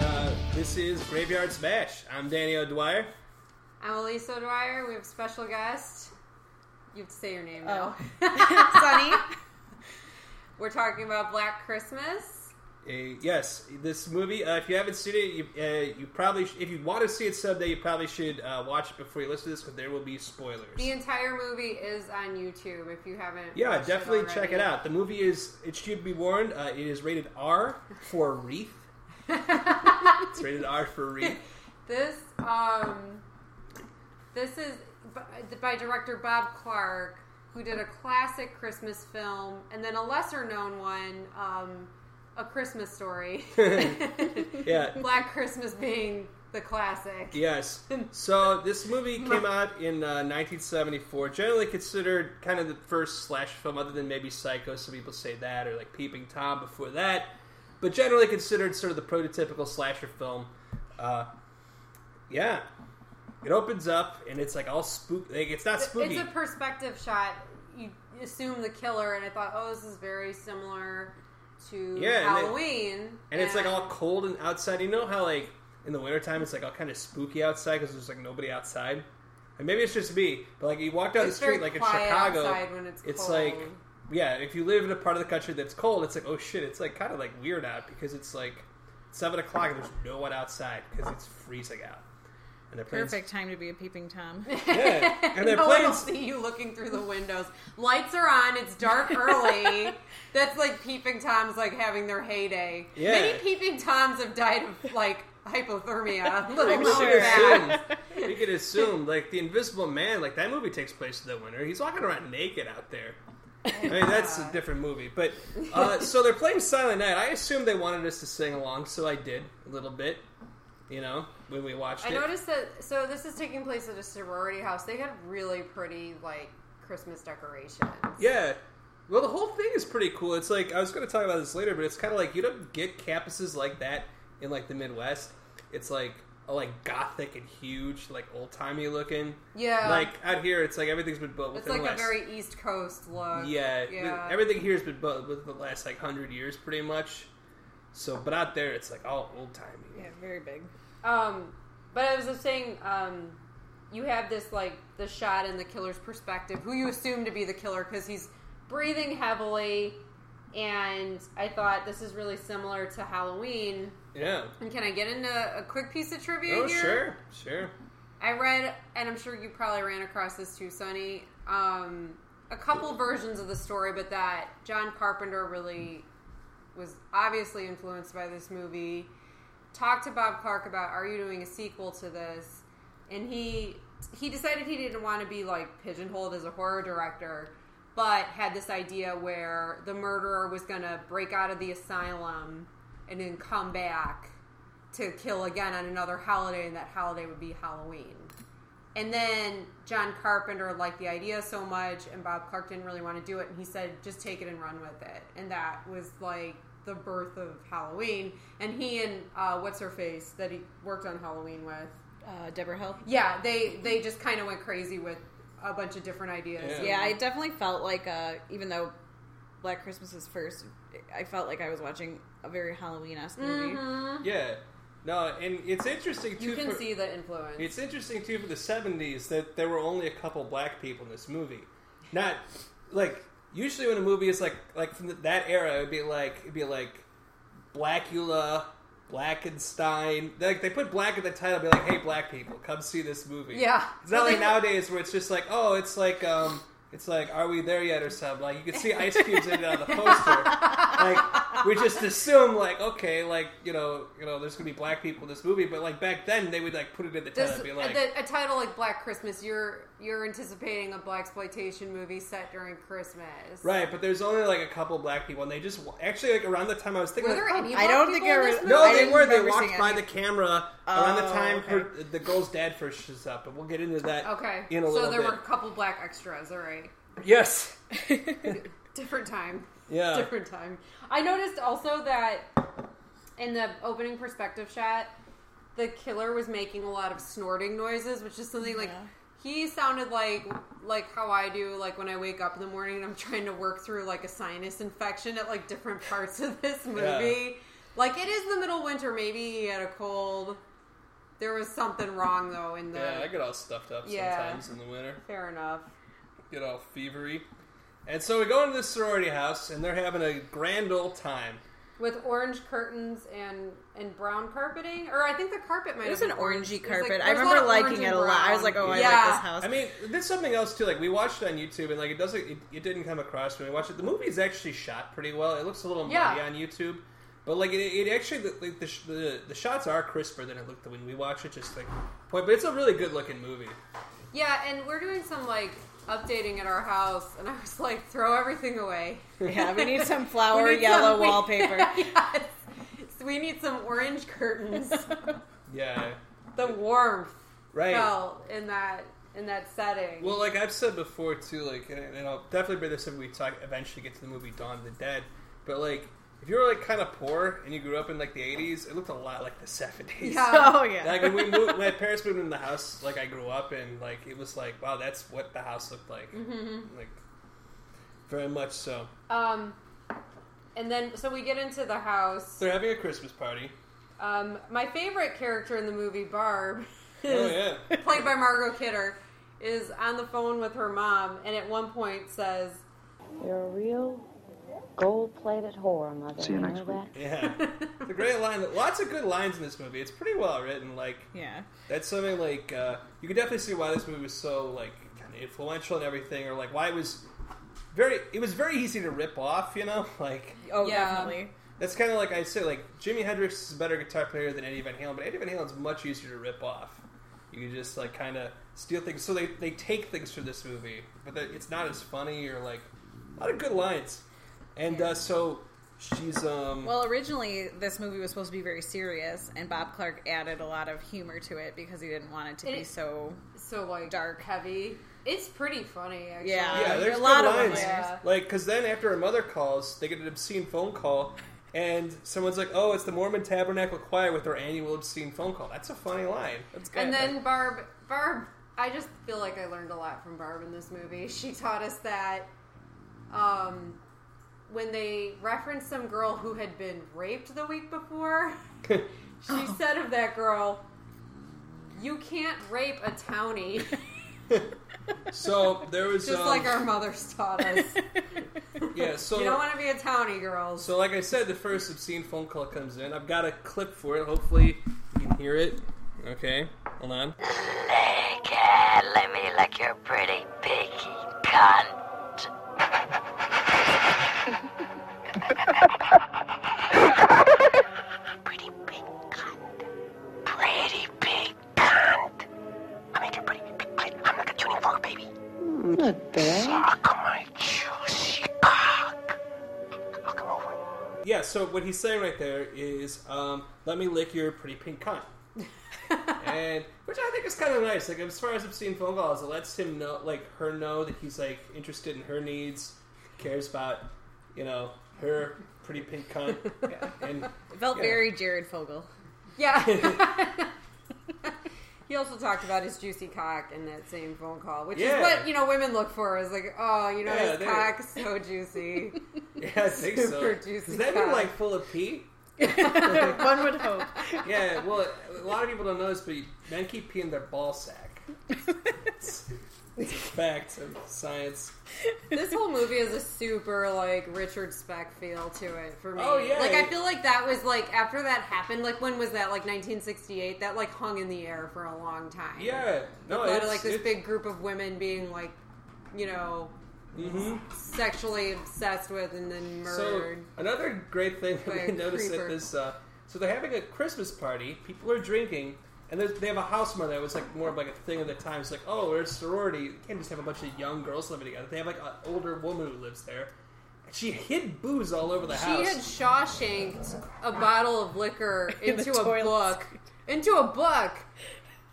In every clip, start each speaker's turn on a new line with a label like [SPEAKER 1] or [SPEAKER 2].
[SPEAKER 1] uh, This is Graveyard Smash. I'm Danny O'Dwyer.
[SPEAKER 2] I'm Elise O'Dwyer. We have a special guest. You have to say your name now.
[SPEAKER 3] Sunny.
[SPEAKER 2] We're talking about Black Christmas.
[SPEAKER 1] Uh, yes, this movie. Uh, if you haven't seen it, you, uh, you probably sh- if you want to see it someday, you probably should uh, watch it before you listen to this because there will be spoilers.
[SPEAKER 2] The entire movie is on YouTube if you haven't.
[SPEAKER 1] Yeah,
[SPEAKER 2] watched
[SPEAKER 1] definitely check
[SPEAKER 2] already.
[SPEAKER 1] it out. The movie is it should be warned. Uh, it is rated R for Wreath. It's rated R for Wreath.
[SPEAKER 2] this um, this is b- by director Bob Clark, who did a classic Christmas film and then a lesser known one, um, A Christmas Story.
[SPEAKER 1] Yeah.
[SPEAKER 2] Black Christmas being the classic.
[SPEAKER 1] Yes. So this movie came out in uh, 1974. Generally considered kind of the first slash film, other than maybe Psycho. Some people say that, or like Peeping Tom before that. But generally considered sort of the prototypical slasher film. Uh, yeah. It opens up and it's like all spook. Like it's not spooky.
[SPEAKER 2] It's a perspective shot. You assume the killer, and I thought, oh, this is very similar to
[SPEAKER 1] Yeah, and they-
[SPEAKER 2] Halloween.
[SPEAKER 1] and it's like all cold and outside. You know how like in the wintertime it's like all kind of spooky outside because there's like nobody outside. And maybe it's just me, but like you walk down
[SPEAKER 2] It's
[SPEAKER 1] the street
[SPEAKER 2] very
[SPEAKER 1] like in
[SPEAKER 2] quiet
[SPEAKER 1] Chicago,
[SPEAKER 2] outside when it's
[SPEAKER 1] it's
[SPEAKER 2] cold.
[SPEAKER 1] like yeah, if you live in a part of the country that's cold, it's like oh shit, it's like kind of like weird out because it's like seven o'clock and there's no one outside because it's freezing out. And they're playing
[SPEAKER 3] Perfect time to be a peeping tom.
[SPEAKER 1] Yeah, and they're
[SPEAKER 2] no one
[SPEAKER 1] playing.
[SPEAKER 2] will see you looking through the windows. Lights are on. It's dark early. That's like peeping toms, like having their heyday.
[SPEAKER 1] Yeah.
[SPEAKER 2] Many peeping toms have died of like hypothermia. Little
[SPEAKER 1] We
[SPEAKER 2] known
[SPEAKER 1] can
[SPEAKER 2] fact.
[SPEAKER 1] assume, we can assume, like the Invisible Man, like that movie takes place in the winter. He's walking around naked out there. I mean, that's a different movie. But uh, so they're playing Silent Night. I assumed they wanted us to sing along, so I did a little bit. You know, when we watched
[SPEAKER 2] I
[SPEAKER 1] it.
[SPEAKER 2] noticed that. So this is taking place at a sorority house. They had really pretty like Christmas decorations.
[SPEAKER 1] Yeah. Well, the whole thing is pretty cool. It's like I was going to talk about this later, but it's kind of like you don't get campuses like that in like the Midwest. It's like all like gothic and huge, like old timey looking.
[SPEAKER 2] Yeah.
[SPEAKER 1] Like out here, it's like everything's been built
[SPEAKER 2] it's
[SPEAKER 1] within
[SPEAKER 2] like
[SPEAKER 1] the
[SPEAKER 2] a
[SPEAKER 1] last.
[SPEAKER 2] very East Coast look.
[SPEAKER 1] yeah,
[SPEAKER 2] yeah.
[SPEAKER 1] everything here has been built within the last like hundred years, pretty much. So, but out there, it's like all old timey.
[SPEAKER 3] Yeah, very big.
[SPEAKER 2] Um, but I was just saying, um, you have this like the shot in the killer's perspective, who you assume to be the killer because he's breathing heavily, and I thought this is really similar to Halloween.
[SPEAKER 1] Yeah.
[SPEAKER 2] And can I get into a quick piece of trivia
[SPEAKER 1] Oh,
[SPEAKER 2] here?
[SPEAKER 1] sure, sure.
[SPEAKER 2] I read, and I'm sure you probably ran across this too, Sonny. Um, a couple versions of the story, but that John Carpenter really was obviously influenced by this movie. Talked to Bob Clark about, are you doing a sequel to this? And he he decided he didn't want to be like pigeonholed as a horror director, but had this idea where the murderer was going to break out of the asylum and then come back to kill again on another holiday, and that holiday would be Halloween. And then John Carpenter liked the idea so much, and Bob Clark didn't really want to do it, and he said, just take it and run with it. And that was like the birth of Halloween. And he and uh, what's her face that he worked on Halloween with,
[SPEAKER 3] Uh, Deborah Hill.
[SPEAKER 2] yeah, they they just kind of went crazy with a bunch of different ideas.
[SPEAKER 3] Yeah, I definitely felt like, uh, even though Black Christmas is first, I felt like I was watching a very Halloween esque movie.
[SPEAKER 2] Mm-hmm.
[SPEAKER 1] Yeah. No, and it's interesting too.
[SPEAKER 2] you can
[SPEAKER 1] for-
[SPEAKER 2] see the influence.
[SPEAKER 1] It's interesting too for the '70s that there were only a couple black people in this movie. Not like usually when a movie is like like from that era, it'd be like it'd be like Blackula, Blackenstein. Like they put black in the title, be like, "Hey, black people, come see this movie."
[SPEAKER 2] Yeah.
[SPEAKER 1] it's not
[SPEAKER 2] Well,
[SPEAKER 1] like
[SPEAKER 2] they-
[SPEAKER 1] nowadays where it's just like, "Oh, it's like um." It's like, are we there yet, or something? Like you can see ice cubes in it on the poster. Like we just assume, like okay, like you know, you know, there's gonna be black people in this movie, but like back then they would like put it in the title,
[SPEAKER 2] Does-
[SPEAKER 1] and be like,
[SPEAKER 2] the- a title like Black Christmas, you're you're anticipating a black exploitation movie set during Christmas.
[SPEAKER 1] Right, but there's only like a couple black people, and they just actually like around the time I was thinking.
[SPEAKER 2] Were there
[SPEAKER 1] like, "Oh,
[SPEAKER 2] any?
[SPEAKER 3] I
[SPEAKER 2] black
[SPEAKER 3] don't
[SPEAKER 2] people
[SPEAKER 3] think
[SPEAKER 2] in
[SPEAKER 3] I
[SPEAKER 2] this
[SPEAKER 3] re-
[SPEAKER 2] movie?
[SPEAKER 1] no, they
[SPEAKER 3] didn't
[SPEAKER 1] were. They
[SPEAKER 3] remember
[SPEAKER 1] walked
[SPEAKER 3] seeing
[SPEAKER 1] by
[SPEAKER 3] any.
[SPEAKER 1] the camera around the
[SPEAKER 3] Oh,
[SPEAKER 1] time
[SPEAKER 3] okay.
[SPEAKER 1] her, the girl's dad first shows up, and we'll get into that.
[SPEAKER 2] Okay.
[SPEAKER 1] in a
[SPEAKER 2] so
[SPEAKER 1] little
[SPEAKER 2] there
[SPEAKER 1] bit.
[SPEAKER 2] were a couple black extras. All right.
[SPEAKER 1] yes,
[SPEAKER 2] Different time.
[SPEAKER 1] Yeah.
[SPEAKER 2] Different time. I noticed also that in the opening perspective shot, the killer was making a lot of snorting noises, which is something like
[SPEAKER 3] Yeah.
[SPEAKER 2] he sounded like like how I do like when I wake up in the morning and I'm trying to work through like a sinus infection at like different parts of this movie. Like it is the middle of winter. Maybe he had a cold. There was something wrong though in the.
[SPEAKER 1] Yeah, I get all stuffed up
[SPEAKER 2] Yeah.
[SPEAKER 1] sometimes in the winter.
[SPEAKER 2] Fair enough.
[SPEAKER 1] Get all fevery. And so we go into this sorority house, and they're having a grand old time.
[SPEAKER 2] With orange curtains and and brown carpeting, or I think the carpet might.
[SPEAKER 3] It was
[SPEAKER 2] have
[SPEAKER 3] an
[SPEAKER 2] been
[SPEAKER 3] orangey
[SPEAKER 2] It was, like,
[SPEAKER 3] carpet.
[SPEAKER 2] there
[SPEAKER 3] I
[SPEAKER 2] was a lot
[SPEAKER 3] remember
[SPEAKER 2] of orange
[SPEAKER 3] liking it
[SPEAKER 2] and
[SPEAKER 3] a lot. I
[SPEAKER 2] brown.
[SPEAKER 3] was like, oh, I
[SPEAKER 2] yeah.
[SPEAKER 3] like this house.
[SPEAKER 1] I mean, there's something else too. Like we watched it on YouTube, and like it doesn't, it, it didn't come across when we watched it. The movie is actually shot pretty well. It looks a little muddy
[SPEAKER 2] Yeah.
[SPEAKER 1] on YouTube, but like it, it actually, the, like, the, sh- the the shots are crisper than it looked when we watched it. Just like point, but it's a really good looking movie.
[SPEAKER 2] Yeah, and we're doing some like updating at our house, and I was like, throw everything away.
[SPEAKER 3] yeah, we need some flower
[SPEAKER 2] We need
[SPEAKER 3] yellow
[SPEAKER 2] some- we-
[SPEAKER 3] wallpaper.
[SPEAKER 2] yes. So we need some orange curtains.
[SPEAKER 1] Yeah,
[SPEAKER 2] the warmth
[SPEAKER 1] right.
[SPEAKER 2] fell in that in that setting.
[SPEAKER 1] Well, like I've said before too, like and, and I'll definitely bring this up when we talk eventually get to the movie Dawn of the Dead. But like if you were like kind of poor and you grew up in like the '80s, it looked a lot like the '70s.
[SPEAKER 2] Yeah.
[SPEAKER 3] oh yeah.
[SPEAKER 1] like when we moved, my parents moved in the house like I grew up in, like it was like wow, that's what the house looked like, like very much so.
[SPEAKER 2] um, and then so we get into the house.
[SPEAKER 1] They're having a Christmas party.
[SPEAKER 2] Um, my favorite character in the movie, Barb,
[SPEAKER 1] Oh
[SPEAKER 2] is
[SPEAKER 1] yeah,
[SPEAKER 2] played by Margot Kidder, is on the phone with her mom, and at one point says,
[SPEAKER 4] You're a real gold-plated whore, mother.
[SPEAKER 5] See you
[SPEAKER 4] you
[SPEAKER 5] next
[SPEAKER 4] know
[SPEAKER 5] week.
[SPEAKER 4] that?
[SPEAKER 1] yeah. It's a great line. Lots of good lines in this movie. It's pretty well written. Like
[SPEAKER 3] yeah.
[SPEAKER 1] that's something like uh, you can definitely see why this movie was so like kind of influential and everything, or like why it was very. It was very easy to rip off, you know, like.
[SPEAKER 3] Oh,
[SPEAKER 2] Yeah.
[SPEAKER 3] definitely.
[SPEAKER 1] That's kind of like I say, like Jimi Hendrix is a better guitar player than Eddie Van Halen, but Eddie Van Halen's much easier to rip off. You can just like kind of steal things. So they, they take things from this movie, but that- it's not as funny or like a lot of good lines. And uh, so she's um
[SPEAKER 3] Well, originally this movie was supposed to be very serious, and Bob Clark added a lot of humor to it because he didn't want it to
[SPEAKER 2] It-
[SPEAKER 3] be so.
[SPEAKER 2] "So like
[SPEAKER 3] Dark.
[SPEAKER 2] heavy." It's pretty funny, actually.
[SPEAKER 3] Yeah.
[SPEAKER 1] yeah, there's
[SPEAKER 3] uh, a lot
[SPEAKER 1] good
[SPEAKER 3] of them
[SPEAKER 1] lines.
[SPEAKER 2] there.
[SPEAKER 1] Like because then after her mother calls, they get an obscene phone call. And someone's like, "Oh, it's the Mormon Tabernacle Choir with their annual obscene phone call." That's a funny line. That's good.
[SPEAKER 2] And then Barb, Barb, I just feel like I learned a lot from Barb in this movie. She taught us that um, when they referenced some girl who had been raped the week before, she said of that girl, "You can't rape a townie,"
[SPEAKER 1] so there was
[SPEAKER 2] just
[SPEAKER 1] um,
[SPEAKER 2] like our mothers taught us.
[SPEAKER 1] yeah. So
[SPEAKER 2] you don't want to be a townie, girls.
[SPEAKER 1] So, like I said, the first obscene phone call comes in. I've got a clip for it. Hopefully, you can hear it. Okay, hold on.
[SPEAKER 6] Hey, cat, let me lick your pretty piggy cunt. pretty big cunt. Pretty big cunt. I make your pretty big clit. I'm like a tuning fork, baby.
[SPEAKER 4] Not bad.
[SPEAKER 6] Suck my juicy cock. I'll come over.
[SPEAKER 1] Yeah. So what he's saying right there is, um, "Let me lick your pretty pink cunt," and which I think is kind of nice. Like as far as obscene phone calls, it lets him know, like her know that he's like interested in her needs, cares about, you know, her pretty pink cunt, and
[SPEAKER 3] It felt
[SPEAKER 1] Yeah.
[SPEAKER 3] very Jared Fogle.
[SPEAKER 2] Yeah. he also talked about his juicy cock in that same phone call, which
[SPEAKER 1] Yeah.
[SPEAKER 2] is what you know women look for. Is like, oh, you know,
[SPEAKER 1] Yeah,
[SPEAKER 2] his
[SPEAKER 1] they-
[SPEAKER 2] cock's so juicy.
[SPEAKER 1] yeah, I think
[SPEAKER 2] Super
[SPEAKER 1] so.
[SPEAKER 2] juicy
[SPEAKER 1] Does that
[SPEAKER 2] cunt.
[SPEAKER 1] mean like full of pee?
[SPEAKER 3] One would hope.
[SPEAKER 1] Yeah, well, a lot of people don't know this, but men keep peeing their ball sack. it's, it's a fact of science.
[SPEAKER 2] this whole movie is a super like Richard Speck feel to it for me.
[SPEAKER 1] Oh, yeah.
[SPEAKER 2] like I feel like that was like after that happened. Like when was that? Like 1968. That like hung in the air for a long time.
[SPEAKER 1] Yeah, no,
[SPEAKER 2] Out
[SPEAKER 1] it's,
[SPEAKER 2] of like this
[SPEAKER 1] it-
[SPEAKER 2] big group of women being like, you know, sexually obsessed with and then
[SPEAKER 1] Mm-hmm. So
[SPEAKER 2] murdered.
[SPEAKER 1] another great thing
[SPEAKER 2] By
[SPEAKER 1] that
[SPEAKER 2] a
[SPEAKER 1] we noticed
[SPEAKER 2] creeper.
[SPEAKER 1] at this, uh, so they're having a Christmas party. People are drinking, and there's- they have a house mother. It was like more of like a thing of the time. It's like, oh, we're a sorority. You can't just have a bunch of young girls living together. They have like an older woman who lives there. And She hid booze all over the
[SPEAKER 2] She
[SPEAKER 1] house.
[SPEAKER 2] had Shawshanked a bottle of liquor
[SPEAKER 3] In the
[SPEAKER 2] into a
[SPEAKER 3] toilet
[SPEAKER 2] book. Into a book.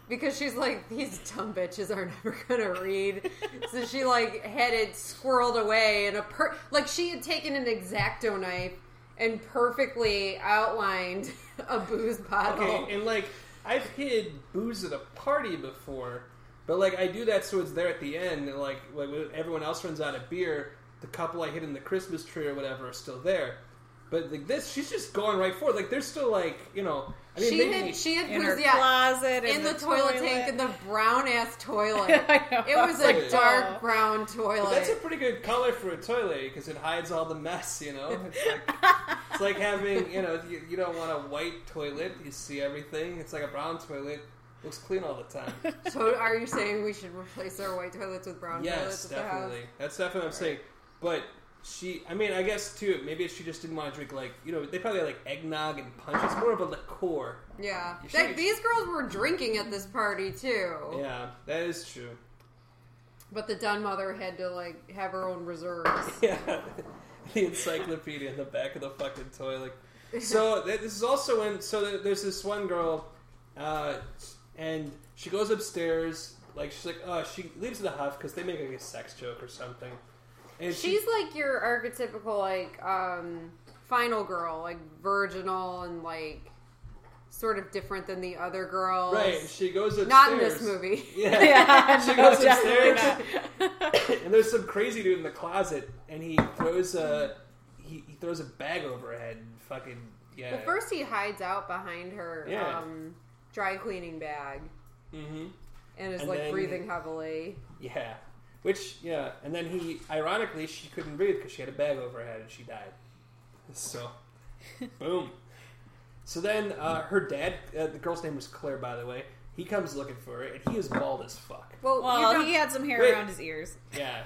[SPEAKER 2] Because she's like, these dumb bitches are never gonna read. so she like had it squirreled away in a per like she had taken an exacto knife and perfectly outlined a booze bottle.
[SPEAKER 1] Okay, and like I've hid booze at a party before, but like I do that so it's there at the end, and like when everyone else runs out of beer, the couple I hid in the Christmas tree or whatever are still there. But like this, she's just going right for it. Like there's still like you know. I mean,
[SPEAKER 2] She
[SPEAKER 1] maybe,
[SPEAKER 2] had she had
[SPEAKER 3] in her
[SPEAKER 2] poos- yeah,
[SPEAKER 3] closet,
[SPEAKER 2] in, the, toilet, tank in the brown ass toilet.
[SPEAKER 3] I know,
[SPEAKER 2] it
[SPEAKER 3] I
[SPEAKER 2] was
[SPEAKER 3] was
[SPEAKER 2] a
[SPEAKER 1] like,
[SPEAKER 2] dark
[SPEAKER 3] oh.
[SPEAKER 2] brown toilet.
[SPEAKER 1] But that's a pretty good color for a toilet because it hides all the mess. You know, it's like, it's like having you know you, you don't want a white toilet. You see everything. It's like a brown toilet. Looks clean all the time.
[SPEAKER 2] so are you saying we should replace our white toilets with brown
[SPEAKER 1] yes,
[SPEAKER 2] toilets at
[SPEAKER 1] definitely.
[SPEAKER 2] the house?
[SPEAKER 1] That's definitely what I'm saying. But she, I mean, I guess too. Maybe she just didn't want to drink like you know they probably had, like eggnog and punch. It's more of a liqueur.
[SPEAKER 2] Yeah.
[SPEAKER 1] You
[SPEAKER 2] Like,
[SPEAKER 1] should-
[SPEAKER 2] these girls were drinking at this party too.
[SPEAKER 1] Yeah, that is true.
[SPEAKER 2] But the Dunn mother had to like have her own reserves.
[SPEAKER 1] Yeah, the encyclopedia in the back of the fucking toilet. So th- this is also when so th- there's this one girl, uh, and she goes upstairs. Like she's like, oh, she leaves the huff because they make like a sex joke or something. And
[SPEAKER 2] She's like your archetypical like um final girl, like virginal and like sort of different than the other girls.
[SPEAKER 1] right. and She goes upstairs.
[SPEAKER 2] Not in this movie.
[SPEAKER 1] Yeah.
[SPEAKER 3] Yeah,
[SPEAKER 1] She
[SPEAKER 3] no,
[SPEAKER 1] goes
[SPEAKER 3] definitely
[SPEAKER 1] upstairs.
[SPEAKER 3] not.
[SPEAKER 1] and there's some crazy dude in the closet, and he throws a he, he throws a bag over her head. And fucking yeah.
[SPEAKER 2] Well, first he hides out behind her
[SPEAKER 1] Yeah.
[SPEAKER 2] um, dry cleaning bag
[SPEAKER 1] hmm
[SPEAKER 2] and is
[SPEAKER 1] And
[SPEAKER 2] like
[SPEAKER 1] then-
[SPEAKER 2] breathing heavily.
[SPEAKER 1] Yeah. Which, yeah. And then he, ironically, she couldn't breathe because she had a bag over her head and she died. So, boom. So then uh, her dad, uh, the girl's name was Claire, by the way, he comes looking for her and he is bald as fuck.
[SPEAKER 2] Well, you
[SPEAKER 3] well,
[SPEAKER 2] know-
[SPEAKER 3] he had some hair
[SPEAKER 1] Wait.
[SPEAKER 3] around his ears.
[SPEAKER 1] Yeah.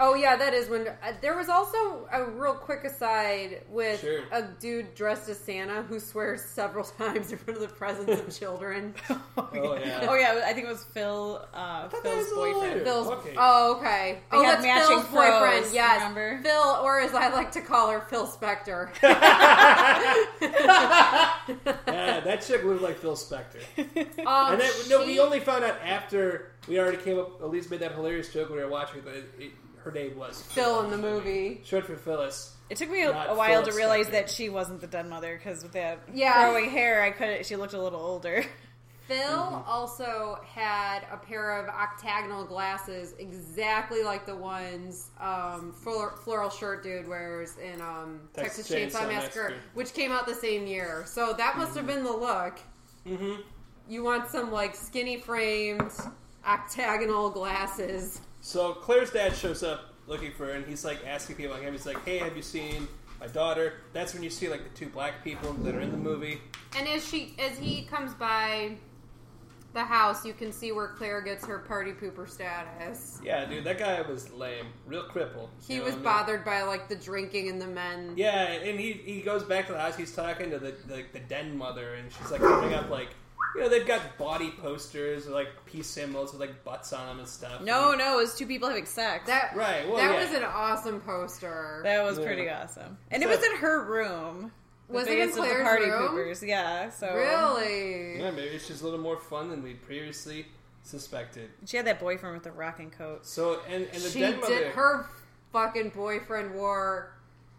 [SPEAKER 2] oh yeah, that is when uh, there was also a real quick aside with
[SPEAKER 1] Sure.
[SPEAKER 2] a dude dressed as Santa who swears several times in front of the presence of children.
[SPEAKER 3] Oh
[SPEAKER 1] yeah.
[SPEAKER 3] Oh yeah. I think it was Phil. Uh,
[SPEAKER 1] thought that
[SPEAKER 3] Phil's
[SPEAKER 1] was a little
[SPEAKER 3] boyfriend.
[SPEAKER 1] later.
[SPEAKER 2] Phil's
[SPEAKER 1] Okay.
[SPEAKER 2] oh okay,
[SPEAKER 3] They
[SPEAKER 2] oh
[SPEAKER 3] had
[SPEAKER 2] that's
[SPEAKER 3] matching
[SPEAKER 2] Phil's boyfriend.
[SPEAKER 3] froze,
[SPEAKER 2] Yes,
[SPEAKER 3] remember?
[SPEAKER 2] Phil, or as I like to call her, Phil Spector.
[SPEAKER 1] yeah. That chick looked like Phil Spector.
[SPEAKER 2] Um,
[SPEAKER 1] And then, no,
[SPEAKER 2] she-
[SPEAKER 1] we only found out after we already came up, Elise made that hilarious joke when we were watching that it, it, her name was
[SPEAKER 2] Phil in the movie.
[SPEAKER 1] Short for Phyllis.
[SPEAKER 3] It took me a,
[SPEAKER 1] Not
[SPEAKER 3] a while to
[SPEAKER 1] Phil's
[SPEAKER 3] realize
[SPEAKER 1] Spector.
[SPEAKER 3] that she wasn't the den mother because with that
[SPEAKER 2] Yeah.
[SPEAKER 3] throwing hair, I could. She looked a little older.
[SPEAKER 2] Phil
[SPEAKER 1] Mm-hmm.
[SPEAKER 2] also had a pair of octagonal glasses, exactly like the ones um, flor- floral shirt dude wears in um, Texas,
[SPEAKER 1] Texas
[SPEAKER 2] Chainsaw,
[SPEAKER 1] Chainsaw
[SPEAKER 2] Massacre,
[SPEAKER 1] Massacre.
[SPEAKER 2] which came out the same year. So that must have been the look.
[SPEAKER 1] Mm-hmm.
[SPEAKER 2] You want some like skinny framed octagonal glasses.
[SPEAKER 1] So Claire's dad shows up looking for her, and he's like asking people like him. He's like, "Hey, have you seen my daughter?" That's when you see like the two black people that are in the movie.
[SPEAKER 2] And as she as he comes by the house, you can see where Claire gets her party pooper status.
[SPEAKER 1] Yeah, dude, that guy was lame, real cripple.
[SPEAKER 2] He
[SPEAKER 1] You know what I
[SPEAKER 2] was
[SPEAKER 1] mean?
[SPEAKER 2] bothered by like the drinking and the men.
[SPEAKER 1] Yeah, and he he goes back to the house. He's talking to the the, the den mother, and she's like putting up like. You know they've got body posters or like peace symbols with like butts on them and stuff.
[SPEAKER 3] No, no, it was two people having sex. That,
[SPEAKER 2] That
[SPEAKER 1] Right, well,
[SPEAKER 2] that
[SPEAKER 1] yeah.
[SPEAKER 2] was an awesome poster.
[SPEAKER 3] was
[SPEAKER 1] Yeah.
[SPEAKER 3] pretty awesome, and it
[SPEAKER 1] So-
[SPEAKER 3] was in her room. The
[SPEAKER 2] Was it in
[SPEAKER 3] biggest of the
[SPEAKER 2] Claire's
[SPEAKER 3] party
[SPEAKER 2] room?
[SPEAKER 3] poopers? Yeah. So
[SPEAKER 2] really?
[SPEAKER 1] yeah, maybe it's just a little more fun than we previously suspected.
[SPEAKER 3] she had that boyfriend with the rocking coat.
[SPEAKER 1] So and and the
[SPEAKER 2] she
[SPEAKER 1] den
[SPEAKER 2] did.
[SPEAKER 1] mother,
[SPEAKER 2] Her fucking boyfriend wore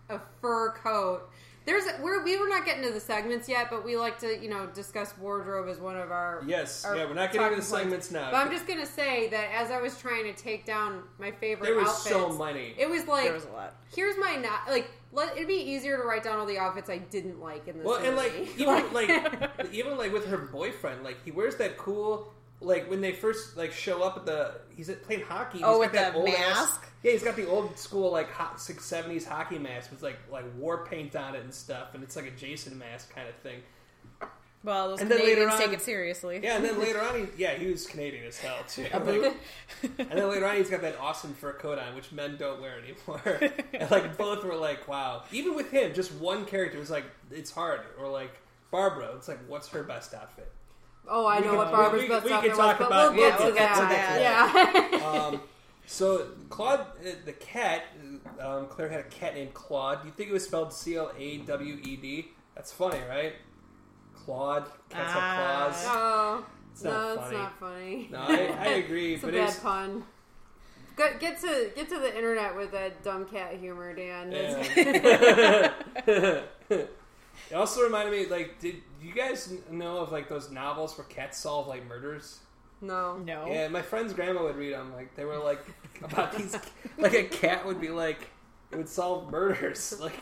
[SPEAKER 2] a fur coat. There's we're, we were not getting to the segments yet, but we like to you know discuss wardrobe as one of our
[SPEAKER 1] Yes,
[SPEAKER 2] our
[SPEAKER 1] yeah, we're not getting to
[SPEAKER 2] talking
[SPEAKER 1] the segments
[SPEAKER 2] points.
[SPEAKER 1] now.
[SPEAKER 2] But I'm just gonna say that as I was trying to take down my favorite,
[SPEAKER 1] there was so
[SPEAKER 2] outfits,
[SPEAKER 1] many.
[SPEAKER 2] It was like
[SPEAKER 3] There was a lot.
[SPEAKER 2] here's my not like. Let, it'd be easier to write down all the outfits I didn't like in this.
[SPEAKER 1] Well, and like
[SPEAKER 2] movie.
[SPEAKER 1] even like even like with her boyfriend, like he wears that cool like when they first like show up at the he's at playing hockey. and
[SPEAKER 3] Oh,
[SPEAKER 1] he's
[SPEAKER 3] with
[SPEAKER 1] got that
[SPEAKER 3] the
[SPEAKER 1] old ass-
[SPEAKER 3] mask?
[SPEAKER 1] yeah, he's got the old school like hot six seventies hockey mask with like like war paint on it and stuff, and it's like a Jason mask kind of thing.
[SPEAKER 3] Well, those
[SPEAKER 1] And then
[SPEAKER 3] Canadians
[SPEAKER 1] later
[SPEAKER 3] take
[SPEAKER 1] on-
[SPEAKER 3] it seriously.
[SPEAKER 1] Yeah, and then later on, he, yeah, he was Canadian as hell too. Like, and then later on, he's got that awesome fur coat on, which men don't wear anymore. and like both were like, wow. Even with him, just one character was like, it's hard. Or like Barbara, it's like, what's her best outfit?
[SPEAKER 2] oh, I
[SPEAKER 1] we
[SPEAKER 2] know
[SPEAKER 1] can-
[SPEAKER 2] what Barbara's
[SPEAKER 1] we- we-
[SPEAKER 2] best
[SPEAKER 1] we can
[SPEAKER 2] outfit
[SPEAKER 1] talk
[SPEAKER 2] was,
[SPEAKER 1] about-
[SPEAKER 2] but
[SPEAKER 1] yeah,
[SPEAKER 2] we'll get
[SPEAKER 3] we'll
[SPEAKER 2] to
[SPEAKER 3] get to
[SPEAKER 2] that. Yeah.
[SPEAKER 1] Um, so Claude, uh, the cat, um, Claire had a cat named Claude. Do you think it was spelled C L A W E D? That's funny, right? Claude, cats
[SPEAKER 3] Ah.
[SPEAKER 1] have claws.
[SPEAKER 2] Oh,
[SPEAKER 1] It's
[SPEAKER 2] no,
[SPEAKER 1] not
[SPEAKER 2] that's
[SPEAKER 1] funny.
[SPEAKER 2] not funny.
[SPEAKER 1] No, I, I agree,
[SPEAKER 2] it's a
[SPEAKER 1] but
[SPEAKER 2] bad
[SPEAKER 1] it's
[SPEAKER 2] pun. Go, get to get to the internet with that dumb cat humor, Dan.
[SPEAKER 1] Yeah. it also reminded me, like, did you guys n- know of like those novels where cats solve like murders?
[SPEAKER 2] No,
[SPEAKER 3] no.
[SPEAKER 1] Yeah, my friend's grandma would read them. Like, they were like about these, like a cat would be like, it would solve murders. Like,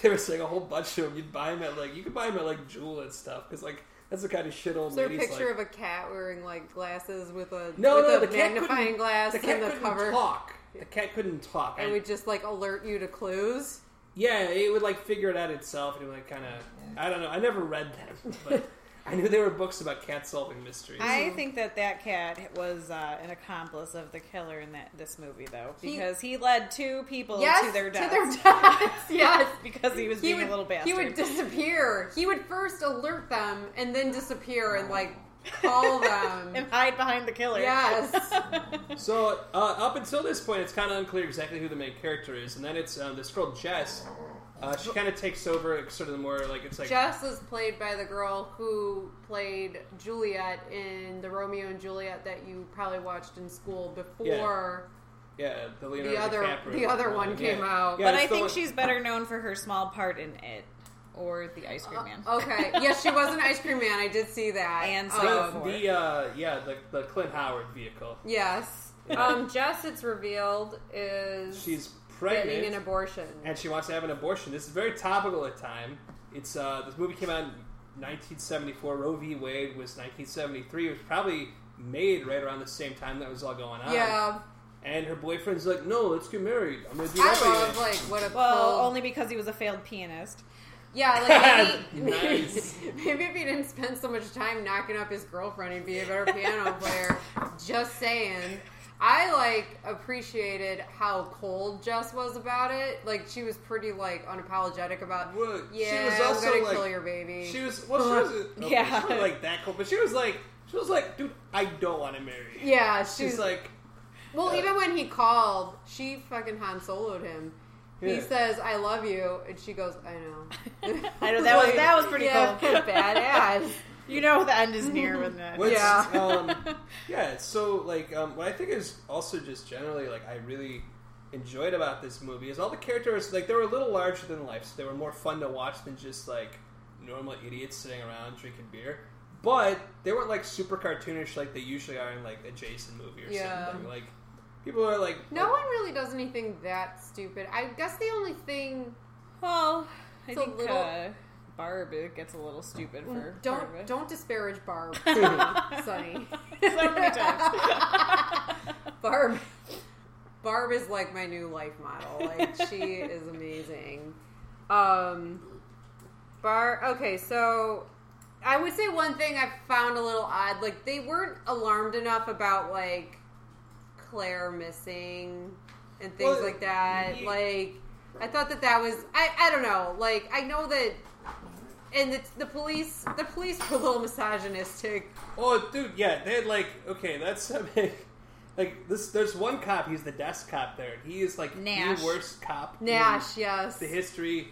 [SPEAKER 1] there was like a whole bunch of them. You'd buy them at like you could buy them at like Jewel and stuff because like that's the kind of shit old
[SPEAKER 2] Is there a
[SPEAKER 1] ladies
[SPEAKER 2] picture
[SPEAKER 1] like.
[SPEAKER 2] of a cat wearing like glasses with a
[SPEAKER 1] no,
[SPEAKER 2] with
[SPEAKER 1] no,
[SPEAKER 2] a
[SPEAKER 1] the cat
[SPEAKER 2] magnifying
[SPEAKER 1] couldn't-
[SPEAKER 2] glass
[SPEAKER 1] The cat
[SPEAKER 2] and the
[SPEAKER 1] couldn't
[SPEAKER 2] cover,
[SPEAKER 1] talk. The cat couldn't talk.
[SPEAKER 2] and
[SPEAKER 1] I-
[SPEAKER 2] would just like alert you to clues.
[SPEAKER 1] yeah, it would like figure it out itself, and it would, like kind of. I don't know. I never read them, but I knew there were books about cats solving mysteries.
[SPEAKER 3] I
[SPEAKER 2] Mm-hmm.
[SPEAKER 3] think that that cat was uh, an accomplice of the killer in that this movie, though, because he, led two people
[SPEAKER 2] yes,
[SPEAKER 3] to their death
[SPEAKER 2] deaths, yes.
[SPEAKER 3] because he was
[SPEAKER 2] He
[SPEAKER 3] being
[SPEAKER 2] would,
[SPEAKER 3] a little bastard.
[SPEAKER 2] he would disappear. He would first alert them and then disappear and like call
[SPEAKER 3] and
[SPEAKER 2] them.
[SPEAKER 3] hide behind the killer.
[SPEAKER 2] yes.
[SPEAKER 1] So uh, up until this point, it's kind of unclear exactly who the main character is, and then it's um, this girl Jess. Uh, she kind of takes over, like, sort of the more like it's like
[SPEAKER 2] Jess is played by the girl who played Juliet in the Romeo and Juliet that you probably watched in school before.
[SPEAKER 1] yeah, the, Leonardo
[SPEAKER 2] The other-
[SPEAKER 1] DiCaprio uh,
[SPEAKER 2] the other one came
[SPEAKER 1] yeah.
[SPEAKER 2] out.
[SPEAKER 1] Yeah,
[SPEAKER 3] but
[SPEAKER 1] it's
[SPEAKER 3] I
[SPEAKER 1] the
[SPEAKER 3] think
[SPEAKER 1] one-
[SPEAKER 3] she's better known for her small part in it or the ice
[SPEAKER 2] Uh,
[SPEAKER 3] cream man.
[SPEAKER 2] Okay. Yes, she was an ice cream man. I did see that. Um,
[SPEAKER 3] And
[SPEAKER 1] the,
[SPEAKER 3] so-
[SPEAKER 1] the uh, yeah the, the Clint Howard vehicle.
[SPEAKER 2] yes. Um, Jess, it's revealed, is
[SPEAKER 1] She's
[SPEAKER 2] getting
[SPEAKER 1] pregnant
[SPEAKER 2] an abortion.
[SPEAKER 1] and she wants to have an abortion. This is very topical at the time. It's uh, this movie came out in 1974. Roe v. Wade was 1973. It was probably made right around the same time that was all going on.
[SPEAKER 2] yeah.
[SPEAKER 1] And her boyfriend's like, "No, let's get married. I'm gonna do
[SPEAKER 2] I
[SPEAKER 1] everything."
[SPEAKER 2] love, like, what a
[SPEAKER 3] Well,
[SPEAKER 2] cool-
[SPEAKER 3] only because he was a failed pianist.
[SPEAKER 2] Yeah, like maybe,
[SPEAKER 1] Nice.
[SPEAKER 2] maybe if he didn't spend so much time knocking up his girlfriend, he'd be a better piano player. Just saying. I like appreciated how cold Jess was about it. Like she was pretty like unapologetic about.
[SPEAKER 1] Well,
[SPEAKER 2] Yeah,
[SPEAKER 1] also,
[SPEAKER 2] I'm gonna
[SPEAKER 1] like-
[SPEAKER 2] kill your baby.
[SPEAKER 1] She was well. She was
[SPEAKER 3] Yeah.
[SPEAKER 1] yeah, like that cool, but she was like, she was like, "Dude, I don't want to marry." you."
[SPEAKER 2] yeah, she
[SPEAKER 1] She's
[SPEAKER 2] was-
[SPEAKER 1] like,
[SPEAKER 2] Well,
[SPEAKER 1] Uh,
[SPEAKER 2] even when he called, she fucking Han Soloed him. He
[SPEAKER 1] Yeah.
[SPEAKER 2] says, "I love you," and she goes, "I know."
[SPEAKER 3] I know, that was- that was pretty
[SPEAKER 2] yeah,
[SPEAKER 3] cool.
[SPEAKER 2] badass.
[SPEAKER 3] You know the end is near when that.
[SPEAKER 1] What's,
[SPEAKER 2] Yeah.
[SPEAKER 1] um, yeah. So like, um, what I think is also just generally like I really enjoyed about this movie is all the characters like they were a little larger than life, so they were more fun to watch than just like normal idiots sitting around drinking beer. But they weren't like super cartoonish like they usually are in like a Jason movie or
[SPEAKER 2] Yeah.
[SPEAKER 1] something. Like people are like
[SPEAKER 2] No one really does anything that stupid. I guess the only thing
[SPEAKER 3] Well, I
[SPEAKER 2] It's a
[SPEAKER 3] think
[SPEAKER 2] little-
[SPEAKER 3] uh, Barb it gets a little stupid for part of
[SPEAKER 2] don't
[SPEAKER 3] it.
[SPEAKER 2] don't disparage Barb, Sonny.
[SPEAKER 3] so many times.
[SPEAKER 2] Barb Barb is like my new life model. Like she is amazing. Um Bar okay, so I would say one thing I found a little odd, like they weren't alarmed enough about like Claire missing and things
[SPEAKER 1] Well,
[SPEAKER 2] like that.
[SPEAKER 1] you-
[SPEAKER 2] Like I thought that that was I I don't know. Like I know that and the, the police the police were a little misogynistic.
[SPEAKER 1] Oh, dude, yeah, they had like okay, that's a big, like this. There's one cop. He's the desk cop there. and He is like
[SPEAKER 3] Nash.
[SPEAKER 1] the worst cop. in
[SPEAKER 2] Nash, yes.
[SPEAKER 1] the history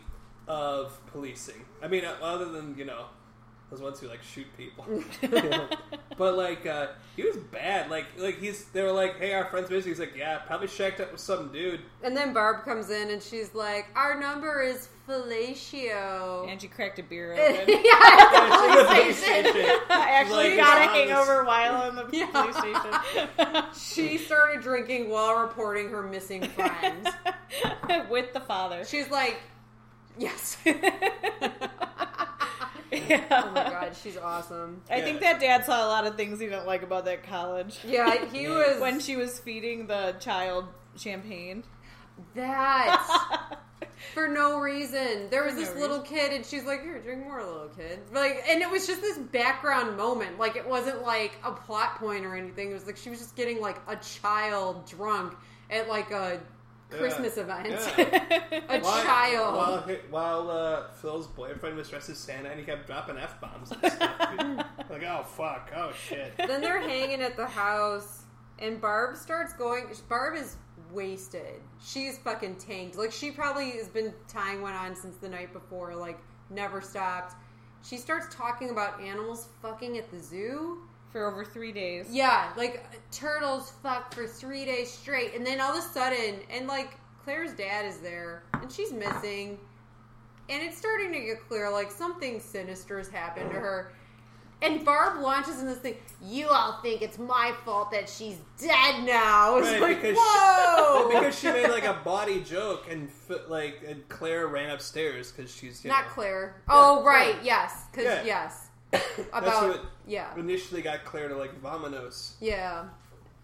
[SPEAKER 1] of policing. I mean, uh, other than you know those ones who like shoot people, but like uh, he was bad. Like like he's they were like, hey, our friend's missing. He's like, yeah, probably shacked up with some dude.
[SPEAKER 2] And then Barb comes in and she's like, "Our number is fellatio."
[SPEAKER 3] and she cracked a beer
[SPEAKER 2] yeah,
[SPEAKER 3] open.
[SPEAKER 1] She
[SPEAKER 3] Actually,
[SPEAKER 1] Like,
[SPEAKER 3] got
[SPEAKER 1] God,
[SPEAKER 3] a
[SPEAKER 1] this-
[SPEAKER 3] hangover while in the
[SPEAKER 2] Yeah.
[SPEAKER 3] police station
[SPEAKER 2] she started drinking while reporting her missing friend.
[SPEAKER 3] with the father.
[SPEAKER 2] she's like, "Yes."
[SPEAKER 3] Yeah.
[SPEAKER 2] Oh my god, she's awesome.
[SPEAKER 3] I think that dad saw a lot of things he didn't like about that college.
[SPEAKER 2] Yeah, he was
[SPEAKER 3] When she was feeding the child champagne.
[SPEAKER 2] that for no reason. There was
[SPEAKER 3] For
[SPEAKER 2] this
[SPEAKER 3] no
[SPEAKER 2] little kid, and she's like, "Here, drink more, little kid." Like, and it was just this background moment. Like, it wasn't like a plot point or anything. It was like she was just getting like a child drunk at like a Christmas event.
[SPEAKER 1] Yeah.
[SPEAKER 2] a
[SPEAKER 1] While-
[SPEAKER 2] child.
[SPEAKER 1] While, he- while uh, Phil's boyfriend was dressed as Santa and he kept dropping f bombs and stuff. like, oh fuck, oh shit.
[SPEAKER 2] then they're hanging at the house, and Barb starts going. Barb is wasted. She's fucking tanked. Like she probably has been tying one on since the night before. Like never stopped. She starts talking about animals fucking at the zoo.
[SPEAKER 3] For over three days.
[SPEAKER 2] Yeah, like turtles fuck for three days straight, and then all of a sudden, and like Claire's dad is there, and she's missing, and it's starting to get clear like something sinister has happened to her. And Barb launches in this thing. You all think it's my fault that she's dead now. It's
[SPEAKER 7] Right,
[SPEAKER 2] like,
[SPEAKER 7] because she-
[SPEAKER 2] whoa!
[SPEAKER 7] because she made like a body joke and f- like and Claire ran upstairs because she's you
[SPEAKER 2] Not
[SPEAKER 7] know,
[SPEAKER 2] Claire. oh,
[SPEAKER 7] Claire.
[SPEAKER 2] right. Yes. Because,
[SPEAKER 7] Yeah.
[SPEAKER 2] yes.
[SPEAKER 7] That's
[SPEAKER 2] About,
[SPEAKER 7] what
[SPEAKER 2] yeah.
[SPEAKER 7] initially got Claire to like vominos.
[SPEAKER 2] Yeah.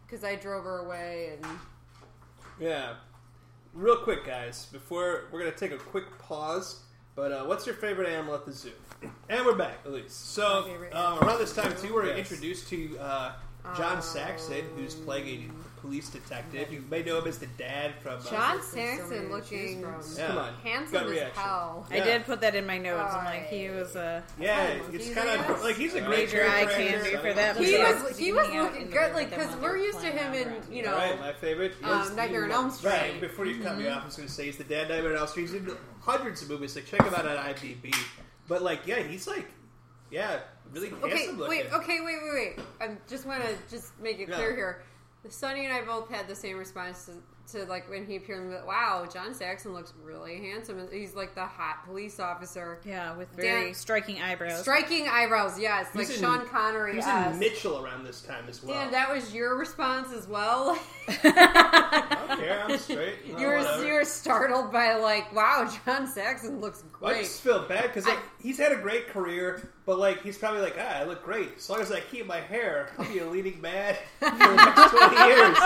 [SPEAKER 2] Because I drove her away and.
[SPEAKER 7] Yeah. Real quick, guys, before we're gonna take a quick pause. But uh, what's your favorite animal at the zoo? And we're back, Elise. So
[SPEAKER 2] My favorite
[SPEAKER 1] Uh, around this time, too, we're
[SPEAKER 7] Yes.
[SPEAKER 1] introduced to uh,
[SPEAKER 2] Um,
[SPEAKER 1] John Saxon, who's playing a police detective. You may know him as the dad from. Uh,
[SPEAKER 2] John
[SPEAKER 3] so many
[SPEAKER 2] Saxon
[SPEAKER 3] to
[SPEAKER 2] looking
[SPEAKER 3] choose
[SPEAKER 1] yeah.
[SPEAKER 7] Come on,
[SPEAKER 2] handsome
[SPEAKER 7] gut
[SPEAKER 2] as
[SPEAKER 7] reaction.
[SPEAKER 2] hell.
[SPEAKER 3] I did put that in my notes. I'm like, he
[SPEAKER 2] Alright.
[SPEAKER 3] was a
[SPEAKER 1] Yeah,
[SPEAKER 2] Oh,
[SPEAKER 1] it's
[SPEAKER 2] he's
[SPEAKER 1] kind
[SPEAKER 2] ass.
[SPEAKER 1] of like he's a great
[SPEAKER 3] major eye
[SPEAKER 1] character
[SPEAKER 3] candy
[SPEAKER 1] actor.
[SPEAKER 3] for them.
[SPEAKER 2] He
[SPEAKER 3] Yeah.
[SPEAKER 2] was he was
[SPEAKER 3] Hanging out
[SPEAKER 2] looking
[SPEAKER 3] in the
[SPEAKER 2] good,
[SPEAKER 3] room
[SPEAKER 2] like
[SPEAKER 3] with them
[SPEAKER 2] because
[SPEAKER 3] while
[SPEAKER 2] we're
[SPEAKER 3] they're
[SPEAKER 2] used to
[SPEAKER 3] playing
[SPEAKER 2] him
[SPEAKER 3] around
[SPEAKER 2] in
[SPEAKER 3] around.
[SPEAKER 2] you
[SPEAKER 7] All
[SPEAKER 2] know
[SPEAKER 7] right, my favorite is
[SPEAKER 2] um, Nightmare on Elm Street. Mm-hmm.
[SPEAKER 1] Right, before you cut me off, I was going to say he's the dad Nightmare on Elm Street. He's in hundreds of movies. Like check him out on IMDb. But like, yeah, he's like, yeah, really
[SPEAKER 2] Okay,
[SPEAKER 1] handsome looking.
[SPEAKER 2] wait, okay, wait, wait, wait. I just want to just make it clear here. Sonny and I both had the same response to, to like when he appeared. Like, wow, John Saxon looks really handsome. and He's like the hot police officer,
[SPEAKER 3] yeah, with very
[SPEAKER 2] Dan-
[SPEAKER 3] striking eyebrows.
[SPEAKER 2] striking eyebrows. Yes,
[SPEAKER 1] He's
[SPEAKER 2] like
[SPEAKER 1] in-
[SPEAKER 2] Sean Connery.
[SPEAKER 1] He was
[SPEAKER 2] esque.
[SPEAKER 1] in Mitchell around this time as well.
[SPEAKER 2] Dan, that was your response as well.
[SPEAKER 1] I don't care, I'm straight. No,
[SPEAKER 2] you were
[SPEAKER 1] whatever.
[SPEAKER 2] you were startled by like, wow, John Saxon looks
[SPEAKER 1] Well, I
[SPEAKER 2] great.
[SPEAKER 1] just feel bad because like
[SPEAKER 2] I-
[SPEAKER 1] he's had a great career, but like he's probably like, ah, I look great as long as I keep my hair. I'll be a leading man for the next twenty years.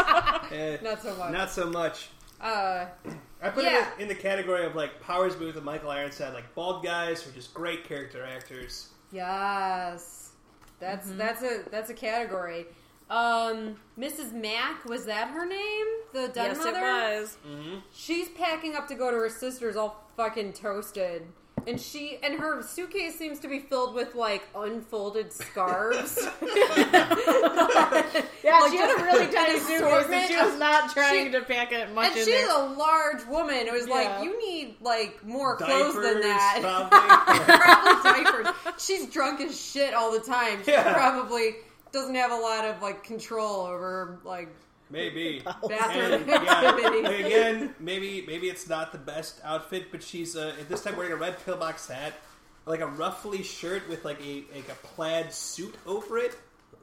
[SPEAKER 1] Eh,
[SPEAKER 2] Not so much.
[SPEAKER 1] not so much.
[SPEAKER 2] uh,
[SPEAKER 1] I put
[SPEAKER 2] Yeah.
[SPEAKER 1] it in the category of like Powers Booth and Michael Ironside, like bald guys who are just great character actors.
[SPEAKER 2] yes, that's
[SPEAKER 3] Mm-hmm.
[SPEAKER 2] that's a that's a category. Um, Mrs. Mack was that her name? The dead
[SPEAKER 3] yes,
[SPEAKER 2] mother.
[SPEAKER 3] it was.
[SPEAKER 2] She's packing up to go to her sister's, all fucking toasted. And she and her suitcase seems to be filled with like unfolded scarves.
[SPEAKER 3] Yeah,
[SPEAKER 2] Like,
[SPEAKER 3] she had
[SPEAKER 2] just
[SPEAKER 3] a really
[SPEAKER 2] an
[SPEAKER 3] tiny suitcase, and
[SPEAKER 2] assortment
[SPEAKER 3] she was
[SPEAKER 2] of-
[SPEAKER 3] not trying
[SPEAKER 2] she-
[SPEAKER 3] to pack it much
[SPEAKER 2] and
[SPEAKER 3] in
[SPEAKER 2] she's
[SPEAKER 3] there.
[SPEAKER 2] a large woman. It was
[SPEAKER 3] Yeah.
[SPEAKER 2] like you need like more
[SPEAKER 1] Diapers,
[SPEAKER 2] clothes than that.
[SPEAKER 1] probably.
[SPEAKER 2] probably diapers. She's drunk as shit all the time. She
[SPEAKER 1] Yeah.
[SPEAKER 2] probably doesn't have a lot of like control over like
[SPEAKER 1] maybe.
[SPEAKER 2] bathroom
[SPEAKER 1] And, yeah,
[SPEAKER 2] activities.
[SPEAKER 1] again, maybe maybe it's not the best outfit, but she's uh, at this time wearing a red pillbox hat, like a ruffly shirt with like a like a plaid suit over it,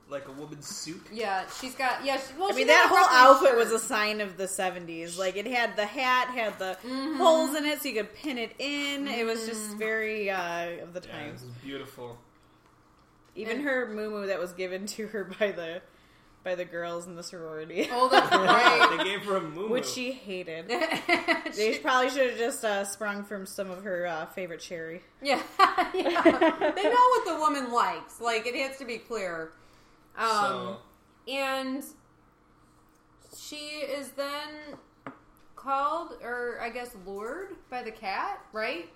[SPEAKER 1] like a woman's suit.
[SPEAKER 2] Yeah, she's got yeah. She, well,
[SPEAKER 3] I mean, that whole outfit was a sign of the 70s. Like, it had the hat, had the holes in it so you could pin it in. It was just very uh, of the
[SPEAKER 1] Yeah,
[SPEAKER 3] times.
[SPEAKER 1] this is beautiful.
[SPEAKER 3] Even her moo that was given to her by the by the girls in the sorority,
[SPEAKER 2] Oh, that's right.
[SPEAKER 1] They gave her a moo.
[SPEAKER 3] which she hated. They probably should have just uh, sprung from some of her uh, favorite cherry.
[SPEAKER 2] yeah, yeah. They know what the woman likes. Like it has to be clear. Um,
[SPEAKER 1] So,
[SPEAKER 2] and she is then called, or I guess lured by the cat, right?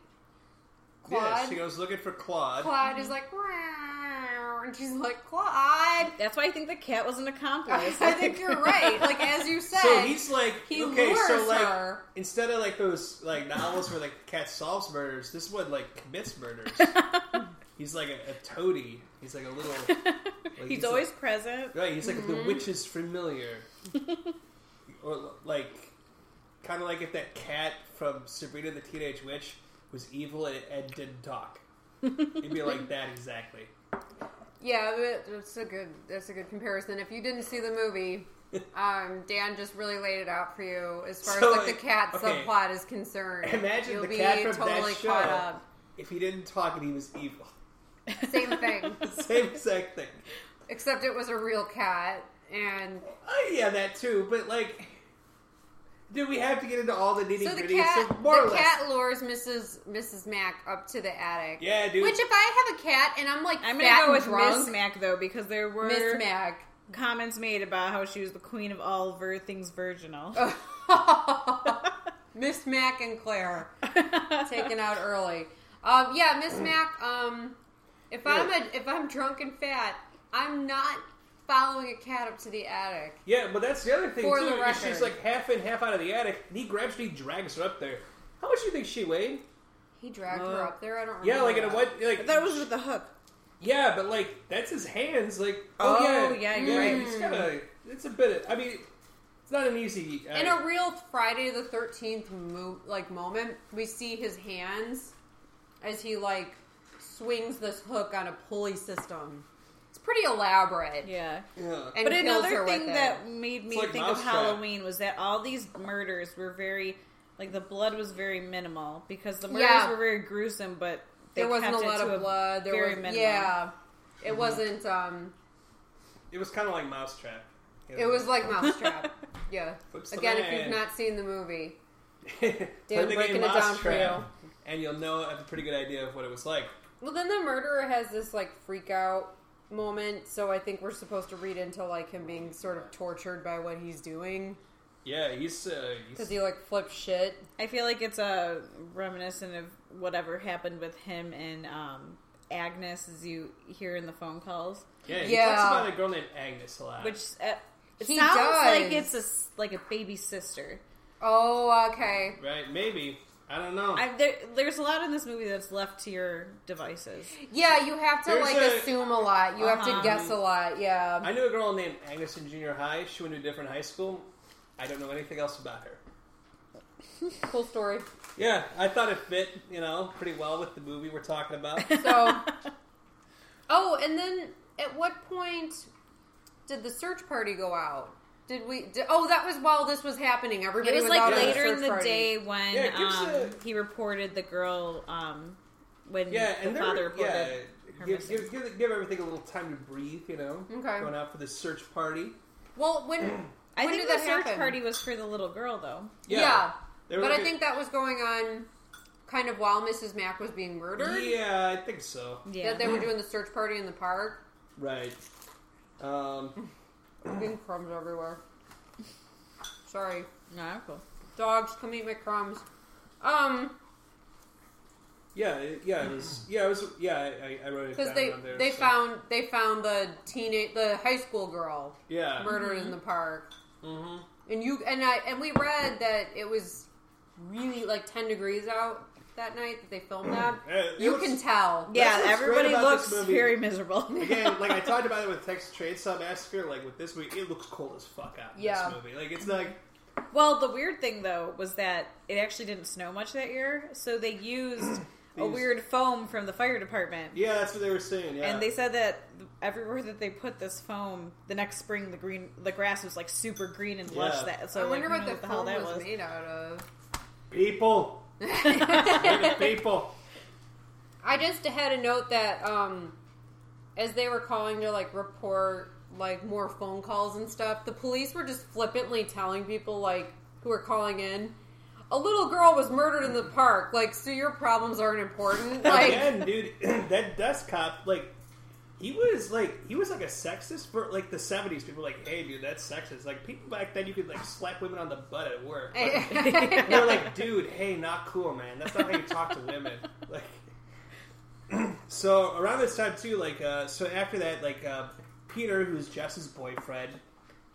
[SPEAKER 1] yeah,
[SPEAKER 2] Claude.
[SPEAKER 1] she goes looking for Claude.
[SPEAKER 2] Clyde is like, "Meow," and she's like, Clyde.
[SPEAKER 3] That's why I think the cat was an accomplice.
[SPEAKER 2] I think you're right. Like as you said,
[SPEAKER 1] So he's like,
[SPEAKER 2] he
[SPEAKER 1] okay, so
[SPEAKER 2] lures
[SPEAKER 1] like
[SPEAKER 2] her.
[SPEAKER 1] instead of like those like novels where like cat solves murders, this one like commits murders. he's like a, a toady. He's like a little. like,
[SPEAKER 3] he's,
[SPEAKER 1] he's
[SPEAKER 3] always
[SPEAKER 1] like,
[SPEAKER 3] present.
[SPEAKER 1] right. He's like
[SPEAKER 2] Mm-hmm.
[SPEAKER 1] the witch's familiar, or like kind of like if that cat from Sabrina the Teenage Witch was evil and, and didn't talk. It'd be like that exactly.
[SPEAKER 2] yeah, but that's a good that's a good comparison. If you didn't see the movie, um, Dan just really laid it out for you as far
[SPEAKER 1] So,
[SPEAKER 2] as like the
[SPEAKER 1] like,
[SPEAKER 2] cat
[SPEAKER 1] okay.
[SPEAKER 2] subplot is concerned.
[SPEAKER 1] Imagine
[SPEAKER 2] You'll
[SPEAKER 1] the
[SPEAKER 2] be
[SPEAKER 1] cat from
[SPEAKER 2] totally
[SPEAKER 1] that show.
[SPEAKER 2] caught up.
[SPEAKER 1] If he didn't talk and he was evil,
[SPEAKER 2] Same thing,
[SPEAKER 1] same exact thing.
[SPEAKER 2] except it was a real cat. And
[SPEAKER 1] Oh yeah, that too. But like, do we have to get into all the nitty
[SPEAKER 2] so the
[SPEAKER 1] gritty?
[SPEAKER 2] cat,
[SPEAKER 1] so more or
[SPEAKER 2] the
[SPEAKER 1] less,
[SPEAKER 2] cat lures Mrs. Mrs. Mac up to the attic.
[SPEAKER 1] yeah, dude.
[SPEAKER 2] Which, if I have a cat and I'm like,
[SPEAKER 3] I'm
[SPEAKER 2] fat
[SPEAKER 3] gonna go
[SPEAKER 2] and
[SPEAKER 3] with Miss
[SPEAKER 2] drunk,
[SPEAKER 3] Mac though because there were
[SPEAKER 2] Miss Mac.
[SPEAKER 3] comments made about how she was the queen of all ver- things virginal.
[SPEAKER 2] Oh. Miss Mac and Claire taken out early. Um, yeah, Miss Mac. Um, if I'm a, if I'm drunk and fat, I'm not following a cat up to the attic.
[SPEAKER 1] yeah, but that's the other thing
[SPEAKER 2] For
[SPEAKER 1] too.
[SPEAKER 2] the
[SPEAKER 1] is She's
[SPEAKER 2] record.
[SPEAKER 1] like half in, half out of the attic, and he grabs her, he drags her up there. How much do you think she weighed?
[SPEAKER 2] He dragged
[SPEAKER 3] Uh,
[SPEAKER 2] her up there. I don't remember.
[SPEAKER 1] Yeah, like in a
[SPEAKER 2] that.
[SPEAKER 1] what? Like
[SPEAKER 3] that was with the hook.
[SPEAKER 1] yeah, but like that's his hands. Like oh,
[SPEAKER 3] Oh,
[SPEAKER 1] yeah,
[SPEAKER 3] yeah, you're right.
[SPEAKER 1] It's gotta. It's a bit. Of, I mean, it's not an easy. Uh,
[SPEAKER 2] In a real Friday the Thirteenth mo- like moment, we see his hands as he like swings this hook on a pulley system. pretty elaborate.
[SPEAKER 3] Yeah.
[SPEAKER 1] Yeah.
[SPEAKER 2] And
[SPEAKER 3] But
[SPEAKER 2] kills
[SPEAKER 3] another
[SPEAKER 2] her
[SPEAKER 3] thing
[SPEAKER 2] with it.
[SPEAKER 3] that made
[SPEAKER 1] It's
[SPEAKER 3] me
[SPEAKER 1] like
[SPEAKER 3] think of
[SPEAKER 1] Mousetrap.
[SPEAKER 3] Halloween was that all these murders were very, like the blood was very minimal because the murders
[SPEAKER 2] Yeah.
[SPEAKER 3] were very gruesome, but they
[SPEAKER 2] there wasn't a
[SPEAKER 3] kept it
[SPEAKER 2] lot
[SPEAKER 3] to
[SPEAKER 2] of blood. There
[SPEAKER 3] very
[SPEAKER 2] was
[SPEAKER 3] minimal.
[SPEAKER 2] yeah, it wasn't. um
[SPEAKER 1] It was kind of like Mousetrap.
[SPEAKER 2] It was like Mousetrap. yeah.
[SPEAKER 1] Flips the
[SPEAKER 2] Again, if
[SPEAKER 1] man.
[SPEAKER 2] you've not seen the movie,
[SPEAKER 1] Play the
[SPEAKER 2] breaking
[SPEAKER 1] game
[SPEAKER 2] it down
[SPEAKER 1] Mousetrap,
[SPEAKER 2] for
[SPEAKER 1] and you'll know have a pretty good idea of what it was like.
[SPEAKER 2] well, then the murderer has this like freak out moment. So I think we're supposed to read into like him being sort of tortured by what he's doing
[SPEAKER 1] Yeah, he's, uh,
[SPEAKER 2] because
[SPEAKER 1] he's
[SPEAKER 2] he like flips shit.
[SPEAKER 3] I feel like it's a reminiscent of whatever happened with him and um, Agnes, as you hear in the phone calls,
[SPEAKER 1] yeah, he
[SPEAKER 2] Yeah.
[SPEAKER 1] talks about a girl named Agnes a lot.
[SPEAKER 3] which uh, it
[SPEAKER 2] He
[SPEAKER 3] sounds like
[SPEAKER 2] does.
[SPEAKER 3] it's a s like a baby sister.
[SPEAKER 2] Oh, okay.
[SPEAKER 1] right? Maybe I don't know.
[SPEAKER 3] I, there, there's a lot in this movie that's left to your devices.
[SPEAKER 2] Yeah, you have to
[SPEAKER 1] There's
[SPEAKER 2] like
[SPEAKER 1] a-
[SPEAKER 2] assume a lot. You have
[SPEAKER 3] Uh-huh.
[SPEAKER 2] to guess a lot. Yeah.
[SPEAKER 1] I knew a girl named Agnes in junior high. She went to a different high school. I don't know anything else about her.
[SPEAKER 2] cool story.
[SPEAKER 1] Yeah, I thought it fit, you know, pretty well with the movie we're talking about.
[SPEAKER 2] So, oh, and then at what point did the search party go out? Did we? Did, oh, that was while this was happening. Everybody
[SPEAKER 3] It
[SPEAKER 2] out
[SPEAKER 3] was like
[SPEAKER 2] at
[SPEAKER 3] later
[SPEAKER 2] search
[SPEAKER 3] in the
[SPEAKER 2] party.
[SPEAKER 3] day when
[SPEAKER 1] Yeah, it gives
[SPEAKER 3] um,
[SPEAKER 1] a-
[SPEAKER 3] he reported the girl um, when
[SPEAKER 1] Yeah,
[SPEAKER 3] the
[SPEAKER 1] and there
[SPEAKER 3] father
[SPEAKER 1] were- yeah,
[SPEAKER 3] reported her
[SPEAKER 1] give,
[SPEAKER 3] missing.
[SPEAKER 1] give, give, give everything a little time to breathe, you know.
[SPEAKER 2] Okay.
[SPEAKER 1] Going out for the search party.
[SPEAKER 2] Well, when
[SPEAKER 3] I
[SPEAKER 2] when did
[SPEAKER 3] think the
[SPEAKER 2] that
[SPEAKER 3] search
[SPEAKER 2] happen?
[SPEAKER 3] party was for the little girl though.
[SPEAKER 2] yeah,
[SPEAKER 1] They were
[SPEAKER 2] but I
[SPEAKER 1] looking-
[SPEAKER 2] think that was going on kind of while Mrs. Mack was being murdered.
[SPEAKER 1] Yeah, I think so.
[SPEAKER 3] Yeah,
[SPEAKER 2] That they were doing the search party in the park,
[SPEAKER 1] Right. Um,
[SPEAKER 2] leaving crumbs everywhere. Sorry.
[SPEAKER 3] no, I'm cool.
[SPEAKER 2] Dogs, come eat my crumbs. Um,
[SPEAKER 1] yeah, it- yeah, it was, yeah, it was, yeah, I, I wrote it
[SPEAKER 2] because
[SPEAKER 1] down
[SPEAKER 2] they
[SPEAKER 1] on there.
[SPEAKER 2] they
[SPEAKER 1] so-
[SPEAKER 2] found they found the teenage the high school girl
[SPEAKER 1] yeah,
[SPEAKER 2] murdered in the park,
[SPEAKER 1] hmm
[SPEAKER 2] and you and I and we read that it was really like ten degrees out that night that they filmed that.
[SPEAKER 1] Mm. it
[SPEAKER 2] you
[SPEAKER 1] looks-
[SPEAKER 2] can tell.
[SPEAKER 3] Yeah,
[SPEAKER 1] what's great
[SPEAKER 3] everybody
[SPEAKER 1] about
[SPEAKER 3] looks
[SPEAKER 1] this movie.
[SPEAKER 3] very miserable.
[SPEAKER 1] Again, like I talked about it with Texas Chainsaw Massacre, like with this movie, it looks cool as fuck out in
[SPEAKER 2] Yeah.
[SPEAKER 1] this movie. Like it's like
[SPEAKER 3] Well, the weird thing though was that it actually didn't snow much that year, so they used a
[SPEAKER 1] used-
[SPEAKER 3] weird foam from the fire department.
[SPEAKER 1] yeah, that's what they were saying. Yeah,
[SPEAKER 3] And they said that everywhere that they put this foam, the next spring the green the grass was like super green and lush.
[SPEAKER 1] Yeah.
[SPEAKER 3] That so
[SPEAKER 2] I wonder
[SPEAKER 3] like,
[SPEAKER 2] what the,
[SPEAKER 3] who knows what the
[SPEAKER 2] film
[SPEAKER 3] hell that
[SPEAKER 2] was,
[SPEAKER 3] was.
[SPEAKER 2] made out of.
[SPEAKER 1] people, We're the people.
[SPEAKER 2] I just had a note that um, as they were calling to like report like more phone calls and stuff, the police were just flippantly telling people like who were calling in, a little girl was murdered in the park. Like, so your problems aren't important. Like,
[SPEAKER 1] Again, dude, that desk cop, like, he was like, he was like a sexist for like the seventies. People were like, hey, dude, that's sexist. Like, people back then, you could like slap women on the butt at work. Like, they're like, dude, hey, not cool, man. That's not how you talk to women. Like, so around this time too, like, uh, so after that, like, uh, Peter, who's Jess's boyfriend,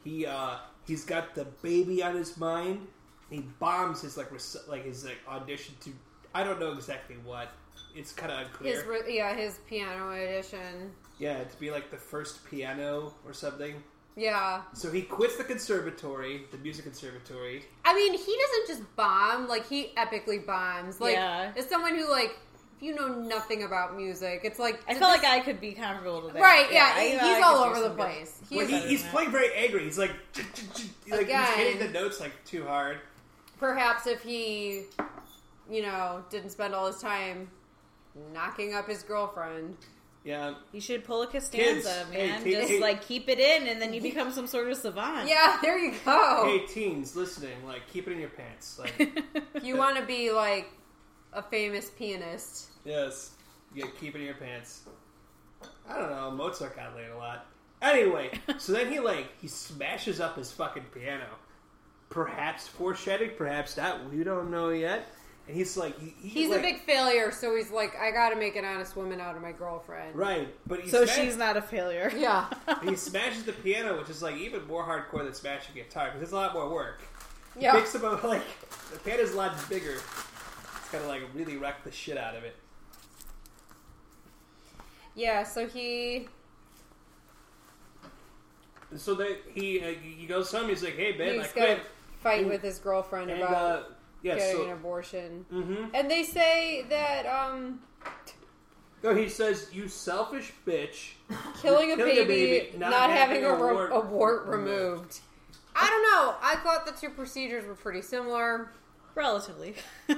[SPEAKER 1] he uh, he's got the baby on his mind. He bombs his like rec- like his like audition to I don't know exactly what. It's kind of unclear.
[SPEAKER 2] his re- yeah, his piano edition.
[SPEAKER 1] Yeah, to be like the first piano or something.
[SPEAKER 2] Yeah,
[SPEAKER 1] So he quits the conservatory, the music conservatory.
[SPEAKER 2] I mean, he doesn't just bomb. Like, he epically bombs. Like,
[SPEAKER 3] Yeah.
[SPEAKER 2] as someone who like. if You know nothing about music. It's like
[SPEAKER 3] I felt like I could be comparable to that.
[SPEAKER 2] right, yeah.
[SPEAKER 3] I-
[SPEAKER 2] he-
[SPEAKER 3] I
[SPEAKER 2] he's
[SPEAKER 3] could
[SPEAKER 2] all
[SPEAKER 3] do
[SPEAKER 2] over the
[SPEAKER 3] some good-
[SPEAKER 2] place. He
[SPEAKER 1] Well,
[SPEAKER 2] is
[SPEAKER 1] he, he's playing very angry. He's like, "Ch- ch- ch-" like he's
[SPEAKER 2] Again.
[SPEAKER 1] hitting the notes like too hard.
[SPEAKER 2] perhaps if he, you know, didn't spend all his time knocking up his girlfriend.
[SPEAKER 1] Yeah,
[SPEAKER 3] You should pull a Costanza,
[SPEAKER 1] Kids. Hey,
[SPEAKER 3] man.
[SPEAKER 1] kid-
[SPEAKER 3] Just
[SPEAKER 1] hey.
[SPEAKER 3] like keep it in, and then you become some sort of savant.
[SPEAKER 2] Yeah, there you go.
[SPEAKER 1] hey teens, listening, like keep it in your pants. Like,
[SPEAKER 2] If you want to be like a famous pianist,
[SPEAKER 1] yes, yeah, keep it in your pants. I don't know. Mozart got laid a lot. Anyway, so then he like he smashes up his fucking piano. Perhaps foreshadowing, perhaps not. We don't know yet. And he's like, he, he,
[SPEAKER 2] he's
[SPEAKER 1] like,
[SPEAKER 2] a big failure, so he's like, I gotta make an honest woman out of my girlfriend.
[SPEAKER 1] Right, but he
[SPEAKER 3] So
[SPEAKER 1] sma-
[SPEAKER 3] she's not a failure.
[SPEAKER 2] Yeah.
[SPEAKER 1] he smashes the piano, which is like even more hardcore than smashing a guitar because it's a lot more work.
[SPEAKER 2] Yeah.
[SPEAKER 1] Picks up a, like the piano's a lot bigger. It's gotta like really wreck the shit out of it.
[SPEAKER 2] Yeah, so he
[SPEAKER 1] And so they he uh, he goes home. He's like, "Hey, babe, I
[SPEAKER 2] he's gonna
[SPEAKER 1] quit."
[SPEAKER 2] fight
[SPEAKER 1] And-
[SPEAKER 2] with his girlfriend
[SPEAKER 1] And
[SPEAKER 2] about
[SPEAKER 1] uh, yeah, Mm-hmm.
[SPEAKER 2] getting an
[SPEAKER 1] so
[SPEAKER 2] abortion.
[SPEAKER 1] mhm.
[SPEAKER 2] And they say that um
[SPEAKER 1] No, he says, "You selfish bitch."
[SPEAKER 2] Killing a
[SPEAKER 1] Killing a
[SPEAKER 2] baby,
[SPEAKER 1] baby,
[SPEAKER 2] not, having, a, ro- wart, a wart removed. I don't know. I thought the two procedures were pretty similar.
[SPEAKER 3] Relatively.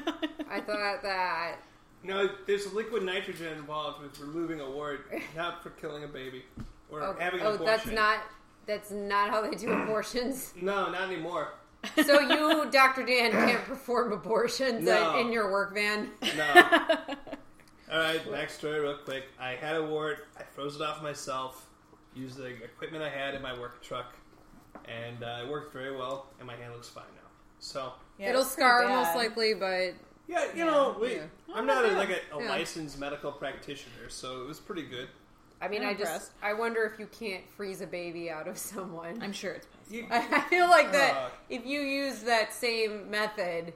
[SPEAKER 2] I thought that
[SPEAKER 1] No, there's liquid nitrogen involved with removing a wart, not for killing a baby or
[SPEAKER 2] oh,
[SPEAKER 1] having an
[SPEAKER 2] oh,
[SPEAKER 1] abortion.
[SPEAKER 2] that's not that's not how they do abortions.
[SPEAKER 1] No, not anymore.
[SPEAKER 2] So you, Dr. Dan, can't perform abortions
[SPEAKER 1] No.
[SPEAKER 2] at, in your work van.
[SPEAKER 1] No. All right, backstory real quick. I had a wart. I froze it off myself used the equipment I had in my work truck, and uh, it worked very well. And my hand looks fine now. So
[SPEAKER 3] Yeah,
[SPEAKER 2] It'll
[SPEAKER 3] it's pretty
[SPEAKER 2] scar
[SPEAKER 3] bad.
[SPEAKER 2] most likely, but
[SPEAKER 1] yeah, you know, we,
[SPEAKER 2] yeah.
[SPEAKER 1] I'm not a, like a, a
[SPEAKER 2] Yeah.
[SPEAKER 1] licensed medical practitioner, so it was pretty good.
[SPEAKER 2] I mean,
[SPEAKER 3] I'm
[SPEAKER 2] I just
[SPEAKER 3] impressed.
[SPEAKER 2] I wonder if you can't freeze a baby out of someone.
[SPEAKER 3] I'm sure it's possible.
[SPEAKER 2] I feel like that
[SPEAKER 1] Uh.
[SPEAKER 2] if you use that same method,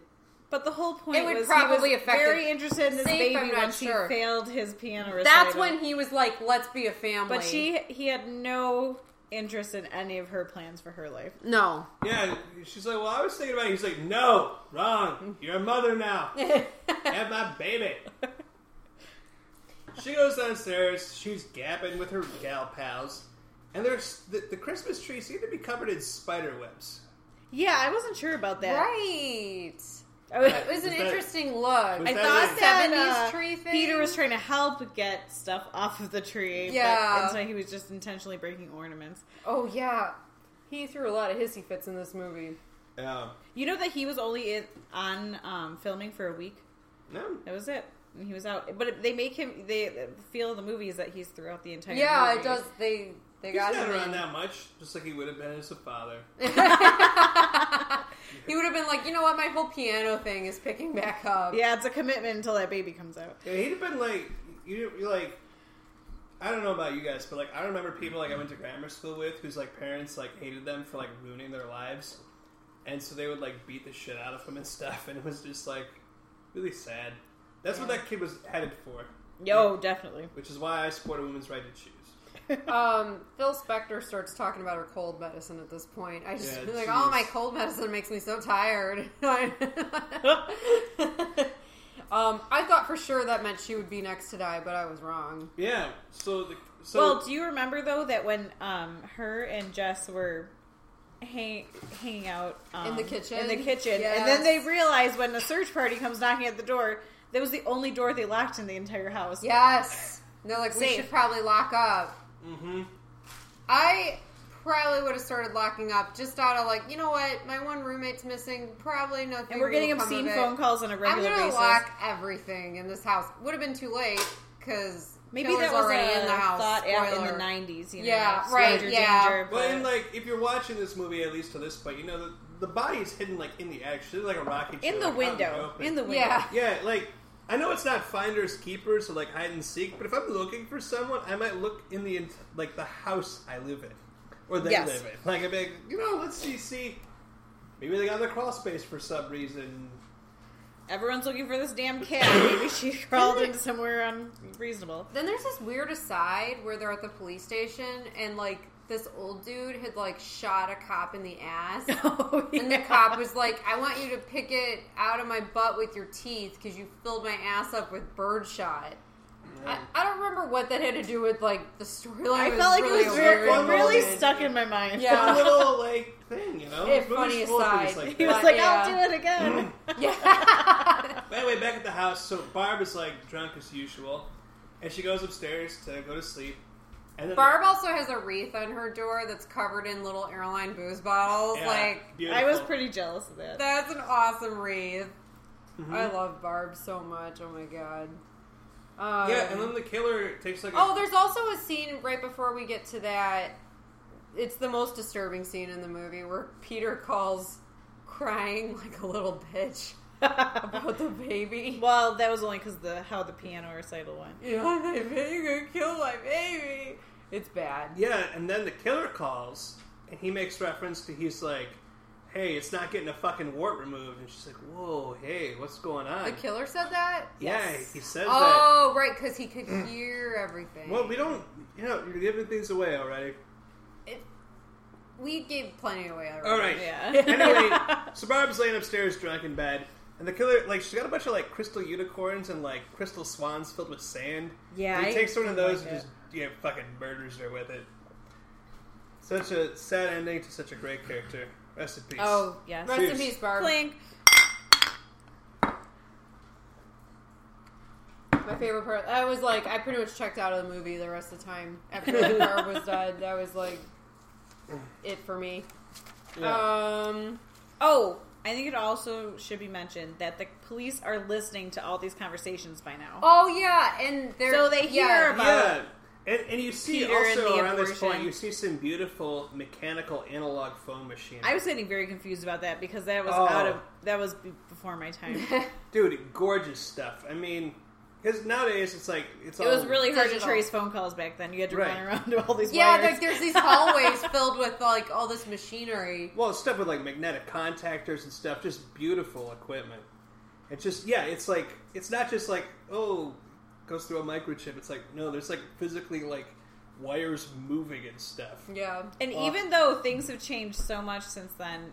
[SPEAKER 3] But the whole point
[SPEAKER 2] would
[SPEAKER 3] was
[SPEAKER 2] probably
[SPEAKER 3] he was
[SPEAKER 2] affect
[SPEAKER 3] very
[SPEAKER 2] it.
[SPEAKER 3] interested in this
[SPEAKER 2] Safe, I'm
[SPEAKER 3] baby
[SPEAKER 2] not
[SPEAKER 3] once
[SPEAKER 2] sure.
[SPEAKER 3] he failed his piano recital.
[SPEAKER 2] that's when he was like, "Let's be a family."
[SPEAKER 3] But she, he had no interest in any of her plans for her life.
[SPEAKER 2] no.
[SPEAKER 1] Yeah, she's like, well, I was thinking about. it. He's like, no, wrong. You're a mother now. Have my baby. She goes downstairs. She's gapping with her gal pals, and there's the, the Christmas tree seemed to be covered in spider webs.
[SPEAKER 3] Yeah, I wasn't sure about that.
[SPEAKER 2] Right.
[SPEAKER 3] I was-
[SPEAKER 2] It was an
[SPEAKER 1] that-
[SPEAKER 2] interesting look.
[SPEAKER 1] was
[SPEAKER 3] I
[SPEAKER 1] that
[SPEAKER 3] thought
[SPEAKER 1] a-
[SPEAKER 3] that uh,
[SPEAKER 2] 70s tree thing?
[SPEAKER 3] Peter was trying to help get stuff off of the tree.
[SPEAKER 2] Yeah.
[SPEAKER 3] But, and so he was just intentionally breaking ornaments.
[SPEAKER 2] Oh yeah, he threw a lot of hissy fits in this movie.
[SPEAKER 1] Yeah.
[SPEAKER 3] You know that he was only in, on um, filming for a week?
[SPEAKER 1] No.
[SPEAKER 3] That was it. And he was out. But they make him, they, the feel of the movie is that he's throughout the entire
[SPEAKER 2] yeah,
[SPEAKER 3] movie.
[SPEAKER 2] it does. They they
[SPEAKER 1] He's
[SPEAKER 2] got
[SPEAKER 1] not
[SPEAKER 2] him.
[SPEAKER 1] around
[SPEAKER 2] in.
[SPEAKER 1] that much, just like he would have been as a father.
[SPEAKER 2] He would have been like, you know what, my whole piano thing is picking back up.
[SPEAKER 3] Yeah, it's a commitment until that baby comes out.
[SPEAKER 1] Yeah, he'd have been like, you you like, I don't know about you guys, but like, I remember people like I went to grammar school with whose like parents like hated them for like ruining their lives, and so they would like beat the shit out of them and stuff, and it was just like really sad. That's what that kid was headed for,
[SPEAKER 3] Yo, Oh, definitely.
[SPEAKER 1] which is why I support a woman's right to choose.
[SPEAKER 2] Um, Phil Spector starts talking about her cold medicine at this point. I just
[SPEAKER 1] Yeah,
[SPEAKER 2] feel like,
[SPEAKER 1] jeez.
[SPEAKER 2] oh, my cold medicine makes me so tired. um, I thought for sure that meant she would be next to die, but I was wrong.
[SPEAKER 1] Yeah. So the so
[SPEAKER 3] well, do you remember though that when um her and Jess were hang, hanging out um,
[SPEAKER 2] In the kitchen?
[SPEAKER 3] in the kitchen,
[SPEAKER 2] Yes.
[SPEAKER 3] and then they realized when the search party comes knocking at the door, that was the only door they locked in the entire house.
[SPEAKER 2] Yes. And they're like, we
[SPEAKER 3] Safe.
[SPEAKER 2] should probably lock up. Mm-hmm. I probably would have started locking up just out of like, you know what? My one roommate's missing. Probably nothing.
[SPEAKER 3] and we're
[SPEAKER 2] will
[SPEAKER 3] getting
[SPEAKER 2] come of
[SPEAKER 3] obscene
[SPEAKER 2] it.
[SPEAKER 3] phone calls on a
[SPEAKER 2] I'm
[SPEAKER 3] regular
[SPEAKER 2] gonna
[SPEAKER 3] basis.
[SPEAKER 2] lock everything in this house. Would have been too late because
[SPEAKER 3] Maybe that was
[SPEAKER 2] already
[SPEAKER 3] a
[SPEAKER 2] in the house.
[SPEAKER 3] thought out in
[SPEAKER 2] Spoiler.
[SPEAKER 3] the '90s. You know,
[SPEAKER 2] Yeah,
[SPEAKER 3] stranger
[SPEAKER 2] right, yeah.
[SPEAKER 3] danger,
[SPEAKER 1] Well, and
[SPEAKER 3] but-
[SPEAKER 1] like if you're watching this movie, at least to this point, you know the, the body is hidden like in the attic. She's like a rocket
[SPEAKER 3] in
[SPEAKER 1] ship,
[SPEAKER 3] the
[SPEAKER 1] like, out
[SPEAKER 3] window,
[SPEAKER 1] open.
[SPEAKER 3] in the window.
[SPEAKER 2] Yeah.
[SPEAKER 1] Yeah, like I know it's not finders keepers or like hide and seek, but if I'm looking for someone, I might look in the ent- like the house I live in or they
[SPEAKER 3] Yes.
[SPEAKER 1] live in. Like I'm like, you know, let's see, see, maybe they got their crawl space for some reason.
[SPEAKER 3] Everyone's looking for this damn cat. Maybe she crawled into somewhere unreasonable.
[SPEAKER 2] Then there's this weird aside where they're at the police station and like this old dude had like shot a cop in the ass.
[SPEAKER 3] Oh,
[SPEAKER 2] And the
[SPEAKER 3] yeah.
[SPEAKER 2] cop was like, I want you to pick it out of my butt with your teeth because you filled my ass up with birdshot.
[SPEAKER 1] Mm.
[SPEAKER 2] I, I don't remember what that had to do with like the storyline.
[SPEAKER 3] I felt like
[SPEAKER 2] really
[SPEAKER 3] it was
[SPEAKER 2] weird.
[SPEAKER 3] very, it really
[SPEAKER 1] moment.
[SPEAKER 3] stuck in my mind.
[SPEAKER 2] Yeah.
[SPEAKER 1] A little like thing, you know.
[SPEAKER 2] Yeah,
[SPEAKER 1] Movie
[SPEAKER 2] funny
[SPEAKER 1] school
[SPEAKER 2] aside.
[SPEAKER 1] things like
[SPEAKER 3] He was
[SPEAKER 1] that.
[SPEAKER 2] But,
[SPEAKER 3] like,
[SPEAKER 2] yeah.
[SPEAKER 3] I'll do it again.
[SPEAKER 1] Mm-hmm.
[SPEAKER 2] Yeah.
[SPEAKER 1] By the way, back at the house, so Barb is like drunk as usual, and she goes upstairs to go to sleep. And then
[SPEAKER 2] Barb also has a wreath on her door that's covered in little airline booze bottles.
[SPEAKER 1] Yeah,
[SPEAKER 2] Like
[SPEAKER 3] I was
[SPEAKER 1] beautiful.
[SPEAKER 3] pretty jealous of that.
[SPEAKER 2] that's an awesome wreath.
[SPEAKER 1] Mm-hmm.
[SPEAKER 2] I love Barb so much. Oh my god. Um,
[SPEAKER 1] Yeah, and then the killer takes like a
[SPEAKER 2] Oh, there's also a scene right before we get to that. It's the most disturbing scene in the movie where Peter calls crying like a little bitch about the baby.
[SPEAKER 3] Well, that was only because the how the piano recital went.
[SPEAKER 2] Yeah, my baby, you're gonna kill my baby. It's bad.
[SPEAKER 1] Yeah, and then the killer calls, and he makes reference to he's like, "Hey, it's not getting a fucking wart removed," and she's like, "Whoa, hey, what's going on?"
[SPEAKER 2] The killer said that?
[SPEAKER 1] yeah, he says
[SPEAKER 2] Oh, right, because he could hear everything.
[SPEAKER 1] that. Well, we don't, you know, you're giving things away already.
[SPEAKER 2] We gave plenty away already.
[SPEAKER 1] All right.
[SPEAKER 3] Yeah.
[SPEAKER 1] Anyway, so Barb's laying upstairs drunk in bed, And the killer, like, she's got a bunch of like crystal unicorns and like crystal swans filled with sand.
[SPEAKER 3] Yeah,
[SPEAKER 1] and he
[SPEAKER 3] I
[SPEAKER 1] takes one of
[SPEAKER 3] don't
[SPEAKER 1] those
[SPEAKER 3] like
[SPEAKER 1] and
[SPEAKER 3] it.
[SPEAKER 1] just you know, fucking murders her with it. Such a sad ending to such a great character. Rest in peace.
[SPEAKER 2] Oh,
[SPEAKER 3] yes.
[SPEAKER 2] Rest in
[SPEAKER 1] Cheers.
[SPEAKER 2] peace, Barb.
[SPEAKER 3] Clink.
[SPEAKER 2] My favorite part. I was like, I pretty much checked out of the movie the rest of the time after that Barb was dead. That was like it for me. Um,
[SPEAKER 3] Oh, I think it also should be mentioned that the police are listening to all these conversations by now.
[SPEAKER 2] oh yeah, and they're
[SPEAKER 3] So they
[SPEAKER 2] yeah,
[SPEAKER 3] hear about-
[SPEAKER 1] Yeah, and, and you see
[SPEAKER 3] Peter and
[SPEAKER 1] also
[SPEAKER 3] the
[SPEAKER 1] around this
[SPEAKER 3] abortion.
[SPEAKER 1] point, you see some beautiful mechanical analog phone machine.
[SPEAKER 3] I was getting very confused about that because that was
[SPEAKER 1] Oh.
[SPEAKER 3] out of that was be- before my time.
[SPEAKER 1] Dude, gorgeous stuff. I mean, because nowadays it's like it's
[SPEAKER 3] It
[SPEAKER 1] all
[SPEAKER 3] was really hard to
[SPEAKER 2] Digital.
[SPEAKER 3] trace phone calls back then. You had to
[SPEAKER 1] Right.
[SPEAKER 3] run around to all these
[SPEAKER 2] Yeah,
[SPEAKER 3] wires.
[SPEAKER 2] like there's these hallways filled with like all this machinery.
[SPEAKER 1] well stuff with like magnetic contactors and stuff. Just beautiful equipment. It's just yeah, it's like it's not just like oh goes through a microchip. It's like no, there's like physically like wires moving and stuff.
[SPEAKER 2] Yeah.
[SPEAKER 3] and even though things have changed so much since then,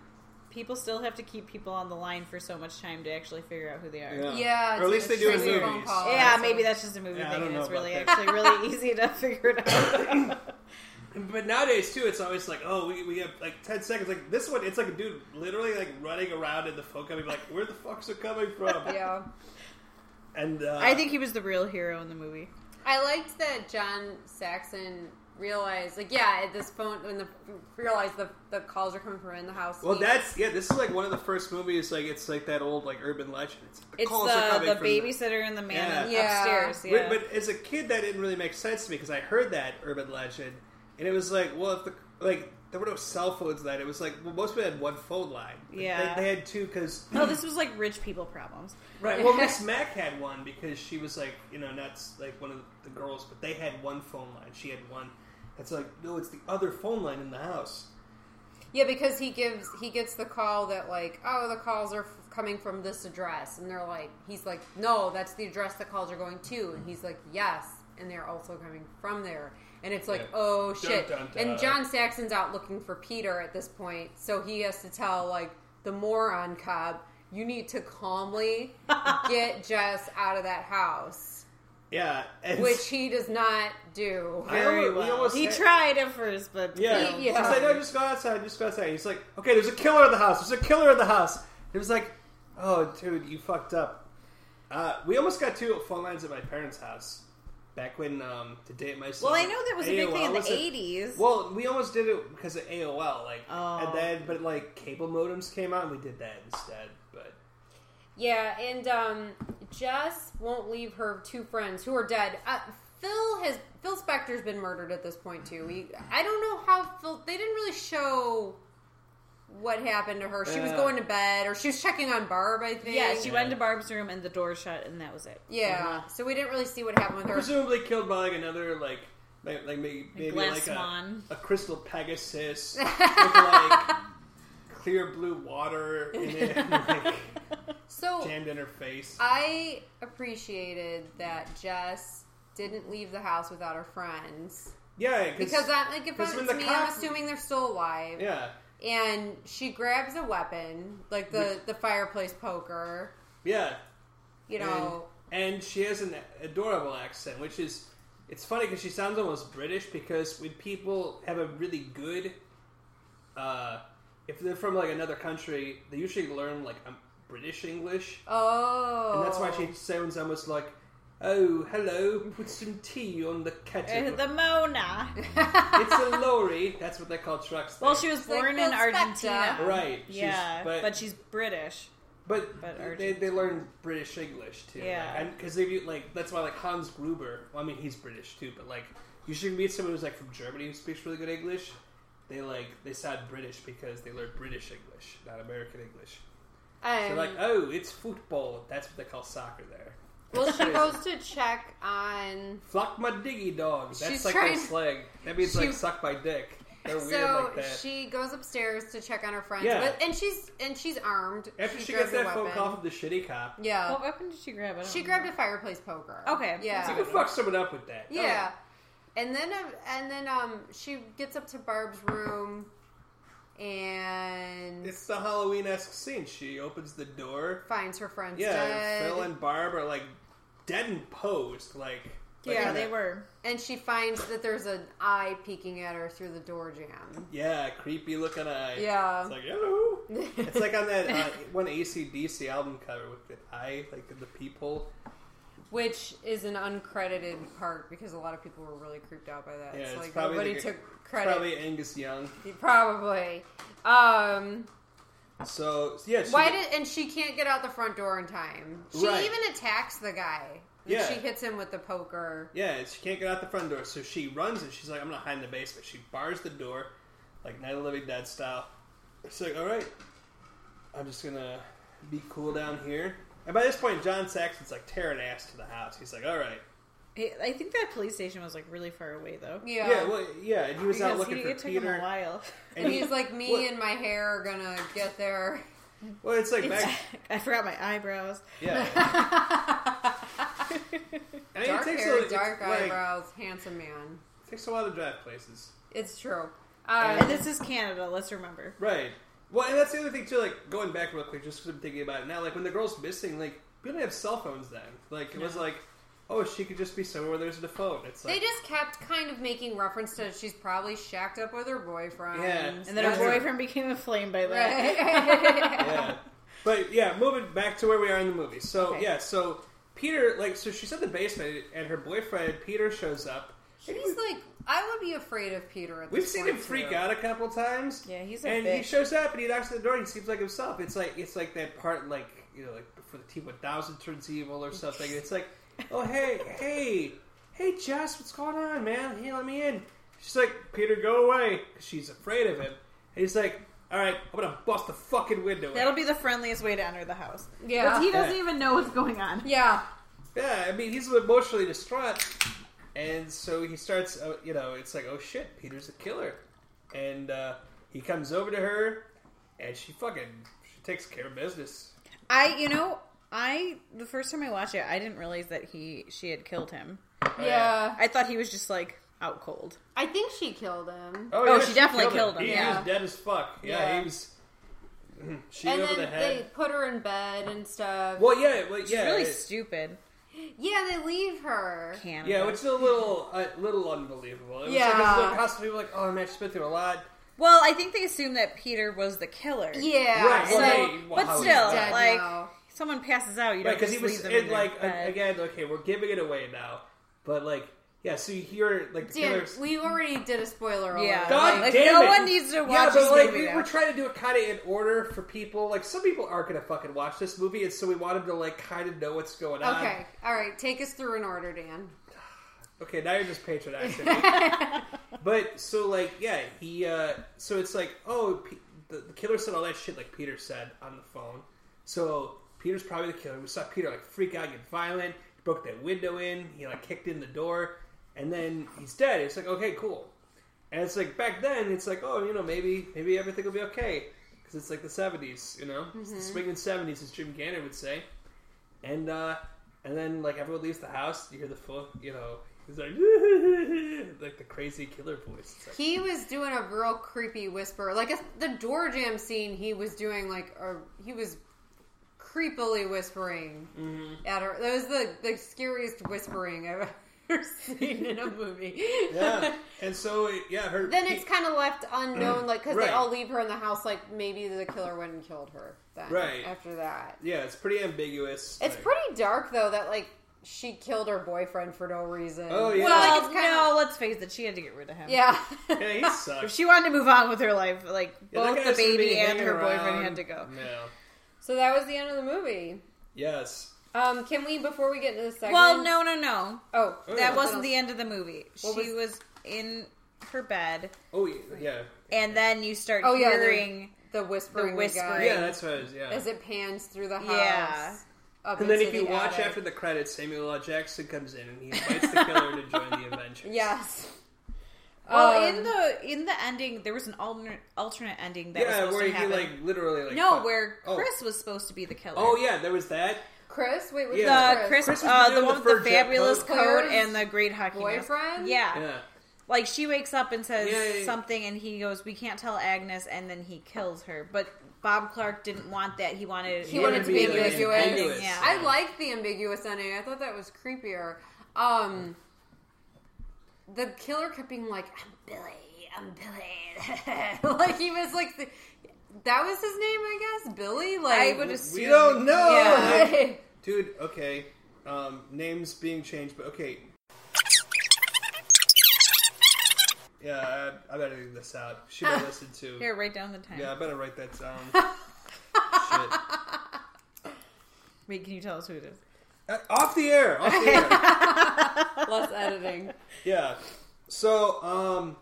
[SPEAKER 3] people still have to keep people on the line for so much time to actually figure out who they are. Yeah,
[SPEAKER 2] Yeah,
[SPEAKER 1] or at least they
[SPEAKER 2] it's
[SPEAKER 1] do in
[SPEAKER 2] just a phone
[SPEAKER 1] movies.
[SPEAKER 2] call.
[SPEAKER 3] maybe that's just a movie
[SPEAKER 1] Oh, Yeah, I
[SPEAKER 3] thing.
[SPEAKER 1] don't
[SPEAKER 3] and
[SPEAKER 1] know
[SPEAKER 3] It's
[SPEAKER 1] about
[SPEAKER 3] really
[SPEAKER 1] that.
[SPEAKER 3] actually really easy to figure it out.
[SPEAKER 1] But nowadays too, it's always like, oh, we, we have like ten seconds. Like this one, it's like a dude literally like running around in the phone company, like, where the fuck's it coming from?
[SPEAKER 2] Yeah.
[SPEAKER 1] And uh,
[SPEAKER 3] I think he was the real hero in the movie.
[SPEAKER 2] I liked that John Saxon realized, like, yeah, at this phone, when the realized the the calls are coming from in the house.
[SPEAKER 1] Well,
[SPEAKER 2] he-
[SPEAKER 1] that's yeah. This is like one of the first movies. Like it's like that old like urban legend. It's, the
[SPEAKER 3] It's
[SPEAKER 1] calls are
[SPEAKER 3] the,
[SPEAKER 1] coming
[SPEAKER 3] the
[SPEAKER 1] from
[SPEAKER 3] babysitter and the
[SPEAKER 2] Yeah.
[SPEAKER 3] man
[SPEAKER 2] Yeah.
[SPEAKER 3] upstairs.
[SPEAKER 1] Wait,
[SPEAKER 3] Yeah.
[SPEAKER 1] But as a kid, that didn't really make sense to me because I heard that urban legend, and it was like, well, if the like there were no cell phones then, it was like, well, most people had one phone line. They-
[SPEAKER 3] Yeah.
[SPEAKER 1] they, had two because
[SPEAKER 3] No, Oh, this was like rich people problems.
[SPEAKER 1] right. Well, Miss Mac had one because she was like, you know, not s- like one of the girls, but they had one phone line. She had one. It's like no, it's the other phone line in the house.
[SPEAKER 2] yeah, because he gives he gets the call that like, oh, the calls are f- coming from this address, and they're like, he's like, no, that's the address the calls are going to, and he's like, yes, and they're also coming from there. And it's like,
[SPEAKER 1] Yeah.
[SPEAKER 2] oh shit!
[SPEAKER 1] dun, dun.
[SPEAKER 2] And John Saxon's out looking for Peter at this point, so he has to tell like the moron cop, you need to calmly get Jess out of that house.
[SPEAKER 1] Yeah, and
[SPEAKER 2] which he does not do.
[SPEAKER 1] I almo- we almost
[SPEAKER 3] He
[SPEAKER 1] had-
[SPEAKER 3] tried at first, but
[SPEAKER 1] Yeah.
[SPEAKER 2] Yeah.
[SPEAKER 1] She's like, no, just go outside, just go outside. He's like, okay, there's a killer in the house. There's a killer in the house. It was like, oh, dude, you fucked up. Uh, we almost got two phone lines at my parents' house back when um, to date myself.
[SPEAKER 3] Well, I know that was a big thing in the
[SPEAKER 1] was a-
[SPEAKER 3] '80s.
[SPEAKER 1] Well, we almost did it because of AOL, like,
[SPEAKER 3] Oh.
[SPEAKER 1] and then but like cable modems came out, and we did that instead. But
[SPEAKER 2] Yeah, and um, Jess won't leave her two friends who are dead. Uh, Phil has Phil Spector's been murdered at this point too. He, I don't know how Phil. They didn't really show what happened to her. She was
[SPEAKER 1] Yeah.
[SPEAKER 2] going to bed, or she was checking on Barb. I think.
[SPEAKER 3] yeah, she went into Barb's room and the door shut, and that was it.
[SPEAKER 2] Yeah,
[SPEAKER 1] Uh-huh.
[SPEAKER 2] so we didn't really see what happened with her.
[SPEAKER 1] presumably killed by like another like. Like, like maybe, maybe
[SPEAKER 3] glass
[SPEAKER 1] like
[SPEAKER 3] swan.
[SPEAKER 1] A, a crystal pegasus with like clear blue water in it, and, like,
[SPEAKER 2] So
[SPEAKER 1] jammed in her face.
[SPEAKER 2] I appreciated that Jess didn't leave the house without her friends
[SPEAKER 1] yeah,
[SPEAKER 2] because I'm like if
[SPEAKER 1] 'cause
[SPEAKER 2] it's
[SPEAKER 1] when the
[SPEAKER 2] me, I'm
[SPEAKER 1] cop-
[SPEAKER 2] assuming they're still alive.
[SPEAKER 1] yeah,
[SPEAKER 2] and she grabs a weapon like the the fireplace poker
[SPEAKER 1] yeah,
[SPEAKER 2] you
[SPEAKER 1] and,
[SPEAKER 2] know
[SPEAKER 1] and she has an adorable accent, which is it's funny because she sounds almost British because when people have a really good, uh, if they're from like another country, they usually learn like um, British English,
[SPEAKER 2] oh
[SPEAKER 1] and that's why she sounds almost like. Oh, hello! Put some tea on the
[SPEAKER 3] Uh,
[SPEAKER 1] kettle.
[SPEAKER 3] the Mona.
[SPEAKER 1] it's a lorry. That's what they call trucks.
[SPEAKER 3] Well,
[SPEAKER 1] there.
[SPEAKER 3] she was
[SPEAKER 2] like
[SPEAKER 3] born
[SPEAKER 2] Phil
[SPEAKER 3] in
[SPEAKER 2] Spector.
[SPEAKER 3] Argentina,
[SPEAKER 1] right. she's-
[SPEAKER 3] Yeah, but,
[SPEAKER 1] but
[SPEAKER 3] she's British.
[SPEAKER 1] But,
[SPEAKER 3] But
[SPEAKER 1] they,
[SPEAKER 3] urgent.
[SPEAKER 1] they learn British English too.
[SPEAKER 3] Yeah.
[SPEAKER 1] Because if you like, that's why like Hans Gruber. Well, I mean, he's British too, but like, you should meet someone who's like from Germany who speaks really good English. They like they sound British because they learn British English, not American English.
[SPEAKER 2] Um,
[SPEAKER 1] They're like, oh, it's football. That's what they call soccer there.
[SPEAKER 2] well she goes to check on
[SPEAKER 1] Flock my diggy dog. That's
[SPEAKER 2] She's
[SPEAKER 1] like
[SPEAKER 2] trying-
[SPEAKER 1] their slang. That means
[SPEAKER 2] She-
[SPEAKER 1] like suck my dick. They're weird
[SPEAKER 2] so
[SPEAKER 1] like that.
[SPEAKER 2] she goes upstairs to check on her friends
[SPEAKER 1] Yeah.
[SPEAKER 2] but, and she's and she's armed
[SPEAKER 1] After she,
[SPEAKER 2] grabs
[SPEAKER 1] gets
[SPEAKER 2] a
[SPEAKER 1] that phone
[SPEAKER 2] weapon.
[SPEAKER 1] call from the shitty cop,
[SPEAKER 2] yeah
[SPEAKER 3] What weapon did she grab? I don't
[SPEAKER 2] she grabbed a fireplace poker
[SPEAKER 3] Okay,
[SPEAKER 2] yeah
[SPEAKER 3] that's
[SPEAKER 1] you can fuck someone up with that.
[SPEAKER 2] Yeah. And then uh, and then um she gets up to Barb's room and
[SPEAKER 1] it's the Halloween esque scene. She opens the door.
[SPEAKER 2] Finds her friends
[SPEAKER 1] Yeah,
[SPEAKER 2] dead.
[SPEAKER 1] Phil and Barb are like dead and posed. Like, like
[SPEAKER 3] yeah,
[SPEAKER 1] in
[SPEAKER 3] they
[SPEAKER 1] a-
[SPEAKER 3] were.
[SPEAKER 2] And she finds that there's an eye peeking at her through the door jam.
[SPEAKER 1] Yeah, creepy looking eye.
[SPEAKER 2] Yeah.
[SPEAKER 1] It's like, hello. it's like on that uh, one ACDC album cover with the eye, like the people.
[SPEAKER 2] Which is an uncredited part because a lot of people were really creeped out by that.
[SPEAKER 1] Yeah,
[SPEAKER 2] It's
[SPEAKER 1] it's
[SPEAKER 2] like
[SPEAKER 1] probably
[SPEAKER 2] nobody
[SPEAKER 1] the-
[SPEAKER 2] took
[SPEAKER 1] It's
[SPEAKER 2] credit.
[SPEAKER 1] Probably Angus Young.
[SPEAKER 2] Probably. Um,
[SPEAKER 1] So, yeah. She,
[SPEAKER 2] why did and she can't get out the front door in time? She
[SPEAKER 1] Right.
[SPEAKER 2] even attacks the guy.
[SPEAKER 1] Yeah.
[SPEAKER 2] She hits him with the poker.
[SPEAKER 1] Yeah, she can't get out the front door, so she runs and she's like, I'm gonna hide in the basement. She bars the door, like Night of the Living Dead style. She's like, Alright, I'm just gonna be cool down here. And by this point, John Saxon's like tearing ass to the house. He's like, Alright.
[SPEAKER 3] I I think that police station was like really far away though.
[SPEAKER 2] Yeah.
[SPEAKER 1] Yeah. well, yeah, and he was out
[SPEAKER 3] Because
[SPEAKER 1] looking
[SPEAKER 3] he,
[SPEAKER 1] for
[SPEAKER 3] it took him a
[SPEAKER 1] Peter.
[SPEAKER 3] while.
[SPEAKER 1] And
[SPEAKER 2] and
[SPEAKER 1] he,
[SPEAKER 2] he's like, me
[SPEAKER 1] What?
[SPEAKER 2] and my hair are gonna get there.
[SPEAKER 1] well, it's like
[SPEAKER 3] It's-
[SPEAKER 1] back.
[SPEAKER 3] I forgot my eyebrows.
[SPEAKER 1] Yeah. I mean,
[SPEAKER 2] Dark
[SPEAKER 1] it takes
[SPEAKER 2] hair,
[SPEAKER 1] a,
[SPEAKER 2] dark
[SPEAKER 1] it's, like,
[SPEAKER 2] eyebrows, handsome man.
[SPEAKER 1] it takes a while to drive places.
[SPEAKER 2] It's true.
[SPEAKER 3] And
[SPEAKER 2] Um,
[SPEAKER 3] this is Canada. Let's remember.
[SPEAKER 1] Right. Well, and that's the other thing too. Like going back real quick, just because I'm thinking about it now. Like when the girl's missing, like we didn't have cell phones then. Like it was like, oh, she could just be somewhere where there's a phone. It's
[SPEAKER 2] they
[SPEAKER 1] like
[SPEAKER 2] just kept kind of making reference to she's probably shacked up with her boyfriend.
[SPEAKER 1] Yeah.
[SPEAKER 3] And then her
[SPEAKER 1] Right.
[SPEAKER 3] boyfriend became inflamed by that.
[SPEAKER 2] Right.
[SPEAKER 1] yeah. But yeah, moving back to where we are in the movie. So
[SPEAKER 2] Okay.
[SPEAKER 1] yeah, so Peter, like, so she's in the basement, and her boyfriend Peter shows up. And
[SPEAKER 2] He's like, I would be afraid of Peter at this
[SPEAKER 1] We've seen him
[SPEAKER 2] point,
[SPEAKER 1] freak
[SPEAKER 2] too.
[SPEAKER 1] out a couple times.
[SPEAKER 3] Yeah, he's a
[SPEAKER 1] and he
[SPEAKER 3] bitch.
[SPEAKER 1] shows up and he knocks on the door. and He seems like himself. It's like it's like that part, like you know, like before the T one thousand turns evil or something. It's like, oh hey, hey, hey, Jess, what's going on, man? Hey, let me in. She's like, Peter, go away, 'cause she's afraid of him. And he's like, all right, I'm gonna bust the fucking window. in.
[SPEAKER 3] That'll be the friendliest way to enter the house.
[SPEAKER 2] Yeah.
[SPEAKER 3] But he doesn't
[SPEAKER 1] Yeah.
[SPEAKER 3] even know what's going on.
[SPEAKER 2] Yeah.
[SPEAKER 1] Yeah, I mean, he's emotionally distraught, and so he starts. uh, You know, it's like, oh shit, Peter's a killer, and uh, he comes over to her, and she fucking she takes care of business.
[SPEAKER 3] I, you know, I the first time I watched it, I didn't realize that he she had killed him.
[SPEAKER 1] Oh,
[SPEAKER 2] Yeah.
[SPEAKER 3] I thought he was just like out cold.
[SPEAKER 2] I think she killed him.
[SPEAKER 3] Oh, she definitely killed him,
[SPEAKER 1] He
[SPEAKER 2] yeah.
[SPEAKER 1] was dead as fuck. Yeah,
[SPEAKER 2] Yeah.
[SPEAKER 1] he was. She
[SPEAKER 2] and
[SPEAKER 1] over
[SPEAKER 2] then
[SPEAKER 1] the
[SPEAKER 2] they
[SPEAKER 1] head.
[SPEAKER 2] put her in bed and stuff.
[SPEAKER 1] Well, yeah, well, yeah,
[SPEAKER 3] It's really
[SPEAKER 1] it-
[SPEAKER 3] stupid.
[SPEAKER 2] Yeah, they leave her.
[SPEAKER 3] Canada.
[SPEAKER 1] yeah, which is a little, a little unbelievable. It was like
[SPEAKER 2] Yeah.
[SPEAKER 1] this little costume. People were like, oh man, she's been through a lot.
[SPEAKER 3] well, I think they assumed that Peter was the killer.
[SPEAKER 2] Yeah.
[SPEAKER 1] Right,
[SPEAKER 2] So,
[SPEAKER 1] well, hey, well,
[SPEAKER 3] but
[SPEAKER 1] how is
[SPEAKER 3] still,
[SPEAKER 1] that?
[SPEAKER 2] dead
[SPEAKER 3] like
[SPEAKER 2] now.
[SPEAKER 3] someone passes out,
[SPEAKER 1] Right,
[SPEAKER 3] you don't
[SPEAKER 1] because
[SPEAKER 3] just
[SPEAKER 1] he was
[SPEAKER 3] leave them in,
[SPEAKER 1] in,
[SPEAKER 3] their
[SPEAKER 1] like a-
[SPEAKER 3] bed.
[SPEAKER 1] again, okay, we're giving it away now, but like, yeah. So you hear like the
[SPEAKER 2] Dan,
[SPEAKER 1] killers.
[SPEAKER 2] we already did a spoiler alert.
[SPEAKER 3] Yeah.
[SPEAKER 1] God
[SPEAKER 3] Like,
[SPEAKER 1] damn
[SPEAKER 3] no
[SPEAKER 1] it!
[SPEAKER 3] one needs to
[SPEAKER 1] Yeah, but
[SPEAKER 3] watch this
[SPEAKER 1] like
[SPEAKER 3] movie
[SPEAKER 1] we
[SPEAKER 3] now.
[SPEAKER 1] were trying to do it kind of in order for people. Like some people aren't gonna fucking watch this movie, and so we wanted to like kind of know what's going on.
[SPEAKER 2] Okay. All right. Take us through an order, Dan.
[SPEAKER 1] Okay, now you're just patronizing. me. but so like yeah, he uh so it's like oh P- the, the killer said all that shit like Peter said on the phone. So Peter's probably the killer. We saw Peter like freak out, get violent, he broke that window in, he like kicked in the door, and then he's dead. It's like okay, cool. And it's like back then, it's like oh you know maybe maybe everything will be okay because it's like the seventies, you know, it's the swinging seventies, as Jim Gannon would say. And uh, and then like everyone leaves the house, you hear the full, you know, he's like like the crazy killer voice. It's like,
[SPEAKER 2] He was doing a real creepy whisper, like a, the door jam scene. He was doing like a he was creepily whispering
[SPEAKER 1] Mm-hmm.
[SPEAKER 2] at her. That was the the scariest whispering I've ever seen in a movie.
[SPEAKER 1] yeah. And so it- yeah, her.
[SPEAKER 2] then it's kind of left unknown, like because
[SPEAKER 1] Right.
[SPEAKER 2] they all leave her in the house. Like maybe the killer went and killed her. Then
[SPEAKER 1] Right.
[SPEAKER 2] after that,
[SPEAKER 1] yeah, it's pretty ambiguous.
[SPEAKER 2] it's
[SPEAKER 1] like-
[SPEAKER 2] pretty dark though. That like she killed her boyfriend for no reason.
[SPEAKER 1] Oh, yeah.
[SPEAKER 3] well,
[SPEAKER 2] Like, it's kinda-
[SPEAKER 3] no, let's face it, she had to get rid of him.
[SPEAKER 2] yeah.
[SPEAKER 1] Yeah, he
[SPEAKER 3] If
[SPEAKER 1] sucks.
[SPEAKER 3] she wanted to move on with her life, like
[SPEAKER 1] Yeah, that
[SPEAKER 3] both
[SPEAKER 1] guy
[SPEAKER 3] the
[SPEAKER 1] has to be
[SPEAKER 3] baby and
[SPEAKER 1] hanging
[SPEAKER 3] her boyfriend
[SPEAKER 1] around.
[SPEAKER 3] had to go.
[SPEAKER 1] Yeah.
[SPEAKER 2] so that was the end of the movie.
[SPEAKER 1] Yes.
[SPEAKER 2] Um, can we before we get into the segment?
[SPEAKER 3] Well, no, no, no.
[SPEAKER 2] Oh,
[SPEAKER 3] That wasn't the end of the movie.
[SPEAKER 2] What
[SPEAKER 3] she was in her bed,
[SPEAKER 1] Oh yeah.
[SPEAKER 3] and then you start
[SPEAKER 2] Oh, yeah, the-
[SPEAKER 3] hearing.
[SPEAKER 2] the whispering.
[SPEAKER 3] The
[SPEAKER 2] guy
[SPEAKER 3] whispering.
[SPEAKER 1] Yeah, that's what it is. Yeah.
[SPEAKER 2] as it pans through the house.
[SPEAKER 3] Yeah.
[SPEAKER 2] up
[SPEAKER 1] and then
[SPEAKER 2] into
[SPEAKER 1] if you
[SPEAKER 2] the
[SPEAKER 1] watch
[SPEAKER 2] attic.
[SPEAKER 1] after the credits, Samuel L. Jackson comes in and he invites the killer to join the adventure.
[SPEAKER 2] yes.
[SPEAKER 3] Well,
[SPEAKER 2] Um,
[SPEAKER 3] in the in the ending, there was an alternate alternate ending that was
[SPEAKER 1] Yeah,
[SPEAKER 3] supposed
[SPEAKER 1] where
[SPEAKER 3] to
[SPEAKER 1] he
[SPEAKER 3] happen.
[SPEAKER 1] like literally like
[SPEAKER 3] no,
[SPEAKER 1] fuck-
[SPEAKER 3] where
[SPEAKER 1] oh.
[SPEAKER 3] Chris was supposed to be the killer.
[SPEAKER 1] Oh yeah, there was that.
[SPEAKER 2] Chris, wait, what's
[SPEAKER 1] Yeah.
[SPEAKER 3] the
[SPEAKER 2] Chris?
[SPEAKER 3] Chris,
[SPEAKER 1] Chris was
[SPEAKER 3] uh,
[SPEAKER 1] the
[SPEAKER 3] the
[SPEAKER 1] dude
[SPEAKER 3] one
[SPEAKER 1] with
[SPEAKER 3] with
[SPEAKER 1] the
[SPEAKER 3] the
[SPEAKER 1] fur jet
[SPEAKER 3] fabulous
[SPEAKER 1] coat.
[SPEAKER 3] coat
[SPEAKER 2] Claire's
[SPEAKER 3] and the great hockey mask.
[SPEAKER 2] boyfriend?
[SPEAKER 3] Yeah.
[SPEAKER 1] Yeah.
[SPEAKER 3] Like she wakes up and says
[SPEAKER 8] Yeah, yeah, yeah.
[SPEAKER 3] something, and he goes, "We can't tell Agnes," and then he kills her. But Bob Clark didn't want that. He wanted
[SPEAKER 2] He wanted to be
[SPEAKER 3] the
[SPEAKER 2] ambiguous.
[SPEAKER 3] ending, Yeah.
[SPEAKER 2] I like the ambiguous ending. I thought that was creepier. Um, the killer kept being like, "I'm Billy, I'm Billy," like he was like, the, that was his name, I guess, Billy. Like,
[SPEAKER 3] I would assume.
[SPEAKER 1] We don't know.
[SPEAKER 2] yeah.
[SPEAKER 1] Dude, okay. Um, names being changed, but okay. Yeah, I, I better leave this out. She better listen to.
[SPEAKER 3] Here, write down the time.
[SPEAKER 1] Yeah, I better write that down. Shit.
[SPEAKER 3] Wait, can you tell us who it is?
[SPEAKER 1] Uh, off the air. Off the air.
[SPEAKER 2] Less editing.
[SPEAKER 1] yeah. So, um,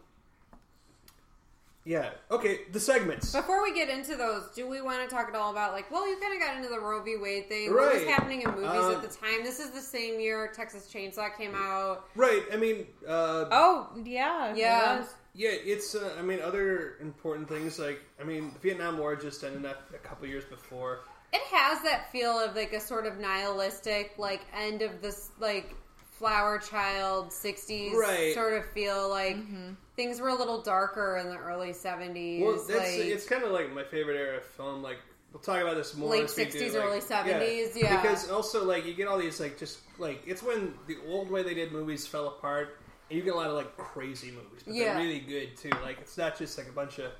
[SPEAKER 1] yeah. Okay, the segments.
[SPEAKER 2] Before we get into those, do we want to talk at all about like, well, you kind of got into the Roe v. Wade thing. What was
[SPEAKER 1] Right.
[SPEAKER 2] happening in movies
[SPEAKER 1] Um,
[SPEAKER 2] at the time? This is the same year Texas Chainsaw came out.
[SPEAKER 1] Right. I mean, uh,
[SPEAKER 3] Oh, yeah, it
[SPEAKER 2] Yeah.
[SPEAKER 3] was.
[SPEAKER 1] yeah. It's. Uh, I mean, other important things like I mean, the Vietnam War just ended up a couple years before.
[SPEAKER 2] It has that feel of like a sort of nihilistic, like end of this, like flower child '60s
[SPEAKER 1] Right.
[SPEAKER 2] sort of feel. Like things were a little darker in the early '70s,
[SPEAKER 1] Well, that's,
[SPEAKER 2] like
[SPEAKER 1] it's kind of like my favorite era of film. Like we'll talk about this more.
[SPEAKER 2] Late
[SPEAKER 1] as we do,
[SPEAKER 2] 60s,
[SPEAKER 1] like-
[SPEAKER 2] early 70s, yeah.
[SPEAKER 1] Because also like you get all these like just like it's when the old way they did movies fell apart, and you get a lot of like crazy movies, but
[SPEAKER 2] Yeah.
[SPEAKER 1] they're really good too. Like it's not just like a bunch of.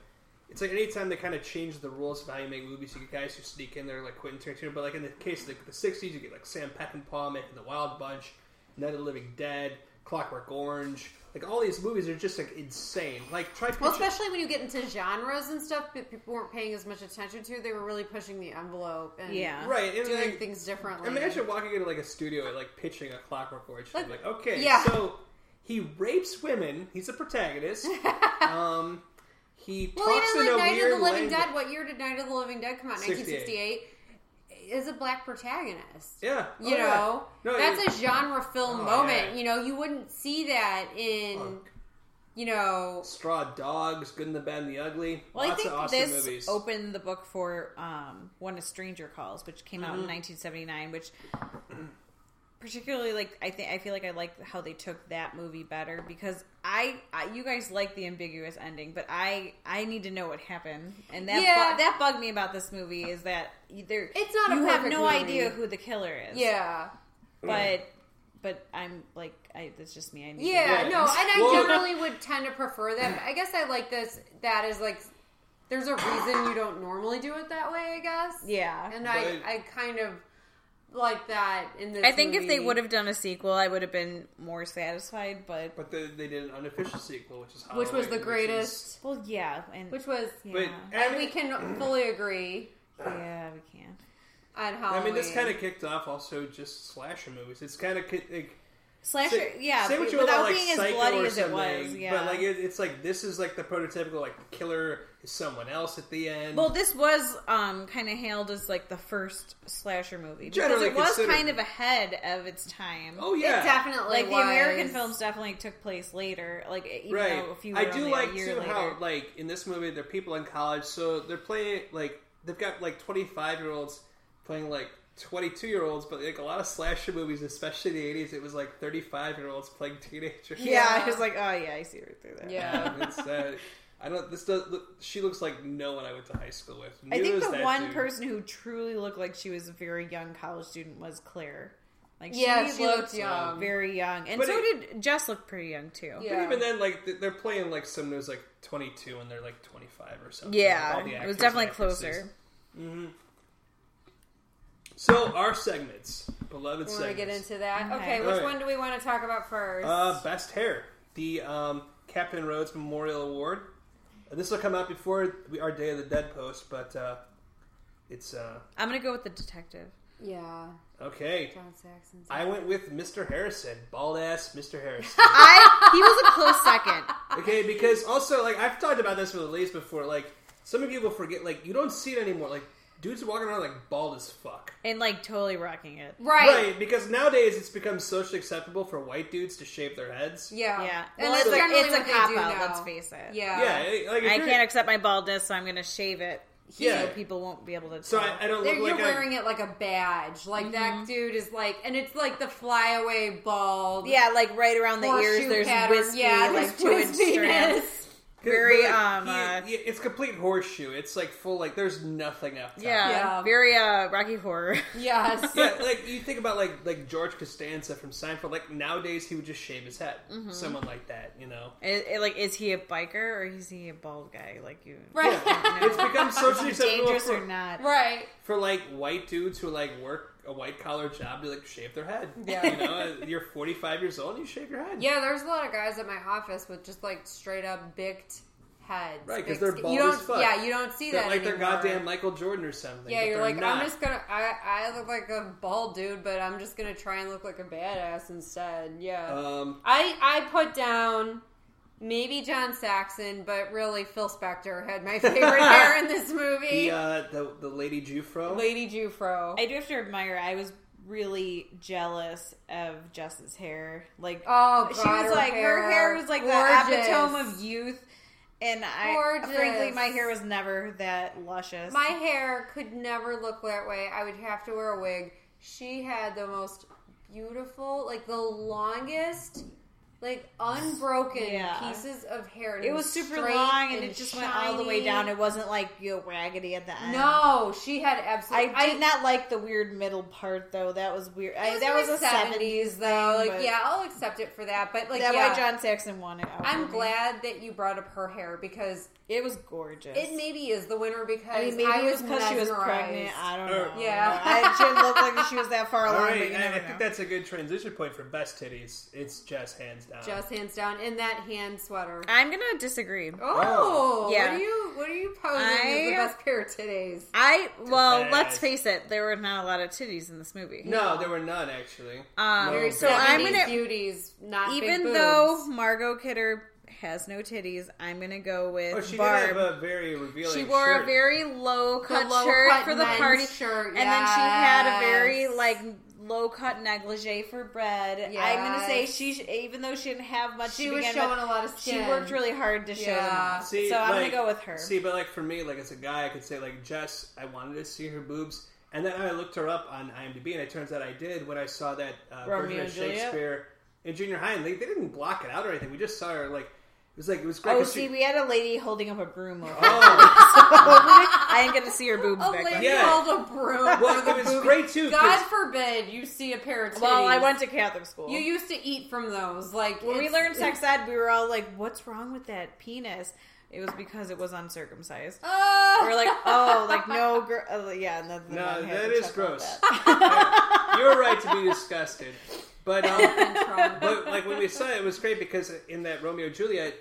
[SPEAKER 1] It's like anytime they kind of change the rules of how you make movies, you get guys who sneak in there like Quentin Tarantino. But like in the case of the, the '60s, you get like Sam Peckinpah making The Wild Bunch, Night of the Living Dead, Clockwork Orange. Like all these movies are just like insane. Like try
[SPEAKER 2] well,
[SPEAKER 1] picture-
[SPEAKER 2] especially when you get into genres and stuff that people weren't paying as much attention to. They were really pushing the envelope and
[SPEAKER 3] Yeah.
[SPEAKER 1] right and
[SPEAKER 2] doing
[SPEAKER 1] like,
[SPEAKER 2] things differently.
[SPEAKER 1] Imagine walking into like a studio and like pitching a Clockwork Orange. Like, like okay,
[SPEAKER 2] yeah.
[SPEAKER 1] so he rapes women. He's a protagonist. um, he
[SPEAKER 2] Well,
[SPEAKER 1] talks
[SPEAKER 2] even
[SPEAKER 1] in
[SPEAKER 2] like
[SPEAKER 1] a
[SPEAKER 2] Night
[SPEAKER 1] weird
[SPEAKER 2] of the Living
[SPEAKER 1] language.
[SPEAKER 2] Dead. What year did Night of the Living Dead come out? 1968.
[SPEAKER 1] 68.
[SPEAKER 2] Is a black protagonist.
[SPEAKER 1] Yeah,
[SPEAKER 2] You
[SPEAKER 1] Oh, yeah.
[SPEAKER 2] know,
[SPEAKER 1] No,
[SPEAKER 2] that's
[SPEAKER 1] it-
[SPEAKER 2] a genre film
[SPEAKER 1] Oh,
[SPEAKER 2] moment.
[SPEAKER 1] yeah.
[SPEAKER 2] You know, you wouldn't see that in,
[SPEAKER 1] Oh.
[SPEAKER 2] you know,
[SPEAKER 1] Straw Dogs, Good and the Bad and the Ugly.
[SPEAKER 3] Well,
[SPEAKER 1] Lots
[SPEAKER 3] I think
[SPEAKER 1] of awesome
[SPEAKER 3] this
[SPEAKER 1] movies.
[SPEAKER 3] opened the book for um, When a Stranger Calls, which came out
[SPEAKER 1] Mm-hmm.
[SPEAKER 3] in 1979. Which, particularly, like I think I feel like I like how they took that movie better because I, I you guys like the ambiguous ending, but I I need to know what happened, and that bu-
[SPEAKER 2] Yeah.
[SPEAKER 3] that bugged me about this movie is that you- there
[SPEAKER 2] It's not a
[SPEAKER 3] you have
[SPEAKER 2] perfect
[SPEAKER 3] no
[SPEAKER 2] movie.
[SPEAKER 3] idea who the killer is.
[SPEAKER 2] yeah,
[SPEAKER 1] Mm.
[SPEAKER 3] but but I'm like I that's just me. I need to
[SPEAKER 2] yeah,
[SPEAKER 1] Yeah.
[SPEAKER 2] no. And I
[SPEAKER 1] Well-
[SPEAKER 2] generally would tend to prefer that. but I guess I like this. That is like, there's a reason you don't normally do it that way. I guess.
[SPEAKER 3] Yeah.
[SPEAKER 2] and I,
[SPEAKER 1] But-
[SPEAKER 2] I kind of like that in this.
[SPEAKER 3] I think if they
[SPEAKER 2] movie.
[SPEAKER 3] would have done a sequel, I would have been more satisfied. But
[SPEAKER 1] but then they did an unofficial sequel, Oh, which is
[SPEAKER 2] which was
[SPEAKER 1] Halloween,
[SPEAKER 2] the
[SPEAKER 1] is-
[SPEAKER 2] greatest,
[SPEAKER 3] well, yeah, and
[SPEAKER 2] which was,
[SPEAKER 1] but
[SPEAKER 3] Yeah.
[SPEAKER 1] I
[SPEAKER 2] and
[SPEAKER 1] mean,
[SPEAKER 2] we can fully agree
[SPEAKER 3] yeah, we can.
[SPEAKER 2] on
[SPEAKER 1] I
[SPEAKER 2] Halloween.
[SPEAKER 1] mean, this kind of kicked off also just slasher movies. It's kind of like,
[SPEAKER 3] Slasher,
[SPEAKER 1] Say-
[SPEAKER 3] yeah,
[SPEAKER 1] say what you want
[SPEAKER 3] without
[SPEAKER 1] about, like,
[SPEAKER 3] being as
[SPEAKER 1] Psycho
[SPEAKER 3] bloody
[SPEAKER 1] or
[SPEAKER 3] as it was.
[SPEAKER 1] something,
[SPEAKER 3] Yeah,
[SPEAKER 1] but like it, it's like this is like the prototypical like the killer is someone else at the end.
[SPEAKER 3] well, this was um, kind of hailed as like the first slasher movie because
[SPEAKER 1] Generally
[SPEAKER 3] it was
[SPEAKER 1] considered.
[SPEAKER 3] kind of ahead of its time.
[SPEAKER 1] oh yeah,
[SPEAKER 2] It definitely
[SPEAKER 3] like the
[SPEAKER 2] was.
[SPEAKER 3] American films definitely took place later. Like e, even
[SPEAKER 1] right.
[SPEAKER 3] though a few, were
[SPEAKER 1] I do
[SPEAKER 3] only
[SPEAKER 1] like
[SPEAKER 3] a year
[SPEAKER 1] too
[SPEAKER 3] later.
[SPEAKER 1] how like in this movie they're people in college, so they're playing like they've got like twenty five year olds playing like twenty two year olds, but like a lot of slasher movies, especially in the eighties, it was like thirty five year olds playing teenagers.
[SPEAKER 3] yeah,
[SPEAKER 2] Yeah.
[SPEAKER 3] I was like, oh yeah, I see right through that.
[SPEAKER 2] Yeah.
[SPEAKER 1] Um, it's, uh, I don't. This does. Look, she looks like no one I went to high school with.
[SPEAKER 3] I
[SPEAKER 1] Neither
[SPEAKER 3] think
[SPEAKER 1] is
[SPEAKER 3] the
[SPEAKER 1] that
[SPEAKER 3] one
[SPEAKER 1] dude.
[SPEAKER 3] person who truly looked like she was a very young college student was Claire. Like
[SPEAKER 2] Yeah, she looked
[SPEAKER 3] looked
[SPEAKER 2] young.
[SPEAKER 3] very young, and
[SPEAKER 1] But
[SPEAKER 3] so
[SPEAKER 1] it-
[SPEAKER 3] did Jess. Look pretty young too.
[SPEAKER 2] Yeah.
[SPEAKER 1] But even then, like th- they're playing like someone who's like 22 and they're like 25 or something.
[SPEAKER 3] Yeah,
[SPEAKER 1] All the
[SPEAKER 3] it was
[SPEAKER 1] actors and
[SPEAKER 3] definitely
[SPEAKER 1] actresses.
[SPEAKER 3] closer.
[SPEAKER 1] So our segments, beloved
[SPEAKER 2] We want to
[SPEAKER 1] segments.
[SPEAKER 2] get into that. Okay,
[SPEAKER 3] Okay.
[SPEAKER 2] which
[SPEAKER 1] Alright.
[SPEAKER 2] one do we want to talk about first?
[SPEAKER 1] uh, best hair, the um, Captain Rhodes Memorial Award. Uh, This will come out before we, our Day of the Dead post, but uh, it's uh,
[SPEAKER 3] I'm gonna go with the detective.
[SPEAKER 2] yeah,
[SPEAKER 1] okay.
[SPEAKER 2] John Saxon's.
[SPEAKER 1] I went with Mr. Harrison, bald ass Mr. Harrison.
[SPEAKER 3] I he was a close second.
[SPEAKER 1] Okay, because also like I've talked about this with Elise before. Like some of you will forget. Like you don't see it anymore. Like dudes walking around like bald as fuck.
[SPEAKER 3] And like totally rocking it.
[SPEAKER 2] Right.
[SPEAKER 1] Right, because nowadays it's become socially acceptable for white dudes to shave their heads.
[SPEAKER 2] Yeah.
[SPEAKER 3] Yeah.
[SPEAKER 2] And
[SPEAKER 3] Well
[SPEAKER 2] that's
[SPEAKER 3] it's a,
[SPEAKER 2] generally
[SPEAKER 3] it's a
[SPEAKER 2] what they
[SPEAKER 3] cop
[SPEAKER 2] do
[SPEAKER 3] out,
[SPEAKER 2] now.
[SPEAKER 3] let's face it.
[SPEAKER 2] Yeah.
[SPEAKER 1] Yeah, like if
[SPEAKER 3] I
[SPEAKER 1] you're-
[SPEAKER 3] can't accept my baldness, so I'm gonna shave it. he-
[SPEAKER 1] Yeah.
[SPEAKER 3] so people won't be able to.
[SPEAKER 1] So
[SPEAKER 3] tell.
[SPEAKER 1] I, I don't
[SPEAKER 2] They're-
[SPEAKER 1] look
[SPEAKER 2] you're
[SPEAKER 1] like I.
[SPEAKER 2] wearing it like a badge. Like
[SPEAKER 3] Mm-hmm.
[SPEAKER 2] that dude is like, and it's like the flyaway bald.
[SPEAKER 3] yeah, like right around the
[SPEAKER 2] horseshoe
[SPEAKER 3] ears, there's
[SPEAKER 2] pattern.
[SPEAKER 3] wispy,
[SPEAKER 2] Yeah,
[SPEAKER 3] like
[SPEAKER 2] there's
[SPEAKER 3] two inch strands.
[SPEAKER 2] wispiness.
[SPEAKER 3] Very
[SPEAKER 1] But, like,
[SPEAKER 3] um,
[SPEAKER 1] he-
[SPEAKER 3] uh,
[SPEAKER 1] yeah, it's complete horseshoe. It's like full like there's nothing up. Top.
[SPEAKER 3] yeah,
[SPEAKER 2] Yeah.
[SPEAKER 3] very uh, Rocky Horror.
[SPEAKER 2] Yes.
[SPEAKER 1] yeah, like you think about like like George Costanza from Seinfeld. Like nowadays, he would just shave his head.
[SPEAKER 3] Mm-hmm.
[SPEAKER 1] Someone like that, you know.
[SPEAKER 3] It, it, like, is he a biker or is he a bald guy? Like you,
[SPEAKER 2] Right.
[SPEAKER 1] It's become socially
[SPEAKER 3] Is he
[SPEAKER 1] acceptable
[SPEAKER 3] dangerous or
[SPEAKER 1] for,
[SPEAKER 3] not?
[SPEAKER 2] Right.
[SPEAKER 1] for like white dudes who like work a white collar job to like shave their head.
[SPEAKER 2] Yeah.
[SPEAKER 1] you know, uh, you're 45 years old, and you shave your head.
[SPEAKER 2] Yeah, there's a lot of guys at my office with just like straight up bicked heads.
[SPEAKER 1] Right, 'cause
[SPEAKER 2] Bicked
[SPEAKER 1] they're
[SPEAKER 2] skin-
[SPEAKER 1] bald
[SPEAKER 2] you don't,
[SPEAKER 1] as fuck.
[SPEAKER 2] Yeah, you don't see
[SPEAKER 1] They're
[SPEAKER 2] that
[SPEAKER 1] like they're
[SPEAKER 2] anymore.
[SPEAKER 1] goddamn Michael Jordan or something.
[SPEAKER 2] Yeah,
[SPEAKER 1] but
[SPEAKER 2] you're
[SPEAKER 1] they're
[SPEAKER 2] like
[SPEAKER 1] not.
[SPEAKER 2] I'm just gonna. I I look like a bald dude, but I'm just gonna try and look like a badass instead. Yeah.
[SPEAKER 1] Um,
[SPEAKER 2] I I put down maybe John Saxon, but really Phil Spector had my favorite hair in this movie.
[SPEAKER 1] the uh, the the lady Jufro.
[SPEAKER 2] Lady Jufro.
[SPEAKER 3] I do have to admire. I was really jealous of Jess's hair. Like,
[SPEAKER 2] Oh, God,
[SPEAKER 3] she was
[SPEAKER 2] her
[SPEAKER 3] like her hair was like the
[SPEAKER 2] Gorgeous.
[SPEAKER 3] epitome of youth, and I
[SPEAKER 2] Gorgeous.
[SPEAKER 3] frankly my hair was never that luscious.
[SPEAKER 2] My hair could never look that way. I would have to wear a wig. She had the most beautiful, like the longest, like unbroken
[SPEAKER 3] Yeah.
[SPEAKER 2] pieces of hair.
[SPEAKER 3] it was super
[SPEAKER 2] straight
[SPEAKER 3] long and it just went all the way
[SPEAKER 2] shiny.
[SPEAKER 3] down. It wasn't like you know, raggedy at the end.
[SPEAKER 2] No, she had
[SPEAKER 3] I
[SPEAKER 2] absolutely.
[SPEAKER 3] did not like the weird middle part though. That was weird. I, that was a seventies
[SPEAKER 2] seventies though. Like, yeah, I'll accept it for that. But like,
[SPEAKER 3] that
[SPEAKER 2] yeah,
[SPEAKER 3] why John Saxon won it. over
[SPEAKER 2] I'm
[SPEAKER 3] me.
[SPEAKER 2] glad that you brought up her hair because
[SPEAKER 3] it was gorgeous.
[SPEAKER 2] it maybe is the winner because I,
[SPEAKER 3] I mean, maybe it was because
[SPEAKER 2] because
[SPEAKER 3] she was pregnant. I don't know.
[SPEAKER 2] Yeah.
[SPEAKER 3] I, she didn't look like she was that far
[SPEAKER 1] Oh. All
[SPEAKER 3] along. but
[SPEAKER 1] right,
[SPEAKER 3] you
[SPEAKER 1] I,
[SPEAKER 3] never
[SPEAKER 1] I
[SPEAKER 3] know.
[SPEAKER 1] think that's a good transition point for best titties. It's Jess hands down.
[SPEAKER 2] Just hands down in that hand sweater.
[SPEAKER 3] I'm gonna disagree.
[SPEAKER 2] Oh,
[SPEAKER 3] Yeah.
[SPEAKER 2] What are you? What are you posing as the
[SPEAKER 3] I-
[SPEAKER 2] best pair of titties?
[SPEAKER 3] I well,
[SPEAKER 1] Bad.
[SPEAKER 3] let's face it, there were not a lot of titties in this movie.
[SPEAKER 1] No, there were none actually.
[SPEAKER 2] Ah,
[SPEAKER 3] Um,
[SPEAKER 1] Very
[SPEAKER 3] so I'm
[SPEAKER 2] 70s
[SPEAKER 3] gonna,
[SPEAKER 2] beauties, not big
[SPEAKER 3] even
[SPEAKER 2] boobs.
[SPEAKER 3] though Margot Kidder has no titties, I'm gonna go with
[SPEAKER 1] Oh, she
[SPEAKER 3] Barb.
[SPEAKER 1] did have a very revealing.
[SPEAKER 3] she wore
[SPEAKER 1] shirt.
[SPEAKER 3] a very low cut
[SPEAKER 2] low
[SPEAKER 3] shirt
[SPEAKER 2] cut
[SPEAKER 3] for the
[SPEAKER 2] men's
[SPEAKER 3] party
[SPEAKER 2] shirt,
[SPEAKER 3] and then she had a very
[SPEAKER 2] yes.
[SPEAKER 3] like low cut negligee for bread. I'm gonna say
[SPEAKER 2] Yes.
[SPEAKER 3] she, sh- even though she didn't have much,
[SPEAKER 2] She
[SPEAKER 3] to
[SPEAKER 2] was
[SPEAKER 3] begin
[SPEAKER 2] showing
[SPEAKER 3] with,
[SPEAKER 2] a lot of
[SPEAKER 3] She
[SPEAKER 2] skin.
[SPEAKER 3] worked really hard to show them.
[SPEAKER 2] Yeah.
[SPEAKER 3] off.
[SPEAKER 1] See,
[SPEAKER 3] so I'm gonna
[SPEAKER 1] like-
[SPEAKER 3] go with her.
[SPEAKER 1] See, but like for me, like as a guy, I could say like Jess, I wanted to see her boobs, and then I looked her up on IMDb, and it turns out I did when I saw that uh, version
[SPEAKER 3] Romeo
[SPEAKER 1] of
[SPEAKER 3] and Juliet?
[SPEAKER 1] Shakespeare in junior high, and they, they didn't block it out or anything. We just saw her like it was like it was great.
[SPEAKER 3] Oh,
[SPEAKER 1] 'cause
[SPEAKER 3] see,
[SPEAKER 1] she-
[SPEAKER 3] we had a lady holding up a broom. Over.
[SPEAKER 1] oh,
[SPEAKER 3] I didn't get to see her boobs
[SPEAKER 2] a
[SPEAKER 3] back
[SPEAKER 2] lady
[SPEAKER 3] then.
[SPEAKER 1] Yeah.
[SPEAKER 2] called a broom.
[SPEAKER 1] well, it was great too. 'cause-
[SPEAKER 2] God forbid you see a pair of titties.
[SPEAKER 3] Well, I went to Catholic school.
[SPEAKER 2] You used to eat from those, like
[SPEAKER 3] when we
[SPEAKER 2] it's-
[SPEAKER 3] learned sex ed, we were all like, "What's wrong with that penis?" It was because it was uncircumcised.
[SPEAKER 2] Oh,
[SPEAKER 3] We We're like, "Oh, like no, girl, uh, yeah." And then the
[SPEAKER 1] No,
[SPEAKER 3] mom had
[SPEAKER 1] that
[SPEAKER 3] to
[SPEAKER 1] is
[SPEAKER 3] chuckle at
[SPEAKER 1] gross.
[SPEAKER 3] that.
[SPEAKER 1] You're right to be disgusted, but um,
[SPEAKER 2] Trump.
[SPEAKER 1] but like when we saw it, it was great because in that Romeo and Juliet,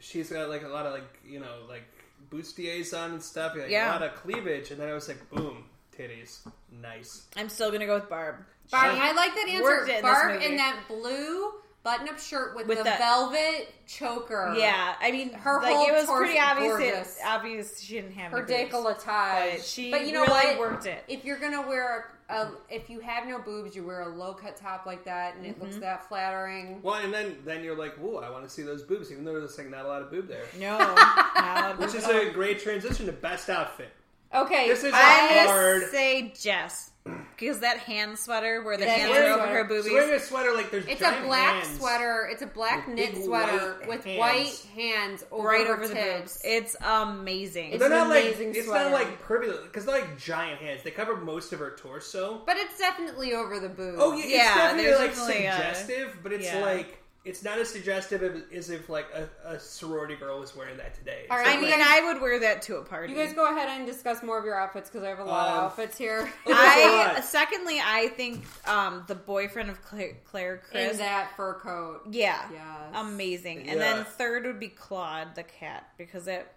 [SPEAKER 1] she's got like a lot of like you know like bustiers on and stuff, like,
[SPEAKER 3] Yeah.
[SPEAKER 1] a lot of cleavage, and then I was like, boom, titties, nice.
[SPEAKER 3] I'm still gonna go with Barb.
[SPEAKER 2] Barb, I like that
[SPEAKER 3] Worked it in
[SPEAKER 2] answer.
[SPEAKER 3] this
[SPEAKER 2] Barb
[SPEAKER 3] movie.
[SPEAKER 2] in that blue button-up shirt with,
[SPEAKER 3] With
[SPEAKER 2] the
[SPEAKER 3] the-
[SPEAKER 2] velvet choker.
[SPEAKER 3] Yeah, I mean,
[SPEAKER 2] Her
[SPEAKER 3] like
[SPEAKER 2] whole
[SPEAKER 3] it was
[SPEAKER 2] torso-
[SPEAKER 3] pretty obvious.
[SPEAKER 2] gorgeous.
[SPEAKER 3] It, obvious she didn't have
[SPEAKER 2] her
[SPEAKER 3] any boobs.
[SPEAKER 2] décolletage.
[SPEAKER 3] But she really worked it.
[SPEAKER 2] If you're gonna wear a, a, if you have no boobs, you wear a low cut top like that, and it looks that flattering.
[SPEAKER 1] Well, and then then you're like, "Whoa, I want to see those boobs," even though there's like not a lot of boob there.
[SPEAKER 3] No, not
[SPEAKER 1] Which is
[SPEAKER 2] Um,
[SPEAKER 1] a great transition to best outfit.
[SPEAKER 2] Okay,
[SPEAKER 1] This is
[SPEAKER 3] I'm
[SPEAKER 1] a
[SPEAKER 3] gonna
[SPEAKER 1] hard.
[SPEAKER 3] say Jess because that hand sweater where the
[SPEAKER 2] That
[SPEAKER 3] hands
[SPEAKER 2] hand
[SPEAKER 3] are over
[SPEAKER 2] sweater.
[SPEAKER 3] her
[SPEAKER 1] She's
[SPEAKER 3] boobies.
[SPEAKER 1] wearing a sweater like there's
[SPEAKER 2] it's a
[SPEAKER 1] giant
[SPEAKER 2] black
[SPEAKER 1] hands.
[SPEAKER 2] sweater. It's a black
[SPEAKER 1] With
[SPEAKER 2] knit
[SPEAKER 1] big
[SPEAKER 2] sweater
[SPEAKER 1] white
[SPEAKER 2] with
[SPEAKER 1] hands.
[SPEAKER 2] white hands over
[SPEAKER 3] right
[SPEAKER 2] her
[SPEAKER 3] over the
[SPEAKER 2] tits.
[SPEAKER 3] boobs. It's amazing.
[SPEAKER 1] They're
[SPEAKER 2] It's an
[SPEAKER 1] not like
[SPEAKER 2] amazing
[SPEAKER 1] it's
[SPEAKER 2] sweater.
[SPEAKER 1] not like pervy because they're like giant hands. They cover most of her torso.
[SPEAKER 2] but it's definitely over the boobs.
[SPEAKER 1] Oh yeah, it's
[SPEAKER 3] Yeah,
[SPEAKER 1] definitely
[SPEAKER 3] there's
[SPEAKER 1] like
[SPEAKER 3] definitely a-
[SPEAKER 1] suggestive, but it's
[SPEAKER 3] yeah.
[SPEAKER 1] like it's not as suggestive as- as if like a, a sorority girl was wearing that today.
[SPEAKER 2] All right.
[SPEAKER 3] I mean, I would wear that to a party.
[SPEAKER 2] You guys go ahead and discuss more of your outfits because I have a lot
[SPEAKER 1] Um,
[SPEAKER 2] of outfits here.
[SPEAKER 3] I secondly, I think um, the boyfriend of Claire, Claire
[SPEAKER 2] In
[SPEAKER 3] Chris,
[SPEAKER 2] that fur coat.
[SPEAKER 3] yeah,
[SPEAKER 2] Yes.
[SPEAKER 3] amazing. And
[SPEAKER 1] Yeah.
[SPEAKER 3] then third would be Claude the cat because that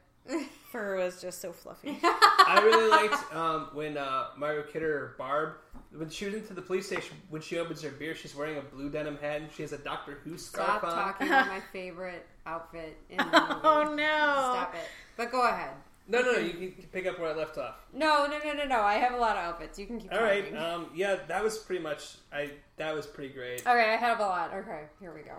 [SPEAKER 3] fur was just so fluffy.
[SPEAKER 1] I really liked um, when uh, Mario Kidder or Barb, when she was into the police station, when she opens her beer, she's wearing a blue denim hat and she has a Doctor Who scarf
[SPEAKER 2] Stop
[SPEAKER 1] on.
[SPEAKER 2] talking about my favorite outfit in the movie.
[SPEAKER 3] oh no!
[SPEAKER 2] Stop it. But go ahead.
[SPEAKER 1] No, no, you can pick up where I left off.
[SPEAKER 2] No, no, no, no, no. I have a lot of outfits. You can keep
[SPEAKER 1] All right,
[SPEAKER 2] talking.
[SPEAKER 1] um, yeah, that was pretty much. I that was pretty great.
[SPEAKER 2] okay, I have a lot. Okay, here we go.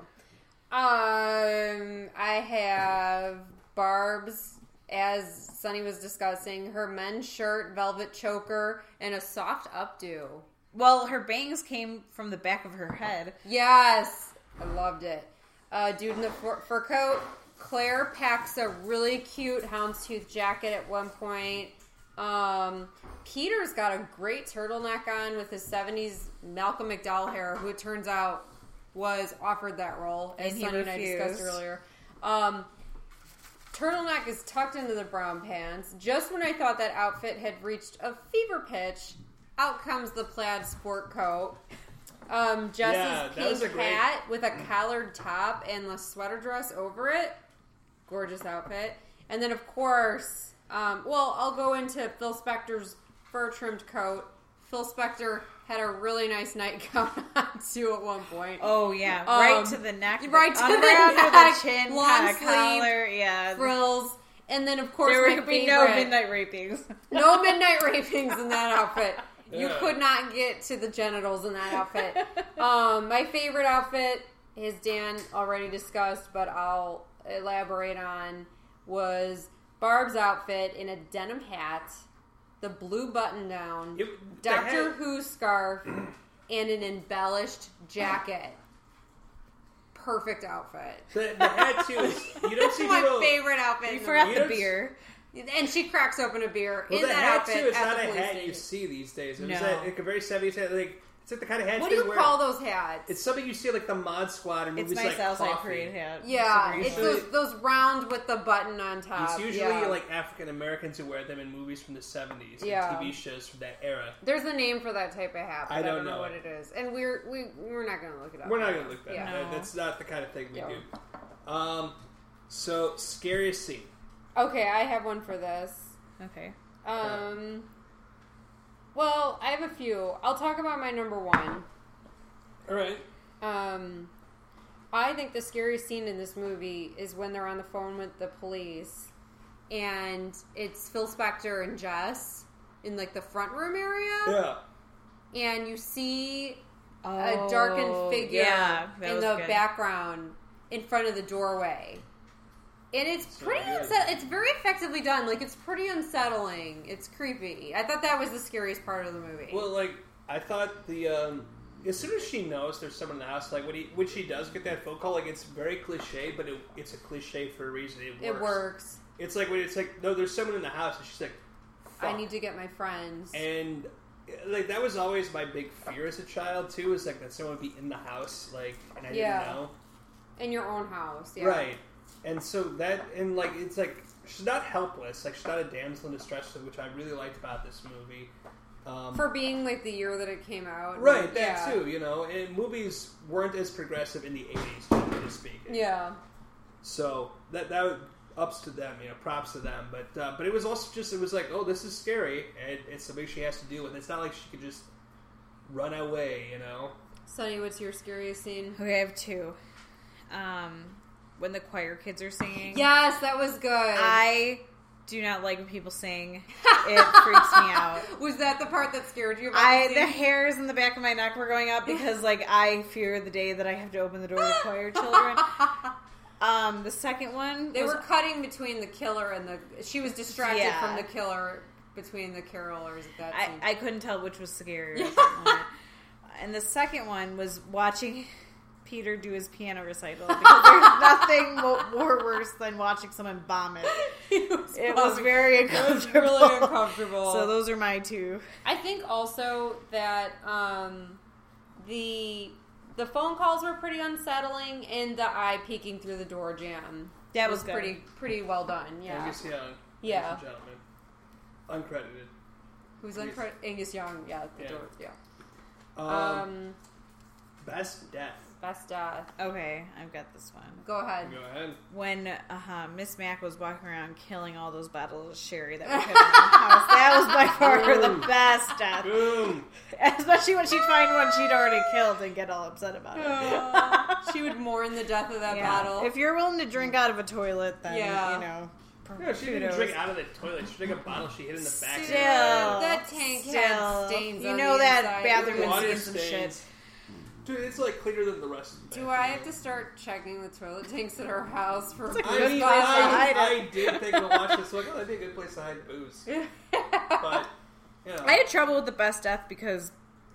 [SPEAKER 2] Um, I have Barb's as Sunny was discussing, her men's shirt, velvet choker, and a soft updo.
[SPEAKER 3] Well, her bangs came from the back of her head.
[SPEAKER 2] Yes, I loved it. Uh, dude in the fur, fur coat. Claire packs a really cute houndstooth jacket at one point. Um, Peter's got a great turtleneck on with his '70s Malcolm McDowell hair, who it turns out was offered that role as
[SPEAKER 3] And he
[SPEAKER 2] Sunny and I discussed
[SPEAKER 3] refused.
[SPEAKER 2] earlier. Um, turtleneck is tucked into the brown pants. Just when I thought that outfit had reached a fever pitch, out comes the plaid sport coat. Um, Jess's
[SPEAKER 1] Yeah, that was a
[SPEAKER 2] pink
[SPEAKER 1] great-
[SPEAKER 2] hat with a collared top and the sweater dress over it. Gorgeous outfit. And then, of course, um, well, I'll go into Phil Spector's fur trimmed coat. Phil Spector had a really nice nightgown on too at one point.
[SPEAKER 3] Oh yeah,
[SPEAKER 2] Um,
[SPEAKER 3] right to the neck,
[SPEAKER 2] right to
[SPEAKER 3] under,
[SPEAKER 2] the
[SPEAKER 3] under
[SPEAKER 2] neck,
[SPEAKER 3] the chin,
[SPEAKER 2] long
[SPEAKER 3] kinda
[SPEAKER 2] sleeve,
[SPEAKER 3] collar. Yeah,
[SPEAKER 2] Frills. And then, of course,
[SPEAKER 3] there
[SPEAKER 2] my
[SPEAKER 3] would be
[SPEAKER 2] favorite,
[SPEAKER 3] no midnight rapings.
[SPEAKER 2] no midnight rapings in that outfit. You
[SPEAKER 1] Yeah.
[SPEAKER 2] could not get to the genitals in that outfit. Um, my favorite outfit is Dan already discussed, but I'll elaborate on was Barb's outfit in a denim hat, the blue button down,
[SPEAKER 1] It- the
[SPEAKER 2] Doctor
[SPEAKER 1] hat-
[SPEAKER 2] Who scarf, and an embellished jacket. Perfect outfit.
[SPEAKER 1] The, the hat too. Is, you don't see
[SPEAKER 2] My
[SPEAKER 1] people.
[SPEAKER 2] favorite outfit.
[SPEAKER 3] You
[SPEAKER 2] in the
[SPEAKER 3] forgot
[SPEAKER 1] You
[SPEAKER 3] the
[SPEAKER 1] don't-
[SPEAKER 3] beer.
[SPEAKER 2] and she cracks open a beer
[SPEAKER 1] Well,
[SPEAKER 2] in
[SPEAKER 1] the
[SPEAKER 2] that
[SPEAKER 1] hat
[SPEAKER 2] outfit.
[SPEAKER 1] too. It's
[SPEAKER 2] at
[SPEAKER 1] not
[SPEAKER 2] the
[SPEAKER 1] a
[SPEAKER 2] police
[SPEAKER 1] hat you
[SPEAKER 2] station.
[SPEAKER 1] see these days. It was
[SPEAKER 3] No.
[SPEAKER 1] that, like a very seventies hat. Like it's like the kind of hat
[SPEAKER 2] What do you
[SPEAKER 1] wear.
[SPEAKER 2] call those hats?
[SPEAKER 1] It's something you see like the mod squad in
[SPEAKER 3] It's
[SPEAKER 1] movies
[SPEAKER 3] nice
[SPEAKER 1] like
[SPEAKER 3] outside
[SPEAKER 1] Coffee.
[SPEAKER 3] parade hat.
[SPEAKER 2] yeah,
[SPEAKER 3] For
[SPEAKER 2] it's
[SPEAKER 3] reason.
[SPEAKER 2] those, those round with the button on top.
[SPEAKER 1] It's usually
[SPEAKER 2] Uh, yeah.
[SPEAKER 1] like African Americans who wear them in movies from the seventies,
[SPEAKER 2] Yeah.
[SPEAKER 1] and TV shows from that era.
[SPEAKER 2] There's a name for that type of hat. But I,
[SPEAKER 1] I
[SPEAKER 2] don't
[SPEAKER 1] don't
[SPEAKER 2] know,
[SPEAKER 1] know
[SPEAKER 2] what
[SPEAKER 1] it.
[SPEAKER 2] it is, and we're we we're not gonna look it up.
[SPEAKER 1] We're not gonna look that.
[SPEAKER 2] Yeah.
[SPEAKER 1] up.
[SPEAKER 3] No.
[SPEAKER 1] That's not the kind of thing we
[SPEAKER 2] Yeah.
[SPEAKER 1] do. Um, so scariest scene.
[SPEAKER 2] Okay, I have one for this.
[SPEAKER 3] okay.
[SPEAKER 2] Um, well, I have a few. I'll talk about my number one.
[SPEAKER 1] All right.
[SPEAKER 2] Um, I think the scariest scene in this movie is when they're on the phone with the police, and it's Phil Spector and Jess in like the front room area,
[SPEAKER 1] Yeah.
[SPEAKER 2] and you see
[SPEAKER 3] Oh,
[SPEAKER 2] a darkened figure
[SPEAKER 3] yeah, that
[SPEAKER 2] in
[SPEAKER 3] was
[SPEAKER 2] the
[SPEAKER 3] good.
[SPEAKER 2] background in front of the doorway. And it's pretty
[SPEAKER 1] good.
[SPEAKER 2] upset. It's very effectively done. Like it's pretty unsettling. It's creepy. I thought that was the scariest part of the movie.
[SPEAKER 1] Well, like I thought the um, as soon as she knows there's someone in the house, like when he when she does get that phone call, like it's very cliche, but it, it's a cliche for a reason. It
[SPEAKER 2] it
[SPEAKER 1] works.
[SPEAKER 2] works.
[SPEAKER 1] It's like when it's like no, there's someone in the house, and she's like,
[SPEAKER 2] I
[SPEAKER 1] "Fuck."
[SPEAKER 2] need to get my friends.
[SPEAKER 1] and like that was always my big fear as a child too, is like that someone would be in the house, like and I
[SPEAKER 2] Yeah.
[SPEAKER 1] didn't know.
[SPEAKER 2] in your own house. Yeah.
[SPEAKER 1] Right. And so that, and like, it's like, she's not helpless. Like, she's not a damsel in distress, which I really liked about this movie. Um,
[SPEAKER 2] For being like the year that it came out.
[SPEAKER 1] right, that
[SPEAKER 2] yeah.
[SPEAKER 1] too, you know. And movies weren't as progressive in the 80s, generally speaking.
[SPEAKER 2] Yeah.
[SPEAKER 1] So that, that would- ups to them, you know, props to them. But, uh, but it was also just, it was like, oh, this is scary. And it's something she has to deal with. It's not like she could just run away, you know.
[SPEAKER 2] Sonny, what's your scariest scene?
[SPEAKER 3] Okay, I have two. Um, when the choir kids are singing.
[SPEAKER 2] Yes, that was good.
[SPEAKER 3] I do not like when people sing. It freaks me out.
[SPEAKER 2] was that the part that scared you? About
[SPEAKER 3] I
[SPEAKER 2] the
[SPEAKER 3] the
[SPEAKER 2] scene?
[SPEAKER 3] hairs in the back of my neck were going up because like I fear the day that I have to open the door to choir children. Um, the second one
[SPEAKER 2] They
[SPEAKER 3] was
[SPEAKER 2] were cutting between the killer and the. She was distracted
[SPEAKER 3] Yeah.
[SPEAKER 2] from the killer between the carolers at that
[SPEAKER 3] I,
[SPEAKER 2] scene.
[SPEAKER 3] I couldn't tell which was scarier. at that moment. and the second one was watching Peter do his piano recital because there's nothing mo- more worse than watching someone vomit. It was very uncomfortable.
[SPEAKER 2] really uncomfortable.
[SPEAKER 3] So those are my two.
[SPEAKER 2] I think also that um, the the phone calls were pretty unsettling, and the eye peeking through the door jam.
[SPEAKER 3] That was good.
[SPEAKER 2] pretty pretty well done. Yeah,
[SPEAKER 1] Angus Young.
[SPEAKER 2] Yeah.
[SPEAKER 1] Ladies and gentlemen. Uncredited.
[SPEAKER 2] who's uncre- Angus Young? Yeah, the
[SPEAKER 1] Yeah.
[SPEAKER 2] door. Yeah.
[SPEAKER 1] Um,
[SPEAKER 2] Um,
[SPEAKER 1] best death.
[SPEAKER 2] best death.
[SPEAKER 3] Okay, I've got this one.
[SPEAKER 2] Go ahead.
[SPEAKER 1] Go ahead.
[SPEAKER 3] When uh, Miss Mac was walking around killing all those bottles of sherry that were kept in the house, that was by far the best death.
[SPEAKER 1] Boom.
[SPEAKER 3] Especially when she'd find one she'd already killed and get all upset about it.
[SPEAKER 2] Uh, she would mourn the death of that
[SPEAKER 3] Yeah.
[SPEAKER 2] bottle.
[SPEAKER 3] If you're willing to drink out of a toilet, then
[SPEAKER 2] Yeah.
[SPEAKER 3] you know. pr-
[SPEAKER 1] Yeah, she didn't
[SPEAKER 3] kudos.
[SPEAKER 1] drink out of the toilet. She drank a bottle she hid in the back.
[SPEAKER 3] Still,
[SPEAKER 2] That tank had
[SPEAKER 3] still.
[SPEAKER 2] stains
[SPEAKER 3] You
[SPEAKER 2] on
[SPEAKER 3] know
[SPEAKER 2] the
[SPEAKER 3] that
[SPEAKER 2] inside.
[SPEAKER 3] bathroom
[SPEAKER 1] Water
[SPEAKER 3] had stains and shit.
[SPEAKER 1] stains. Dude, it's like cleaner than the rest of the
[SPEAKER 2] Do
[SPEAKER 1] bathroom.
[SPEAKER 2] I have to start checking the toilet tanks at our house for
[SPEAKER 3] like
[SPEAKER 1] I
[SPEAKER 3] Good
[SPEAKER 1] mean,
[SPEAKER 3] place to
[SPEAKER 1] I,
[SPEAKER 3] hide
[SPEAKER 1] I did think to watch this. Like, oh, that'd be a good place to hide booze. But you know,
[SPEAKER 3] I had trouble with the best death because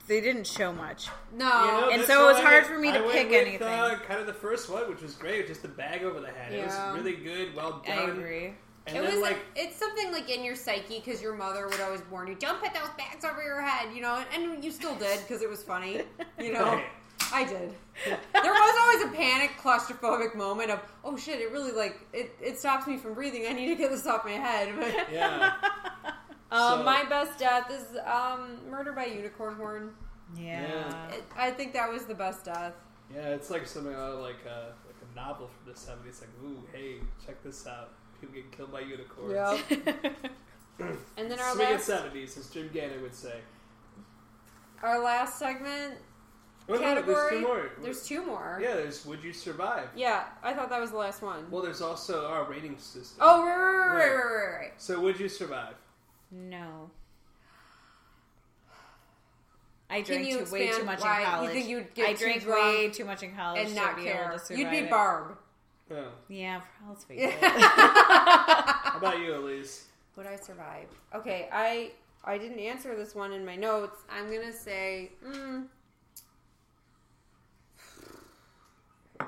[SPEAKER 3] they didn't show much.
[SPEAKER 2] No.
[SPEAKER 1] You know,
[SPEAKER 3] And
[SPEAKER 1] that's
[SPEAKER 3] so it was
[SPEAKER 1] why
[SPEAKER 3] hard
[SPEAKER 1] I-
[SPEAKER 3] for me to
[SPEAKER 1] I went
[SPEAKER 3] pick
[SPEAKER 1] with,
[SPEAKER 3] anything.
[SPEAKER 1] Uh, kind of the first one, which was great, just the bag over the head. It
[SPEAKER 2] Yeah.
[SPEAKER 1] was really good, well
[SPEAKER 3] I
[SPEAKER 1] done.
[SPEAKER 3] agree.
[SPEAKER 1] And
[SPEAKER 2] it
[SPEAKER 1] then
[SPEAKER 2] was
[SPEAKER 1] like
[SPEAKER 2] it's something like in your psyche because your mother would always warn you, don't put those bags over your head, you know, and, and you still did because it was funny, you know.
[SPEAKER 1] Right.
[SPEAKER 2] I did. There was always a panic, claustrophobic moment of, oh shit, it really like it, it stops me from breathing. I need to get this off my head. But
[SPEAKER 1] yeah,
[SPEAKER 2] um,
[SPEAKER 1] So-
[SPEAKER 2] my best death is um, murder by unicorn horn.
[SPEAKER 3] Yeah.
[SPEAKER 1] Yeah.
[SPEAKER 2] It, I think that was the best death.
[SPEAKER 1] yeah, it's like something out of like a like a novel from the seventies. Like, ooh, hey, check this out. People getting killed by unicorns.
[SPEAKER 2] and then our
[SPEAKER 1] Swing at
[SPEAKER 2] last
[SPEAKER 1] seventies, as Jim Gannon would say.
[SPEAKER 2] our last segment
[SPEAKER 1] Oh, no, there's
[SPEAKER 2] category.
[SPEAKER 1] two more.
[SPEAKER 2] There's two more.
[SPEAKER 1] yeah, there's Would You Survive?
[SPEAKER 2] Yeah, I thought that was the last one.
[SPEAKER 1] Well, there's also our rating system.
[SPEAKER 2] Oh, right, right, right, right, right, right.
[SPEAKER 1] So Would You Survive?
[SPEAKER 3] No. I
[SPEAKER 2] Can
[SPEAKER 3] drank
[SPEAKER 2] you
[SPEAKER 3] too, way too
[SPEAKER 2] expand
[SPEAKER 3] much
[SPEAKER 2] why
[SPEAKER 3] in
[SPEAKER 2] you
[SPEAKER 3] college.
[SPEAKER 2] think you'd
[SPEAKER 3] I
[SPEAKER 2] get too
[SPEAKER 3] drank
[SPEAKER 2] drunk
[SPEAKER 3] way too much in college
[SPEAKER 2] and
[SPEAKER 3] to
[SPEAKER 2] not
[SPEAKER 3] be
[SPEAKER 2] care.
[SPEAKER 3] able to survive
[SPEAKER 2] You'd be
[SPEAKER 3] it.
[SPEAKER 2] Barb.
[SPEAKER 1] Oh.
[SPEAKER 3] Yeah, let's be
[SPEAKER 1] How about you, Elise?
[SPEAKER 2] Would I survive? Okay, I I didn't answer this one in my notes. I'm gonna say, mm,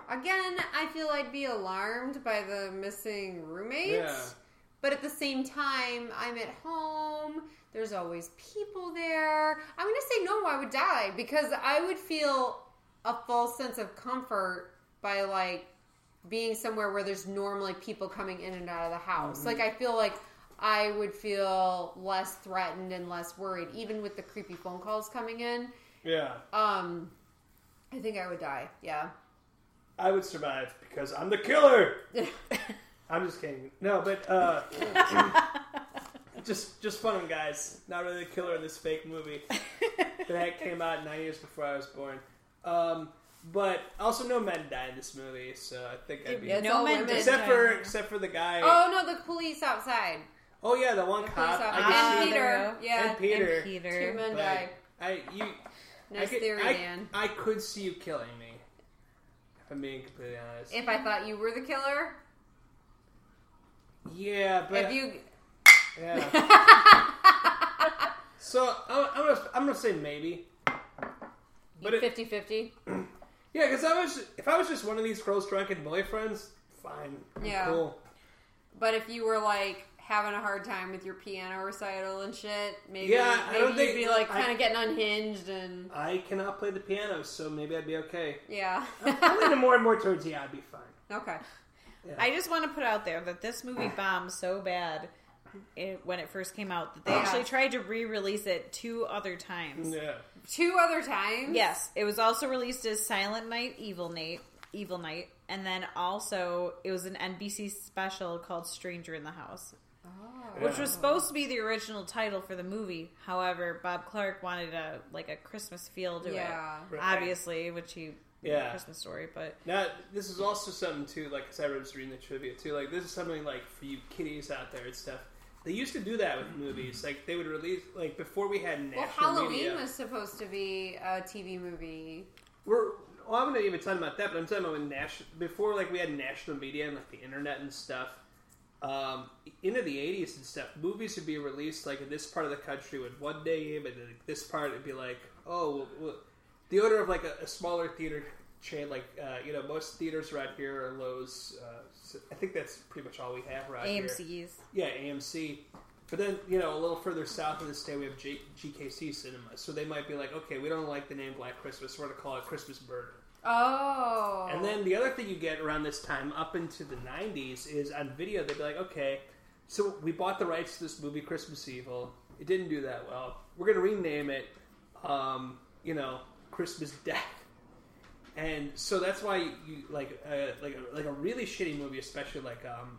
[SPEAKER 2] again, I feel I'd be alarmed by the missing roommates.
[SPEAKER 1] Yeah.
[SPEAKER 2] But at the same time, I'm at home. There's always people there. I'm going to say no, I would die because I would feel a false sense of comfort by like being somewhere where there's normally people coming in and out of the house. Like I feel like I would feel less threatened and less worried even with the creepy phone calls coming in.
[SPEAKER 1] Yeah,
[SPEAKER 2] Um I think I would die. Yeah.
[SPEAKER 1] I would survive because I'm the killer. I'm just kidding. No, but uh, just just fun guys. Not really the killer in this fake movie that came out nine years before I was born. Um, but also, no men die in this movie, so I think I'd be
[SPEAKER 2] It's
[SPEAKER 3] No
[SPEAKER 2] all
[SPEAKER 3] men
[SPEAKER 2] women.
[SPEAKER 3] did.
[SPEAKER 1] except for except for the guy. Oh,
[SPEAKER 2] Oh no, the police outside.
[SPEAKER 1] yeah, the one
[SPEAKER 2] The police
[SPEAKER 1] cop.
[SPEAKER 2] outside.
[SPEAKER 1] Uh, I
[SPEAKER 3] Ah,
[SPEAKER 2] and Peter.
[SPEAKER 3] there we go.
[SPEAKER 2] Yeah.
[SPEAKER 1] And Peter.
[SPEAKER 3] And Peter.
[SPEAKER 2] Two men
[SPEAKER 1] could see,
[SPEAKER 2] die.
[SPEAKER 1] but I you. I
[SPEAKER 2] Nice
[SPEAKER 1] could,
[SPEAKER 2] theory,
[SPEAKER 1] I,
[SPEAKER 2] Dan.
[SPEAKER 1] I could see you killing me. If I'm being completely honest.
[SPEAKER 2] If I thought you were the killer,
[SPEAKER 1] yeah, but
[SPEAKER 2] if you
[SPEAKER 1] Yeah. so I'm, I'm gonna I'm gonna say maybe. But it,
[SPEAKER 2] 50-50.
[SPEAKER 1] yeah, because I was if I was just one of these girls' drunken boyfriends, fine,
[SPEAKER 2] Yeah.
[SPEAKER 1] cool.
[SPEAKER 2] But if you were like having a hard time with your piano recital and shit, maybe
[SPEAKER 1] Yeah, I
[SPEAKER 2] maybe
[SPEAKER 1] don't
[SPEAKER 2] you'd
[SPEAKER 1] think-
[SPEAKER 2] be like
[SPEAKER 1] I-
[SPEAKER 2] kind of getting unhinged and
[SPEAKER 1] I cannot play the piano, so maybe I'd be okay.
[SPEAKER 2] yeah.
[SPEAKER 1] I'm leaning more and more towards yeah, I'd be fine.
[SPEAKER 2] okay.
[SPEAKER 3] I just want to put out there that this movie bombed so bad it, when it first came out that they actually tried to re-release it two other times.
[SPEAKER 1] Yeah,
[SPEAKER 2] Two other times.
[SPEAKER 3] Yes, it was also released as Silent Night, Evil Night, Evil Night, and then also it was an NBC special called Stranger in the House, which was supposed to be the original title for the movie. However, Bob Clark wanted a like a Christmas feel to
[SPEAKER 2] Yeah.
[SPEAKER 3] it, obviously, which he
[SPEAKER 1] Yeah.
[SPEAKER 3] Christmas story, but
[SPEAKER 1] Now, this is also something too. Like, cause I was reading the trivia too. Like, this is something like for you kiddies out there and stuff. They used to do that with movies. Like, they would release like before we had national
[SPEAKER 2] Well, Halloween
[SPEAKER 1] media.
[SPEAKER 2] was supposed to be a TV movie.
[SPEAKER 1] We're well, I'm not even talking about that, but I'm talking about when national before like we had national media and like the internet and stuff. Um, into the '80s and stuff, movies would be released like in this part of the country with one name, and then this part would be like, oh, well, well, the order of like a, a smaller theater chain. Like uh, you know, most theaters around here are Lowe's. Uh, so I think that's pretty much all we have around here.
[SPEAKER 3] AMC's.
[SPEAKER 1] Yeah, AMC. But then, you know, a little further south of the state, we have G- GKC Cinema. So they might be like, okay, we don't like the name Black Christmas. We're going to call it Christmas Murder.
[SPEAKER 2] Oh.
[SPEAKER 1] And then the other thing you get around this time, up into the 90s, is on video, they'd be like, okay, so we bought the rights to this movie, Christmas Evil. It didn't do that well. We're going to rename it, um, you know, Christmas Death. And so that's why you like uh, like a, like a really shitty movie, especially like um,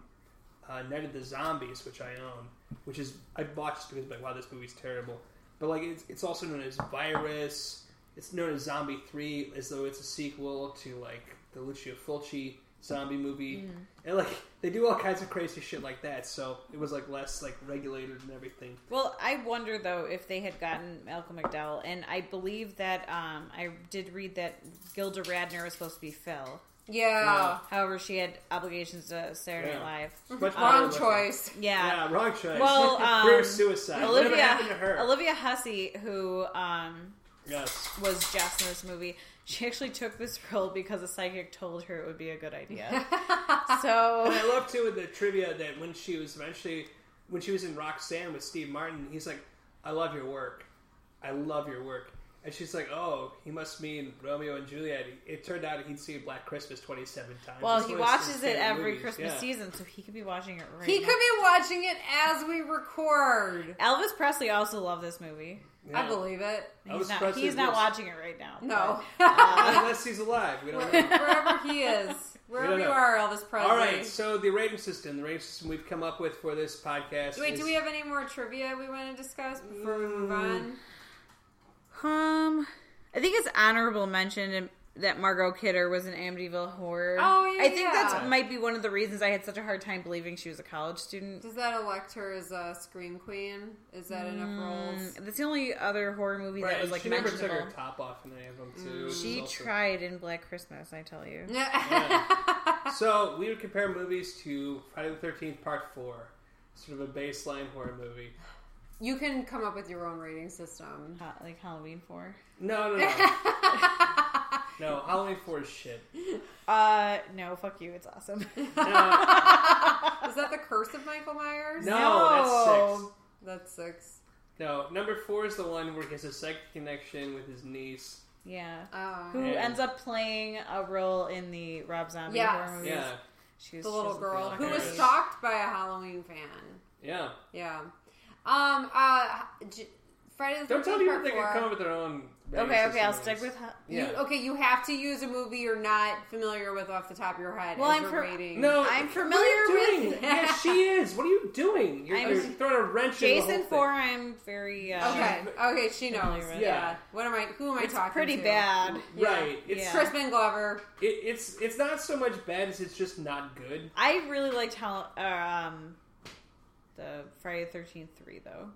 [SPEAKER 1] uh, Night of the Zombies, which I own, which is I bought just because like wow this movie's terrible, but like it's, it's also known as Virus. It's known as Zombie Three, as though it's a sequel to like the Lucio Fulci zombie movie,
[SPEAKER 3] Mm.
[SPEAKER 1] and like they do all kinds of crazy shit like that. So it was like less like regulated and everything.
[SPEAKER 3] Well, I wonder though if they had gotten Malcolm McDowell, and I believe that um, I did read that Gilda Radner was supposed to be Phil.
[SPEAKER 2] Yeah.
[SPEAKER 3] However, she had obligations to Saturday
[SPEAKER 1] Yeah.
[SPEAKER 3] Night
[SPEAKER 1] Much
[SPEAKER 3] Live.
[SPEAKER 1] better
[SPEAKER 2] Wrong
[SPEAKER 1] looking.
[SPEAKER 2] choice.
[SPEAKER 3] Yeah.
[SPEAKER 1] Yeah, wrong choice.
[SPEAKER 3] Mm-hmm. Well,
[SPEAKER 1] career
[SPEAKER 3] um,
[SPEAKER 1] suicide. Whatever
[SPEAKER 3] Olivia
[SPEAKER 1] happened to her?
[SPEAKER 3] Olivia Hussey, who um,
[SPEAKER 1] yes.
[SPEAKER 3] was Jess in this movie, she actually took this role because a psychic told her it would be a good idea. so
[SPEAKER 1] I love too with the trivia that when she was eventually when she was in Roxanne with Steve Martin, he's like, "I love your work, I love your work," and she's like, "Oh, he must mean Romeo and Juliet." It turned out he'd seen Black Christmas twenty seven times.
[SPEAKER 3] well,
[SPEAKER 1] It's
[SPEAKER 3] he
[SPEAKER 1] one of his
[SPEAKER 3] watches it
[SPEAKER 1] favorite
[SPEAKER 3] every
[SPEAKER 1] movies.
[SPEAKER 3] Christmas
[SPEAKER 1] Yeah.
[SPEAKER 3] season, so he could be watching it right
[SPEAKER 2] He
[SPEAKER 3] now.
[SPEAKER 2] could be watching it as we record.
[SPEAKER 3] Elvis Presley also loved this movie.
[SPEAKER 2] I believe it.
[SPEAKER 3] He's
[SPEAKER 1] Elvis
[SPEAKER 3] not,
[SPEAKER 1] Presley
[SPEAKER 3] he's not
[SPEAKER 1] was-
[SPEAKER 3] watching it right now.
[SPEAKER 2] No.
[SPEAKER 1] Unless he's alive, we don't know.
[SPEAKER 2] Wherever he is. Wherever
[SPEAKER 1] don't
[SPEAKER 2] you
[SPEAKER 1] know.
[SPEAKER 2] are, Elvis Presley.
[SPEAKER 1] All right, so the rating system, the rating system we've come up with for this podcast.
[SPEAKER 2] Wait,
[SPEAKER 1] is-
[SPEAKER 2] do we have any more trivia we want to discuss before we
[SPEAKER 1] Mm.
[SPEAKER 2] move on?
[SPEAKER 3] Um, I think it's honorable mention in- that Margot Kidder was an Amityville horror.
[SPEAKER 2] Oh, yeah,
[SPEAKER 3] I think
[SPEAKER 2] yeah.
[SPEAKER 3] that might be one of the reasons I had such a hard time believing she was a college student.
[SPEAKER 2] Does that elect her as a scream queen? Is that enough roles?
[SPEAKER 3] Um, That's the only other horror movie
[SPEAKER 1] Right,
[SPEAKER 3] that was like
[SPEAKER 1] she never took
[SPEAKER 3] mentionable.
[SPEAKER 1] her top off in any of them too. It's
[SPEAKER 3] She
[SPEAKER 1] also-
[SPEAKER 3] tried in Black Christmas, I tell you.
[SPEAKER 1] So we would compare movies to Friday the Thirteenth Part Four, sort of a baseline horror movie.
[SPEAKER 2] you can come up with your own rating system.
[SPEAKER 3] Ha- like Halloween 4.
[SPEAKER 1] No, no, no. no, Halloween 4 is shit.
[SPEAKER 3] Uh, no, fuck you, it's awesome.
[SPEAKER 1] No,
[SPEAKER 2] Is that the curse of Michael Myers?
[SPEAKER 1] no, that's six.
[SPEAKER 2] That's six.
[SPEAKER 1] No, number four is the one where he has a psychic connection with his niece.
[SPEAKER 3] yeah.
[SPEAKER 2] Oh.
[SPEAKER 3] Who
[SPEAKER 1] And-
[SPEAKER 3] ends up playing a role in the Rob Zombie
[SPEAKER 2] Yes.
[SPEAKER 3] horror movies?
[SPEAKER 1] Yeah,
[SPEAKER 3] She was,
[SPEAKER 2] The
[SPEAKER 3] she
[SPEAKER 2] little
[SPEAKER 3] was a
[SPEAKER 2] girl who was
[SPEAKER 1] Yes.
[SPEAKER 2] stalked by a Halloween fan.
[SPEAKER 1] yeah.
[SPEAKER 2] Yeah. Um. Uh. J- Friday the
[SPEAKER 1] Don't tell
[SPEAKER 2] 13th
[SPEAKER 1] people
[SPEAKER 2] part
[SPEAKER 1] they can
[SPEAKER 2] four.
[SPEAKER 1] come up with their own. rating
[SPEAKER 3] Okay, okay, I'll
[SPEAKER 1] system
[SPEAKER 3] stick
[SPEAKER 1] movies.
[SPEAKER 3] with. Ha-
[SPEAKER 1] Yeah.
[SPEAKER 2] You, okay, you have to use a movie you're not familiar with off the top of your head.
[SPEAKER 3] Well,
[SPEAKER 2] as
[SPEAKER 3] I'm
[SPEAKER 2] your
[SPEAKER 3] fr-
[SPEAKER 2] rating.
[SPEAKER 1] No,
[SPEAKER 3] I'm
[SPEAKER 1] What are
[SPEAKER 3] familiar
[SPEAKER 1] you doing?
[SPEAKER 3] with
[SPEAKER 1] yeah, she is. What are you doing? You're,
[SPEAKER 3] I'm-
[SPEAKER 1] you're throwing a wrench in
[SPEAKER 3] Jason
[SPEAKER 1] the whole thing.
[SPEAKER 3] Foreign. Very uh,
[SPEAKER 2] Okay. Okay. She knows.
[SPEAKER 3] Familiar
[SPEAKER 2] Yeah.
[SPEAKER 3] with.
[SPEAKER 2] What am I? Who am I
[SPEAKER 3] It's
[SPEAKER 2] talking?
[SPEAKER 3] pretty
[SPEAKER 2] to?
[SPEAKER 3] bad.
[SPEAKER 1] Right. It's
[SPEAKER 3] Yeah.
[SPEAKER 2] Crispin Glover.
[SPEAKER 1] it, it's it's not so much bad as it's just not good.
[SPEAKER 3] I really liked how uh, um, the Friday the Thirteenth three though.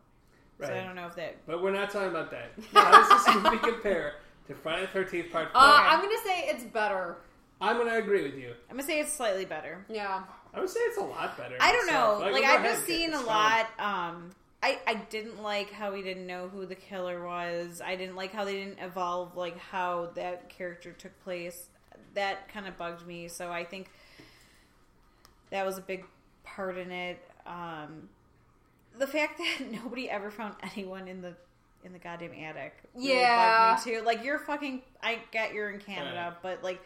[SPEAKER 1] Right.
[SPEAKER 3] So I don't know if that.
[SPEAKER 1] But we're not talking about that. How does this movie compare to Friday the Thirteenth Part Four?
[SPEAKER 2] Uh, I'm gonna say it's better.
[SPEAKER 1] I'm gonna agree with you.
[SPEAKER 3] I'm gonna say it's slightly better.
[SPEAKER 2] Yeah.
[SPEAKER 1] I would say it's a lot better.
[SPEAKER 3] I don't know.
[SPEAKER 1] myself.
[SPEAKER 3] like
[SPEAKER 1] go
[SPEAKER 3] I've
[SPEAKER 1] ahead,
[SPEAKER 3] just
[SPEAKER 1] get-
[SPEAKER 3] seen a
[SPEAKER 1] it's
[SPEAKER 3] lot. Um, I I didn't like how we didn't know who the killer was. I didn't like how they didn't evolve like how that character took place. That kind of bugged me. So I think that was a big part in it. Um, the fact that nobody ever found anyone in the in the goddamn attic. really
[SPEAKER 2] Yeah.
[SPEAKER 3] bugged me too. Like you're fucking. I get you're in Canada, but like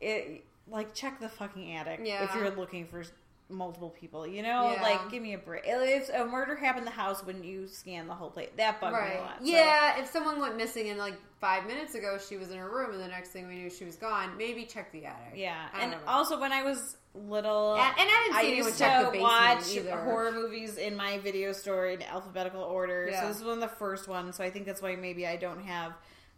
[SPEAKER 3] it. Like check the fucking attic if
[SPEAKER 2] Yeah.
[SPEAKER 3] you're looking for multiple people. You know,
[SPEAKER 2] Yeah.
[SPEAKER 3] like give me a break. If a murder happened in the house, wouldn't you scan the whole place? That bugged me a
[SPEAKER 2] Right.
[SPEAKER 3] lot. so-
[SPEAKER 2] Yeah. If someone went missing and like five minutes ago she was in her room and the next thing we knew she was gone, maybe check the attic.
[SPEAKER 3] yeah.
[SPEAKER 2] I don't
[SPEAKER 3] And
[SPEAKER 2] know.
[SPEAKER 3] also when I was little,
[SPEAKER 2] And- and I didn't see anyone
[SPEAKER 3] used
[SPEAKER 2] check the
[SPEAKER 3] to
[SPEAKER 2] basement
[SPEAKER 3] watch
[SPEAKER 2] either.
[SPEAKER 3] horror movies in my video store in alphabetical order.
[SPEAKER 2] Yeah.
[SPEAKER 3] So this was one of the first ones. So I think that's why maybe I don't have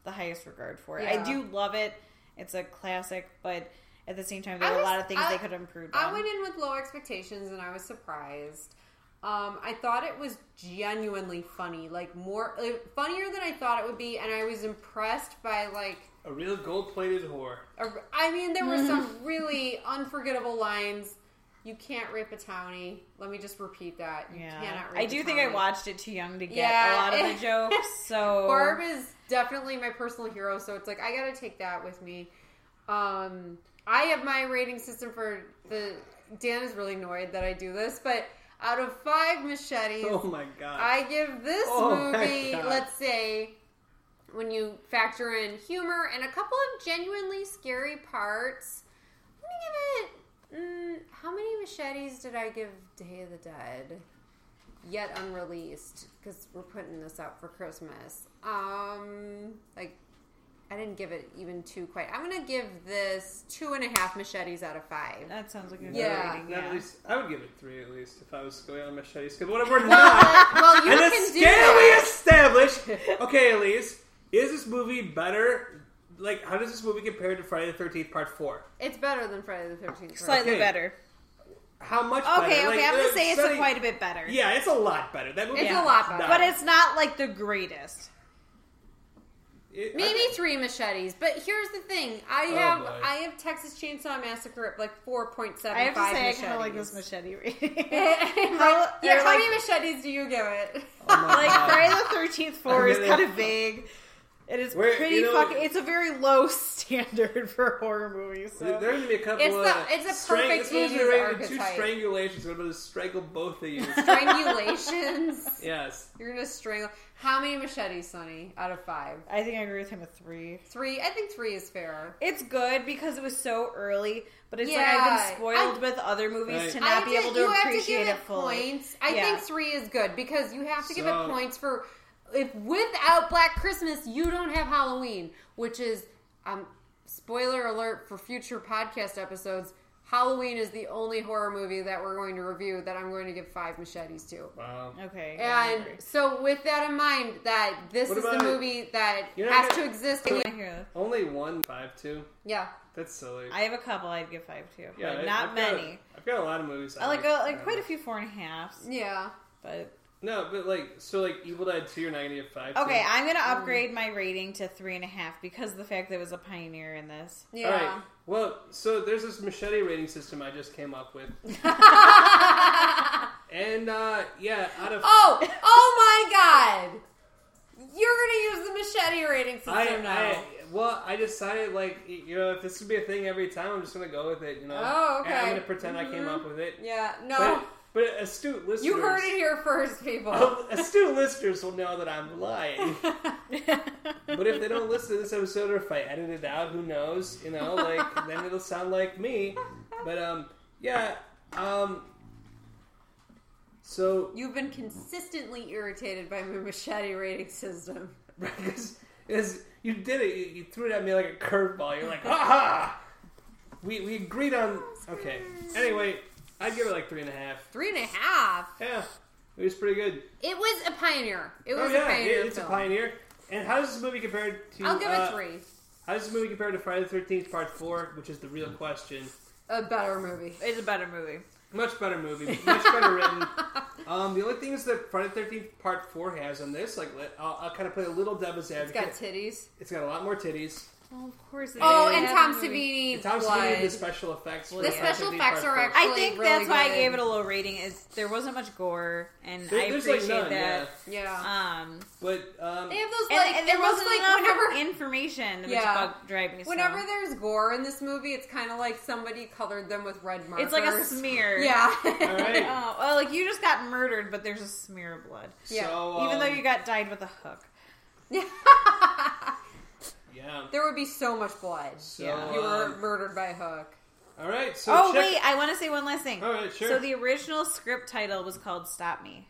[SPEAKER 3] the highest regard for it.
[SPEAKER 2] Yeah.
[SPEAKER 3] I do love it. It's a classic, but at the same time, there
[SPEAKER 2] I
[SPEAKER 3] were a
[SPEAKER 2] was-
[SPEAKER 3] lot of things
[SPEAKER 2] I-
[SPEAKER 3] they could have improved.
[SPEAKER 2] I
[SPEAKER 3] on.
[SPEAKER 2] went in with low expectations and I was surprised. Um, I thought it was genuinely funny, like more uh, funnier than I thought it would be, and I was impressed by like.
[SPEAKER 1] fine. A real gold-plated whore.
[SPEAKER 2] a- I mean, there were some really unforgettable lines. You can't rape a townie. Let me just repeat that. You
[SPEAKER 3] Yeah,
[SPEAKER 2] cannot. Rape
[SPEAKER 3] I
[SPEAKER 2] a
[SPEAKER 3] do think I
[SPEAKER 2] townie.
[SPEAKER 3] watched it too young to get
[SPEAKER 2] Yeah.
[SPEAKER 3] a lot of the jokes. So
[SPEAKER 2] Barb is definitely my personal hero, so it's like I gotta take that with me. Um, I have my rating system for the. Dan is really annoyed that I do this, but out of five machetes,
[SPEAKER 1] Oh my god.
[SPEAKER 2] I give this
[SPEAKER 1] Oh my
[SPEAKER 2] movie,
[SPEAKER 1] God.
[SPEAKER 2] let's say, when you factor in humor and a couple of genuinely scary parts, I'm gonna give it. Mm, how many machetes did I give Day of the Dead? Yet unreleased because we're putting this out for Christmas. Um, like I didn't give it even two quite. I'm gonna give this two and a half machetes out of five.
[SPEAKER 3] that sounds like a good
[SPEAKER 2] Yeah.
[SPEAKER 3] rating.
[SPEAKER 1] Not at
[SPEAKER 3] Yeah.
[SPEAKER 1] least, I would give it three at least if I was going on machetes. Because what if we're not?
[SPEAKER 2] well, you
[SPEAKER 1] and the
[SPEAKER 2] can do
[SPEAKER 1] scale we
[SPEAKER 2] that.
[SPEAKER 1] established. Okay, Elise, is this movie better like how does this movie compare to Friday the Thirteenth Part Four?
[SPEAKER 2] It's better than Friday the Thirteenth.
[SPEAKER 3] Slightly
[SPEAKER 1] Okay.
[SPEAKER 3] better.
[SPEAKER 1] How much?
[SPEAKER 3] Okay,
[SPEAKER 1] better?
[SPEAKER 3] okay,
[SPEAKER 1] Like,
[SPEAKER 3] I'm gonna
[SPEAKER 1] uh,
[SPEAKER 3] say it's
[SPEAKER 1] Sonny-
[SPEAKER 3] quite a bit better.
[SPEAKER 1] Yeah, it's a lot better. That movie,
[SPEAKER 2] It's
[SPEAKER 1] is
[SPEAKER 2] a lot better.
[SPEAKER 1] not-
[SPEAKER 3] But it's not like the greatest.
[SPEAKER 1] it- I-
[SPEAKER 2] Maybe three machetes, but here's the thing: I
[SPEAKER 1] Oh,
[SPEAKER 2] have
[SPEAKER 1] boy.
[SPEAKER 2] I have Texas Chainsaw Massacre at like four point
[SPEAKER 3] I
[SPEAKER 2] seven
[SPEAKER 3] have to
[SPEAKER 2] five
[SPEAKER 3] say, I
[SPEAKER 2] machetes.
[SPEAKER 3] kind of like this machete reading.
[SPEAKER 2] Right?
[SPEAKER 3] or
[SPEAKER 2] yeah, how
[SPEAKER 3] like-
[SPEAKER 2] many machetes do you give it?
[SPEAKER 3] like Friday the Thirteenth Four is
[SPEAKER 1] really-
[SPEAKER 3] kind of vague. It is
[SPEAKER 1] Where-
[SPEAKER 3] pretty
[SPEAKER 1] you know-
[SPEAKER 3] fucking. It's a very low standard for a horror movies. So.
[SPEAKER 1] There- There's gonna be a couple
[SPEAKER 2] It's
[SPEAKER 1] of
[SPEAKER 2] the- it's a perfect
[SPEAKER 1] this movie's
[SPEAKER 2] Asian
[SPEAKER 1] gonna be rated two
[SPEAKER 2] archetype.
[SPEAKER 1] strangulations. I'm gonna strangle both of you.
[SPEAKER 2] Strangulations.
[SPEAKER 1] yes.
[SPEAKER 2] You're gonna strangle. How many machetes, Sonny? Out of five,
[SPEAKER 3] I think I agree with him with three.
[SPEAKER 2] three. I think three is fair.
[SPEAKER 3] It's good because it was so early, but it's like
[SPEAKER 2] Yeah,
[SPEAKER 3] I've been spoiled
[SPEAKER 2] I-
[SPEAKER 3] with other movies
[SPEAKER 1] Right.
[SPEAKER 3] to not
[SPEAKER 2] I
[SPEAKER 3] be
[SPEAKER 2] did-
[SPEAKER 3] able to
[SPEAKER 2] you have
[SPEAKER 3] appreciate
[SPEAKER 2] give
[SPEAKER 3] it fully.
[SPEAKER 2] Points. I
[SPEAKER 3] Yeah.
[SPEAKER 2] think three is good because you have to give it
[SPEAKER 1] So-
[SPEAKER 2] points for if without Black Christmas you don't have Halloween, which is um spoiler alert for future podcast episodes. Halloween is the only horror movie that we're going to review that I'm going to give five machetes to.
[SPEAKER 1] Wow.
[SPEAKER 3] Okay. yeah, I
[SPEAKER 2] And
[SPEAKER 3] agree.
[SPEAKER 2] so, with that in mind, that this
[SPEAKER 1] What
[SPEAKER 2] is the
[SPEAKER 1] about-
[SPEAKER 2] movie that
[SPEAKER 1] You're not
[SPEAKER 2] has
[SPEAKER 1] gonna-
[SPEAKER 2] to exist.
[SPEAKER 3] I hear that.
[SPEAKER 1] Only one five two.
[SPEAKER 2] Yeah,
[SPEAKER 1] That's silly.
[SPEAKER 3] I have a couple. I'd give five to,
[SPEAKER 1] Yeah,
[SPEAKER 3] but
[SPEAKER 1] I-
[SPEAKER 3] not
[SPEAKER 1] I've got-
[SPEAKER 3] many.
[SPEAKER 1] I've got a lot of movies.
[SPEAKER 3] I like uh, like quite a few four and a halves,
[SPEAKER 2] yeah.
[SPEAKER 3] but
[SPEAKER 1] No, but like so, like Evil Dead Two, you're not gonna get five.
[SPEAKER 3] okay. I'm gonna
[SPEAKER 2] Mm.
[SPEAKER 3] upgrade my rating to three and a half because of the fact that it was a pioneer in this.
[SPEAKER 1] All
[SPEAKER 2] Yeah.
[SPEAKER 1] right. Well, so there's this machete rating system I just came up with, and uh yeah, out of
[SPEAKER 2] Oh, oh my god! You're gonna use the machete rating system
[SPEAKER 1] I,
[SPEAKER 2] now.
[SPEAKER 1] I well, I decided like y- you know if this would be a thing every time, I'm just gonna go with it. You know.
[SPEAKER 2] Oh,
[SPEAKER 1] And I'm
[SPEAKER 2] okay. Mm-hmm.
[SPEAKER 1] gonna pretend I came up with it.
[SPEAKER 2] yeah, no.
[SPEAKER 1] But, Oh. but astute listeners,
[SPEAKER 2] you heard it here first, people.
[SPEAKER 1] astute listeners will know that I'm lying. but if they don't listen to this episode, or if I edit it out, who knows? You know, like then it'll sound like me. But um, yeah, um. So
[SPEAKER 2] You've been consistently irritated by my machete rating system.
[SPEAKER 1] because because you did it, you, you threw it at me like a curveball. You're like, ha ha. We we agreed on okay. Anyway, I'd give it like three and a half.
[SPEAKER 2] Three and a half.
[SPEAKER 1] Yeah, it was pretty good.
[SPEAKER 2] It was a pioneer. It was
[SPEAKER 1] Oh yeah,
[SPEAKER 2] a pioneer.
[SPEAKER 1] it- it's
[SPEAKER 2] film.
[SPEAKER 1] a pioneer. And how does this movie compare to?
[SPEAKER 2] I'll give
[SPEAKER 1] uh,
[SPEAKER 2] it three.
[SPEAKER 1] How does this movie compare to Friday the Thirteenth Part Four, which is the real question?
[SPEAKER 2] A better movie.
[SPEAKER 3] It's a better movie.
[SPEAKER 1] Much better movie, much better written. Um, the only things that Friday the Thirteenth Part Four has on this, like, let- I'll, I'll kind of play a little devil's
[SPEAKER 2] It's
[SPEAKER 1] advocate.
[SPEAKER 2] got titties.
[SPEAKER 1] it's got a lot more titties.
[SPEAKER 3] Well, of course. It
[SPEAKER 2] Oh,
[SPEAKER 3] is.
[SPEAKER 2] and
[SPEAKER 3] Yeah,
[SPEAKER 2] Tom
[SPEAKER 3] the movie.
[SPEAKER 2] Savini.
[SPEAKER 1] It's obviously
[SPEAKER 2] blood.
[SPEAKER 1] the special effects. for
[SPEAKER 2] The
[SPEAKER 1] Friday
[SPEAKER 2] special
[SPEAKER 1] 13th
[SPEAKER 2] effects
[SPEAKER 1] Part
[SPEAKER 2] are
[SPEAKER 1] four.
[SPEAKER 2] actually
[SPEAKER 3] I think
[SPEAKER 2] really
[SPEAKER 3] that's why
[SPEAKER 2] good.
[SPEAKER 3] I gave it a low rating. Is there wasn't much gore, and
[SPEAKER 1] There-
[SPEAKER 3] I
[SPEAKER 1] there's, like,
[SPEAKER 3] appreciate
[SPEAKER 1] none,
[SPEAKER 3] that.
[SPEAKER 2] Yeah.
[SPEAKER 3] Um,
[SPEAKER 1] But um,
[SPEAKER 2] they have those
[SPEAKER 3] and,
[SPEAKER 2] like.
[SPEAKER 3] and
[SPEAKER 2] there
[SPEAKER 3] there
[SPEAKER 2] was
[SPEAKER 3] wasn't
[SPEAKER 2] like
[SPEAKER 3] enough
[SPEAKER 2] whenever
[SPEAKER 3] information, which
[SPEAKER 2] Yeah.
[SPEAKER 3] bug drive me. so.
[SPEAKER 2] Whenever there's gore in this movie, it's kind of like somebody colored them with red markers.
[SPEAKER 3] it's like a smear.
[SPEAKER 2] Yeah.
[SPEAKER 1] all right.
[SPEAKER 3] Oh, well, like you just got murdered, but there's a smear of blood.
[SPEAKER 2] Yeah.
[SPEAKER 1] So,
[SPEAKER 3] Even though
[SPEAKER 1] um,
[SPEAKER 3] you got died with a hook.
[SPEAKER 1] yeah.
[SPEAKER 2] there would be so much blood.
[SPEAKER 1] So,
[SPEAKER 3] Yeah.
[SPEAKER 2] If You were
[SPEAKER 1] um,
[SPEAKER 2] murdered by a hook.
[SPEAKER 1] all right. So
[SPEAKER 3] Oh
[SPEAKER 1] check-
[SPEAKER 3] wait, I want to say one last thing.
[SPEAKER 1] All right, sure.
[SPEAKER 3] So the original script title was called "Stop Me."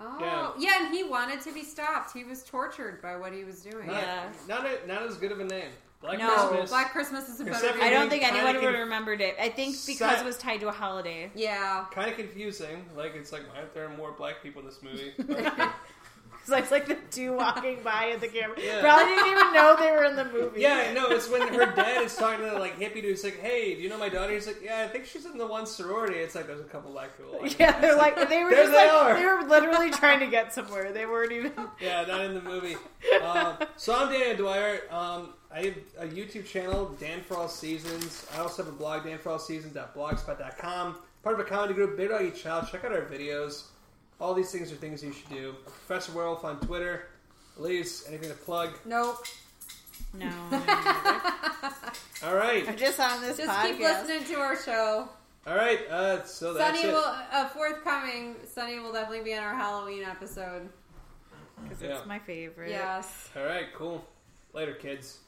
[SPEAKER 2] Oh, yeah. and he wanted to be stopped. He was tortured by what he was doing.
[SPEAKER 1] Not,
[SPEAKER 3] Yeah.
[SPEAKER 1] not, a, not as good of a name. Black
[SPEAKER 3] No,
[SPEAKER 2] No,
[SPEAKER 1] Christmas.
[SPEAKER 2] Black Christmas is a better.
[SPEAKER 1] Except-
[SPEAKER 2] Movie.
[SPEAKER 3] I don't think
[SPEAKER 1] Kinda
[SPEAKER 3] anyone would
[SPEAKER 1] conf-
[SPEAKER 3] have remembered it. I think because
[SPEAKER 1] Set.
[SPEAKER 3] it was tied to a holiday.
[SPEAKER 2] Yeah.
[SPEAKER 1] Kind of confusing. Like it's like why aren't there more black people in this movie?
[SPEAKER 3] Because I was like the two walking by at the camera.
[SPEAKER 1] Yeah.
[SPEAKER 3] Probably didn't even know they were in the movie.
[SPEAKER 1] Yeah, no, it's when her dad is talking to like hippie dude. He's like, "Hey, do you know my daughter?" He's like, "Yeah, I think she's in the one sorority." It's like there's a couple black people. Like,
[SPEAKER 3] Yeah, they're like they were
[SPEAKER 1] There
[SPEAKER 3] just
[SPEAKER 1] they
[SPEAKER 3] like
[SPEAKER 1] are.
[SPEAKER 3] they were literally trying to get somewhere. They weren't even.
[SPEAKER 1] yeah, not in the movie. Um, so I'm Dana Dwyer. Um, I have a YouTube channel, Dan for All Seasons. I also have a blog, danforallseasons.blogspot.com. Part of a comedy group, Big Doggy Child. Check out our videos. All these things are things you should do. Professor Werewolf on Twitter. Elise, anything to plug?
[SPEAKER 2] Nope.
[SPEAKER 3] No,
[SPEAKER 1] All right,
[SPEAKER 3] just on this
[SPEAKER 2] Just
[SPEAKER 3] podcast.
[SPEAKER 2] keep listening to our show.
[SPEAKER 1] all right. Uh, so that's
[SPEAKER 2] Sunny
[SPEAKER 1] it.
[SPEAKER 2] will uh, forthcoming. Sunny will definitely be on our Halloween episode.
[SPEAKER 3] 'Cause
[SPEAKER 1] Yeah.
[SPEAKER 3] It's my favorite.
[SPEAKER 2] Yes.
[SPEAKER 1] All right, cool. Later, kids.